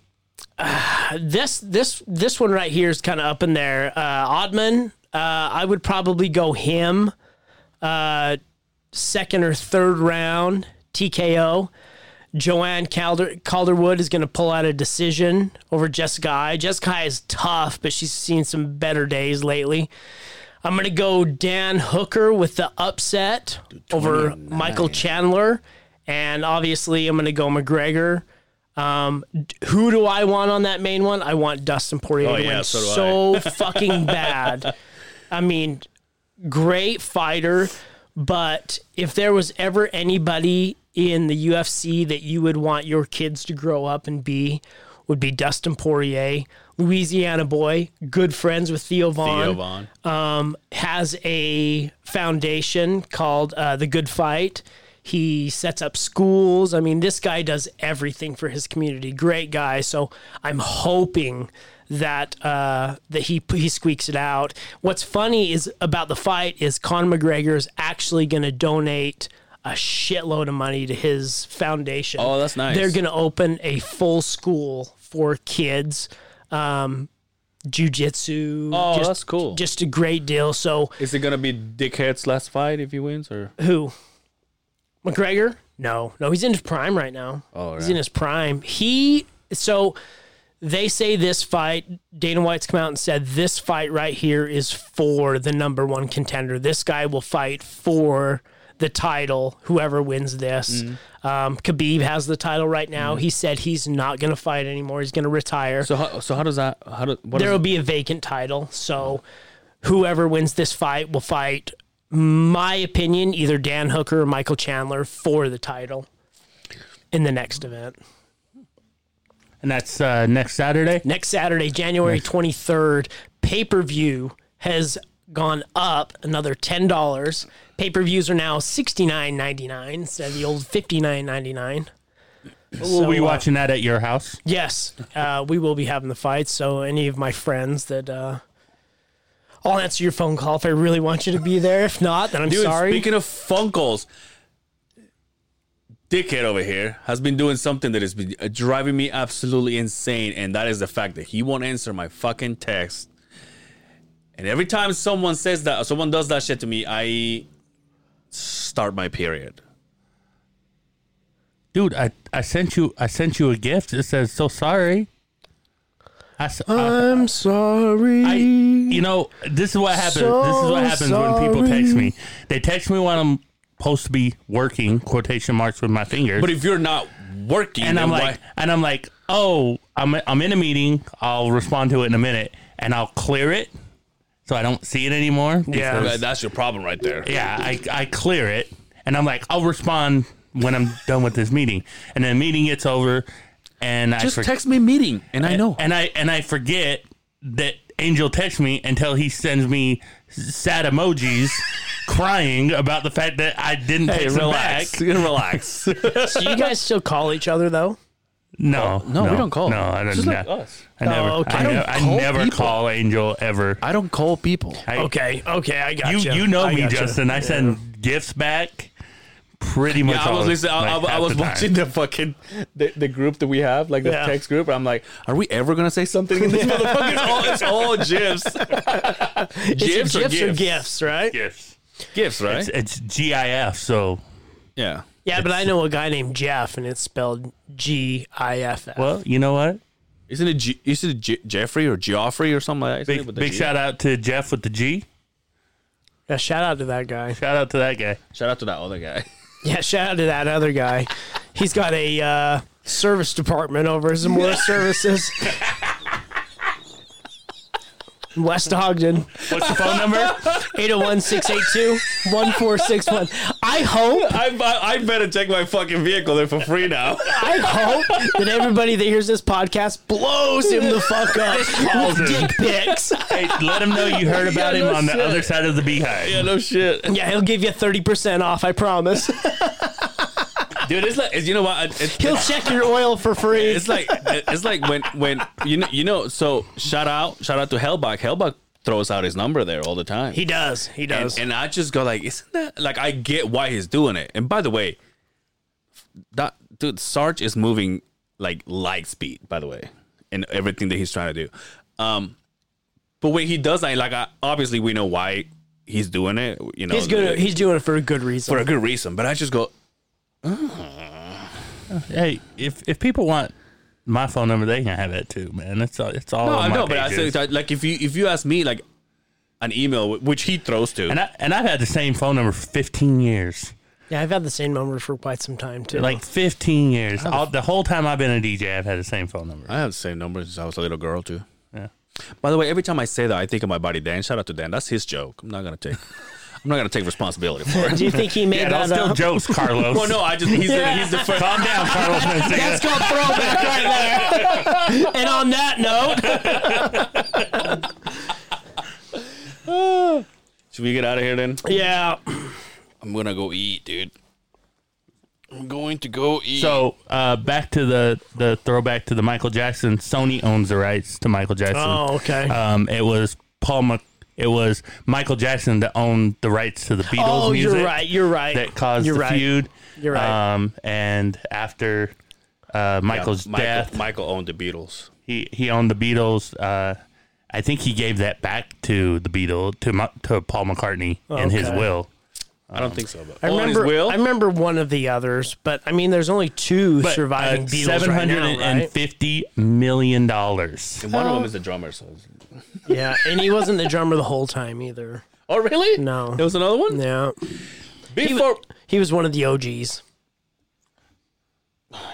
[SPEAKER 2] this this this one right here is kind of up in there. Uh, Oddman, uh, I would probably go him uh, second or third round TKO. Joanne Calder- Calderwood is going to pull out a decision over Jessica I. Jessica I is tough, but she's seen some better days lately. I'm going to go Dan Hooker with the upset over Michael Chandler. And obviously, I'm going to go McGregor. Um, d- who do I want on that main one? I want Dustin Poirier
[SPEAKER 4] Oh,
[SPEAKER 2] to
[SPEAKER 4] yeah,
[SPEAKER 2] win
[SPEAKER 4] so do
[SPEAKER 2] so fucking bad. I mean, great fighter, but if there was ever anybody in the UFC that you would want your kids to grow up and be, would be Dustin Poirier, Louisiana boy, good friends with Theo Vaughn.
[SPEAKER 4] Theo Vaughn.
[SPEAKER 2] Um, has a foundation called uh, The Good Fight. He sets up schools. I mean, this guy does everything for his community. Great guy. So I'm hoping that uh, that he he squeaks it out. What's funny is about the fight is Con McGregor is actually going to donate a shitload of money to his foundation.
[SPEAKER 4] Oh, that's nice.
[SPEAKER 2] They're going to open a full school for kids. Um, jujitsu.
[SPEAKER 4] Oh,
[SPEAKER 2] just-
[SPEAKER 4] that's cool.
[SPEAKER 2] Just a great deal. So
[SPEAKER 4] Is it gonna be Dickhead's last fight if he wins, or
[SPEAKER 2] who? McGregor? No, no, he's in his prime right now.
[SPEAKER 4] Oh,
[SPEAKER 2] he's
[SPEAKER 4] right.
[SPEAKER 2] in his prime. He so they say this fight. Dana White's come out and said this fight right here is for the number one contender. This guy will fight for the title. Whoever wins this,
[SPEAKER 4] Mm-hmm.
[SPEAKER 2] um, Khabib has the title right now. He said he's not going to fight anymore. He's going to retire.
[SPEAKER 4] so? How, so how does that? How do? What
[SPEAKER 2] there will
[SPEAKER 4] is,
[SPEAKER 2] be a vacant title. So whoever wins this fight will fight, my opinion, either Dan Hooker or Michael Chandler for the title in the next event.
[SPEAKER 5] And that's uh, next Saturday.
[SPEAKER 2] Next Saturday, January 23rd, pay per view has gone up another $10. Pay per views are now $69.99 instead of the old $59.99.
[SPEAKER 5] We'll be
[SPEAKER 2] So, uh,
[SPEAKER 5] watching that at your house.
[SPEAKER 2] Yes, uh, we will be having the fight. So any of my friends that uh, I'll answer your phone call if I really want you to be there. If not, then I'm
[SPEAKER 4] Dude,
[SPEAKER 2] sorry.
[SPEAKER 4] speaking of phone calls, Dickhead over here has been doing something that has been uh, driving me absolutely insane, and that is the fact that he won't answer my fucking text. And every time someone says that, uh, someone does that shit to me, I start my period.
[SPEAKER 5] Dude, I, I sent you I sent you a gift. It says so sorry. I, s- I-
[SPEAKER 2] I'm sorry.
[SPEAKER 5] I- you know, this is what happens. this is what happens when people text me. They text me when I'm supposed to be working quotation marks with my fingers.
[SPEAKER 4] But if you're not working,
[SPEAKER 5] and I'm
[SPEAKER 4] then
[SPEAKER 5] like,
[SPEAKER 4] why-
[SPEAKER 5] and I'm like, oh, I'm I'm in a meeting. I'll respond to it in a minute, and I'll clear it, so I don't see it anymore.
[SPEAKER 2] Yeah.
[SPEAKER 5] because-
[SPEAKER 4] that's your problem right there.
[SPEAKER 5] yeah. I I clear it, and I'm like, I'll respond when I'm done with this meeting, and then the meeting gets over, and I
[SPEAKER 4] Just
[SPEAKER 5] forget-
[SPEAKER 4] text me meeting, and I know.
[SPEAKER 5] and I and I forget that Angel texts me until he sends me sad emojis, crying about the fact that I didn't text him back.
[SPEAKER 4] relax.
[SPEAKER 2] so you guys still call each other though?
[SPEAKER 5] No,
[SPEAKER 4] no, we don't call.
[SPEAKER 5] No, I don't.
[SPEAKER 4] Just
[SPEAKER 5] no.
[SPEAKER 4] like us.
[SPEAKER 5] I never.
[SPEAKER 2] Oh, okay.
[SPEAKER 5] I,
[SPEAKER 2] I don't
[SPEAKER 5] never, I
[SPEAKER 1] call
[SPEAKER 5] never
[SPEAKER 1] people.
[SPEAKER 5] call Angel ever.
[SPEAKER 1] I don't call people.
[SPEAKER 5] I,
[SPEAKER 2] Okay, okay, I got
[SPEAKER 5] You
[SPEAKER 2] gotcha.
[SPEAKER 5] you know
[SPEAKER 2] I
[SPEAKER 5] me,
[SPEAKER 2] gotcha.
[SPEAKER 5] Justin. I send gifts back. Pretty much.
[SPEAKER 4] Yeah, I
[SPEAKER 5] all,
[SPEAKER 4] was listening. I,
[SPEAKER 5] like,
[SPEAKER 4] I, I
[SPEAKER 5] half
[SPEAKER 4] was
[SPEAKER 5] the time.
[SPEAKER 4] watching the fucking the, the group that we have, like the
[SPEAKER 2] Yeah.
[SPEAKER 4] text group. And I'm like, are we ever gonna say something in this motherfucker? It's all, it's all gifs,
[SPEAKER 2] Is it
[SPEAKER 4] gifs or
[SPEAKER 2] gifts or
[SPEAKER 4] gifts?
[SPEAKER 2] gifts, right?
[SPEAKER 5] gifts.
[SPEAKER 4] gifs, right?
[SPEAKER 5] It's, it's GIF. So
[SPEAKER 4] yeah.
[SPEAKER 2] Yeah, but I know a guy named Jeff, and it's spelled G I F F.
[SPEAKER 5] well, you know what?
[SPEAKER 4] Isn't it? G- isn't it G- Jeffrey or Geoffrey or something like that? Isn't it
[SPEAKER 5] Big,
[SPEAKER 4] with the
[SPEAKER 5] big
[SPEAKER 4] G?
[SPEAKER 5] shout out to Jeff with the G.
[SPEAKER 2] Yeah, shout out to that guy.
[SPEAKER 5] Shout out to that guy.
[SPEAKER 4] Shout out to that other guy.
[SPEAKER 2] Yeah, shout out to that other guy. He's got a uh, service department over at Zamora Services. West Ogden,
[SPEAKER 5] What's the phone number?
[SPEAKER 2] 801 682 1461. I hope,
[SPEAKER 4] I, I I better check my fucking vehicle. They're for free now.
[SPEAKER 2] I hope that everybody that hears this podcast blows him the fuck up
[SPEAKER 5] Calls
[SPEAKER 2] with
[SPEAKER 5] him.
[SPEAKER 2] dick pics.
[SPEAKER 5] Hey, let him know you heard about
[SPEAKER 4] Yeah,
[SPEAKER 5] him
[SPEAKER 4] no
[SPEAKER 5] on the
[SPEAKER 4] shit.
[SPEAKER 5] other side of the beehive.
[SPEAKER 4] yeah, no shit.
[SPEAKER 2] Yeah, he'll give you 30% off, I promise.
[SPEAKER 4] Dude, it's like it's, you know what? It- it-
[SPEAKER 2] He'll check your oil for free.
[SPEAKER 4] it's like it's like when when you know you know. So shout out shout out to Hellbach. Hellbach throws out his number there all the time.
[SPEAKER 2] he does. He does.
[SPEAKER 4] and, and I just go like, isn't that like I get why he's doing it. And by the way, that dude Sarge is moving like light speed. By the way, and everything that he's trying to do. Um, but when he does that, like I, obviously we know why he's doing it. You know,
[SPEAKER 2] he's good.
[SPEAKER 4] the-
[SPEAKER 2] He's doing it for a good reason.
[SPEAKER 4] for a good reason. But I just go,
[SPEAKER 5] Hey, if if people want my phone number, they can have it too, man. It's all it's all.
[SPEAKER 4] no,
[SPEAKER 5] on
[SPEAKER 4] I
[SPEAKER 5] my
[SPEAKER 4] know. But I said
[SPEAKER 5] pages.
[SPEAKER 4] that, like if you if you ask me like an email which he throws to,
[SPEAKER 5] and I and I've had the same phone number for fifteen years.
[SPEAKER 2] yeah, I've had the same number for quite some time, too.
[SPEAKER 5] Like fifteen years.
[SPEAKER 2] Oh.
[SPEAKER 5] All, the whole time I've been a DJ, I've had the same phone number.
[SPEAKER 4] I have the same number since I was a little girl too.
[SPEAKER 5] Yeah.
[SPEAKER 4] By the way, every time I say that, I think of my buddy Dan. Shout out to Dan. That's his joke. I'm not gonna take. I'm not gonna take responsibility for it.
[SPEAKER 2] Do you think he made
[SPEAKER 5] Yeah,
[SPEAKER 2] that uh,
[SPEAKER 5] those still
[SPEAKER 2] up?
[SPEAKER 5] jokes, Carlos.
[SPEAKER 4] Well, no, I just he's the, he's the first.
[SPEAKER 5] Calm down, Carlos Mencia.
[SPEAKER 2] That's called throwback right there. and on that note,
[SPEAKER 4] Should we get out of here then?
[SPEAKER 2] yeah,
[SPEAKER 4] I'm gonna go eat, dude. I'm going to go eat.
[SPEAKER 5] So uh, back to the the throwback to the Michael Jackson. Sony owns the rights to Michael Jackson.
[SPEAKER 2] Oh, okay.
[SPEAKER 5] Um, it was Paul. Mc- it was Michael Jackson that owned the rights to the Beatles.
[SPEAKER 2] Oh, you're
[SPEAKER 5] music
[SPEAKER 2] right, you're right.
[SPEAKER 5] That caused
[SPEAKER 2] You're
[SPEAKER 5] the
[SPEAKER 2] right.
[SPEAKER 5] feud.
[SPEAKER 2] You're right.
[SPEAKER 5] Um, and after
[SPEAKER 4] Yeah,
[SPEAKER 5] uh, Michael's
[SPEAKER 4] Michael,
[SPEAKER 5] death,
[SPEAKER 4] Michael owned the Beatles.
[SPEAKER 5] he he owned the Beatles. Uh, I think he gave that back to the Beatles to Ma- to Paul McCartney in his
[SPEAKER 2] Okay.
[SPEAKER 5] will.
[SPEAKER 4] I don't think so, but
[SPEAKER 2] I
[SPEAKER 4] Oh, and his
[SPEAKER 2] remember.
[SPEAKER 4] will?
[SPEAKER 2] I remember one of the others, but I mean, there's only two
[SPEAKER 5] But,
[SPEAKER 2] surviving
[SPEAKER 5] uh,
[SPEAKER 2] Beatles right now, right?
[SPEAKER 5] dollars.
[SPEAKER 4] And one of
[SPEAKER 2] Oh.
[SPEAKER 4] them is the drummer. So.
[SPEAKER 2] Yeah, and he wasn't the drummer the whole time either.
[SPEAKER 4] Oh, really?
[SPEAKER 2] No.
[SPEAKER 4] There was another one.
[SPEAKER 2] No,
[SPEAKER 4] Before
[SPEAKER 2] he was one of the OGs.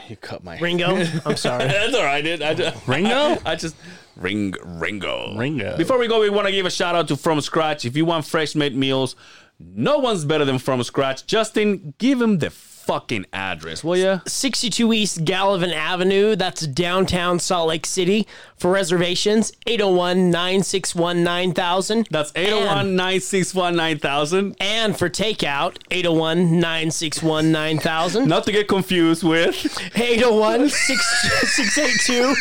[SPEAKER 4] you cut my.
[SPEAKER 2] Ringo, I'm sorry.
[SPEAKER 4] That's all right, dude. I just,
[SPEAKER 5] Ringo?
[SPEAKER 4] I just ring Ringo.
[SPEAKER 5] Ringo.
[SPEAKER 4] Before we go, we want to give a shout out to From Scratch. If you want fresh made meals, no one's better than From Scratch. Justin, give him the fucking address, will ya?
[SPEAKER 2] 62 East Gallivan Avenue, that's downtown Salt Lake City. For reservations, 801 961 9000.
[SPEAKER 4] That's 801 961 9000.
[SPEAKER 2] And for takeout, 801 961 9000.
[SPEAKER 4] Not to get confused with.
[SPEAKER 2] 801 682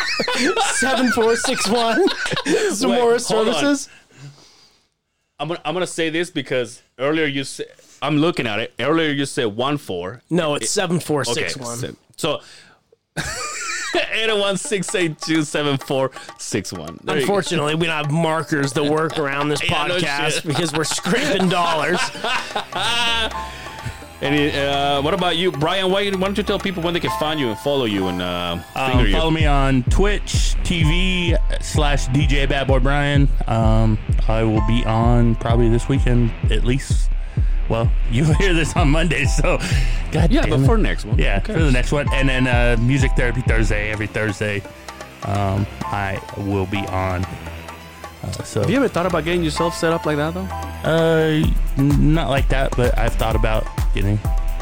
[SPEAKER 2] 7461. Zamora
[SPEAKER 4] hold
[SPEAKER 2] Services.
[SPEAKER 4] I'm gonna, I'm gonna say this because earlier you said I'm looking at it. Earlier you said one four.
[SPEAKER 2] No, it's
[SPEAKER 4] Okay.
[SPEAKER 2] 7461.
[SPEAKER 4] So. 801 682 7461.
[SPEAKER 2] Unfortunately, we don't have markers that work around this
[SPEAKER 4] Yeah, no
[SPEAKER 2] podcast
[SPEAKER 4] shit.
[SPEAKER 2] because we're scraping dollars.
[SPEAKER 4] And uh, what about you, Brian? Why, why don't you tell people when they can find you and follow you and uh, finger
[SPEAKER 5] Um, follow
[SPEAKER 4] you?
[SPEAKER 5] me on Twitch TV slash DJ Bad Boy Brian. Um, I will be on probably this weekend at least. Well, you hear this on Monday, so God
[SPEAKER 4] Yeah,
[SPEAKER 5] damn
[SPEAKER 4] but
[SPEAKER 5] it.
[SPEAKER 4] for next one.
[SPEAKER 5] yeah
[SPEAKER 4] Okay.
[SPEAKER 5] for the next one, and then uh, Music Therapy Thursday every Thursday. Um, I will be on. Uh, so
[SPEAKER 4] Have you ever thought about getting yourself set up like that though?
[SPEAKER 5] Uh, n- not like that, but I've thought about getting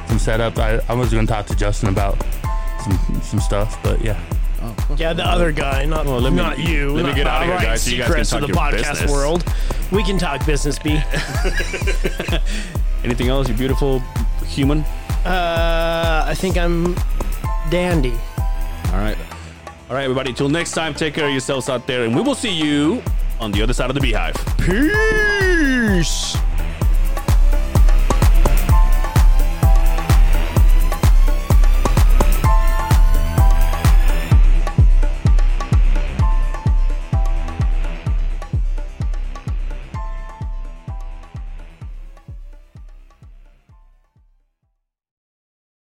[SPEAKER 5] some setup. I, I was going to talk to Justin about some some stuff, but yeah.
[SPEAKER 2] Yeah, the other guy, not,
[SPEAKER 4] me-
[SPEAKER 2] not you.
[SPEAKER 4] let me
[SPEAKER 2] not
[SPEAKER 4] get out of here,
[SPEAKER 2] Brian
[SPEAKER 4] guys, so you guys
[SPEAKER 2] Seacrest
[SPEAKER 4] can
[SPEAKER 2] of the
[SPEAKER 4] talk your
[SPEAKER 2] podcast
[SPEAKER 4] business.
[SPEAKER 2] world. We can talk business, B.
[SPEAKER 4] Anything else, you beautiful human?
[SPEAKER 2] Uh, I think I'm dandy.
[SPEAKER 4] All right. All right, everybody. Till next time, take care of yourselves out there, and we will see you on the other side of the beehive. Peace.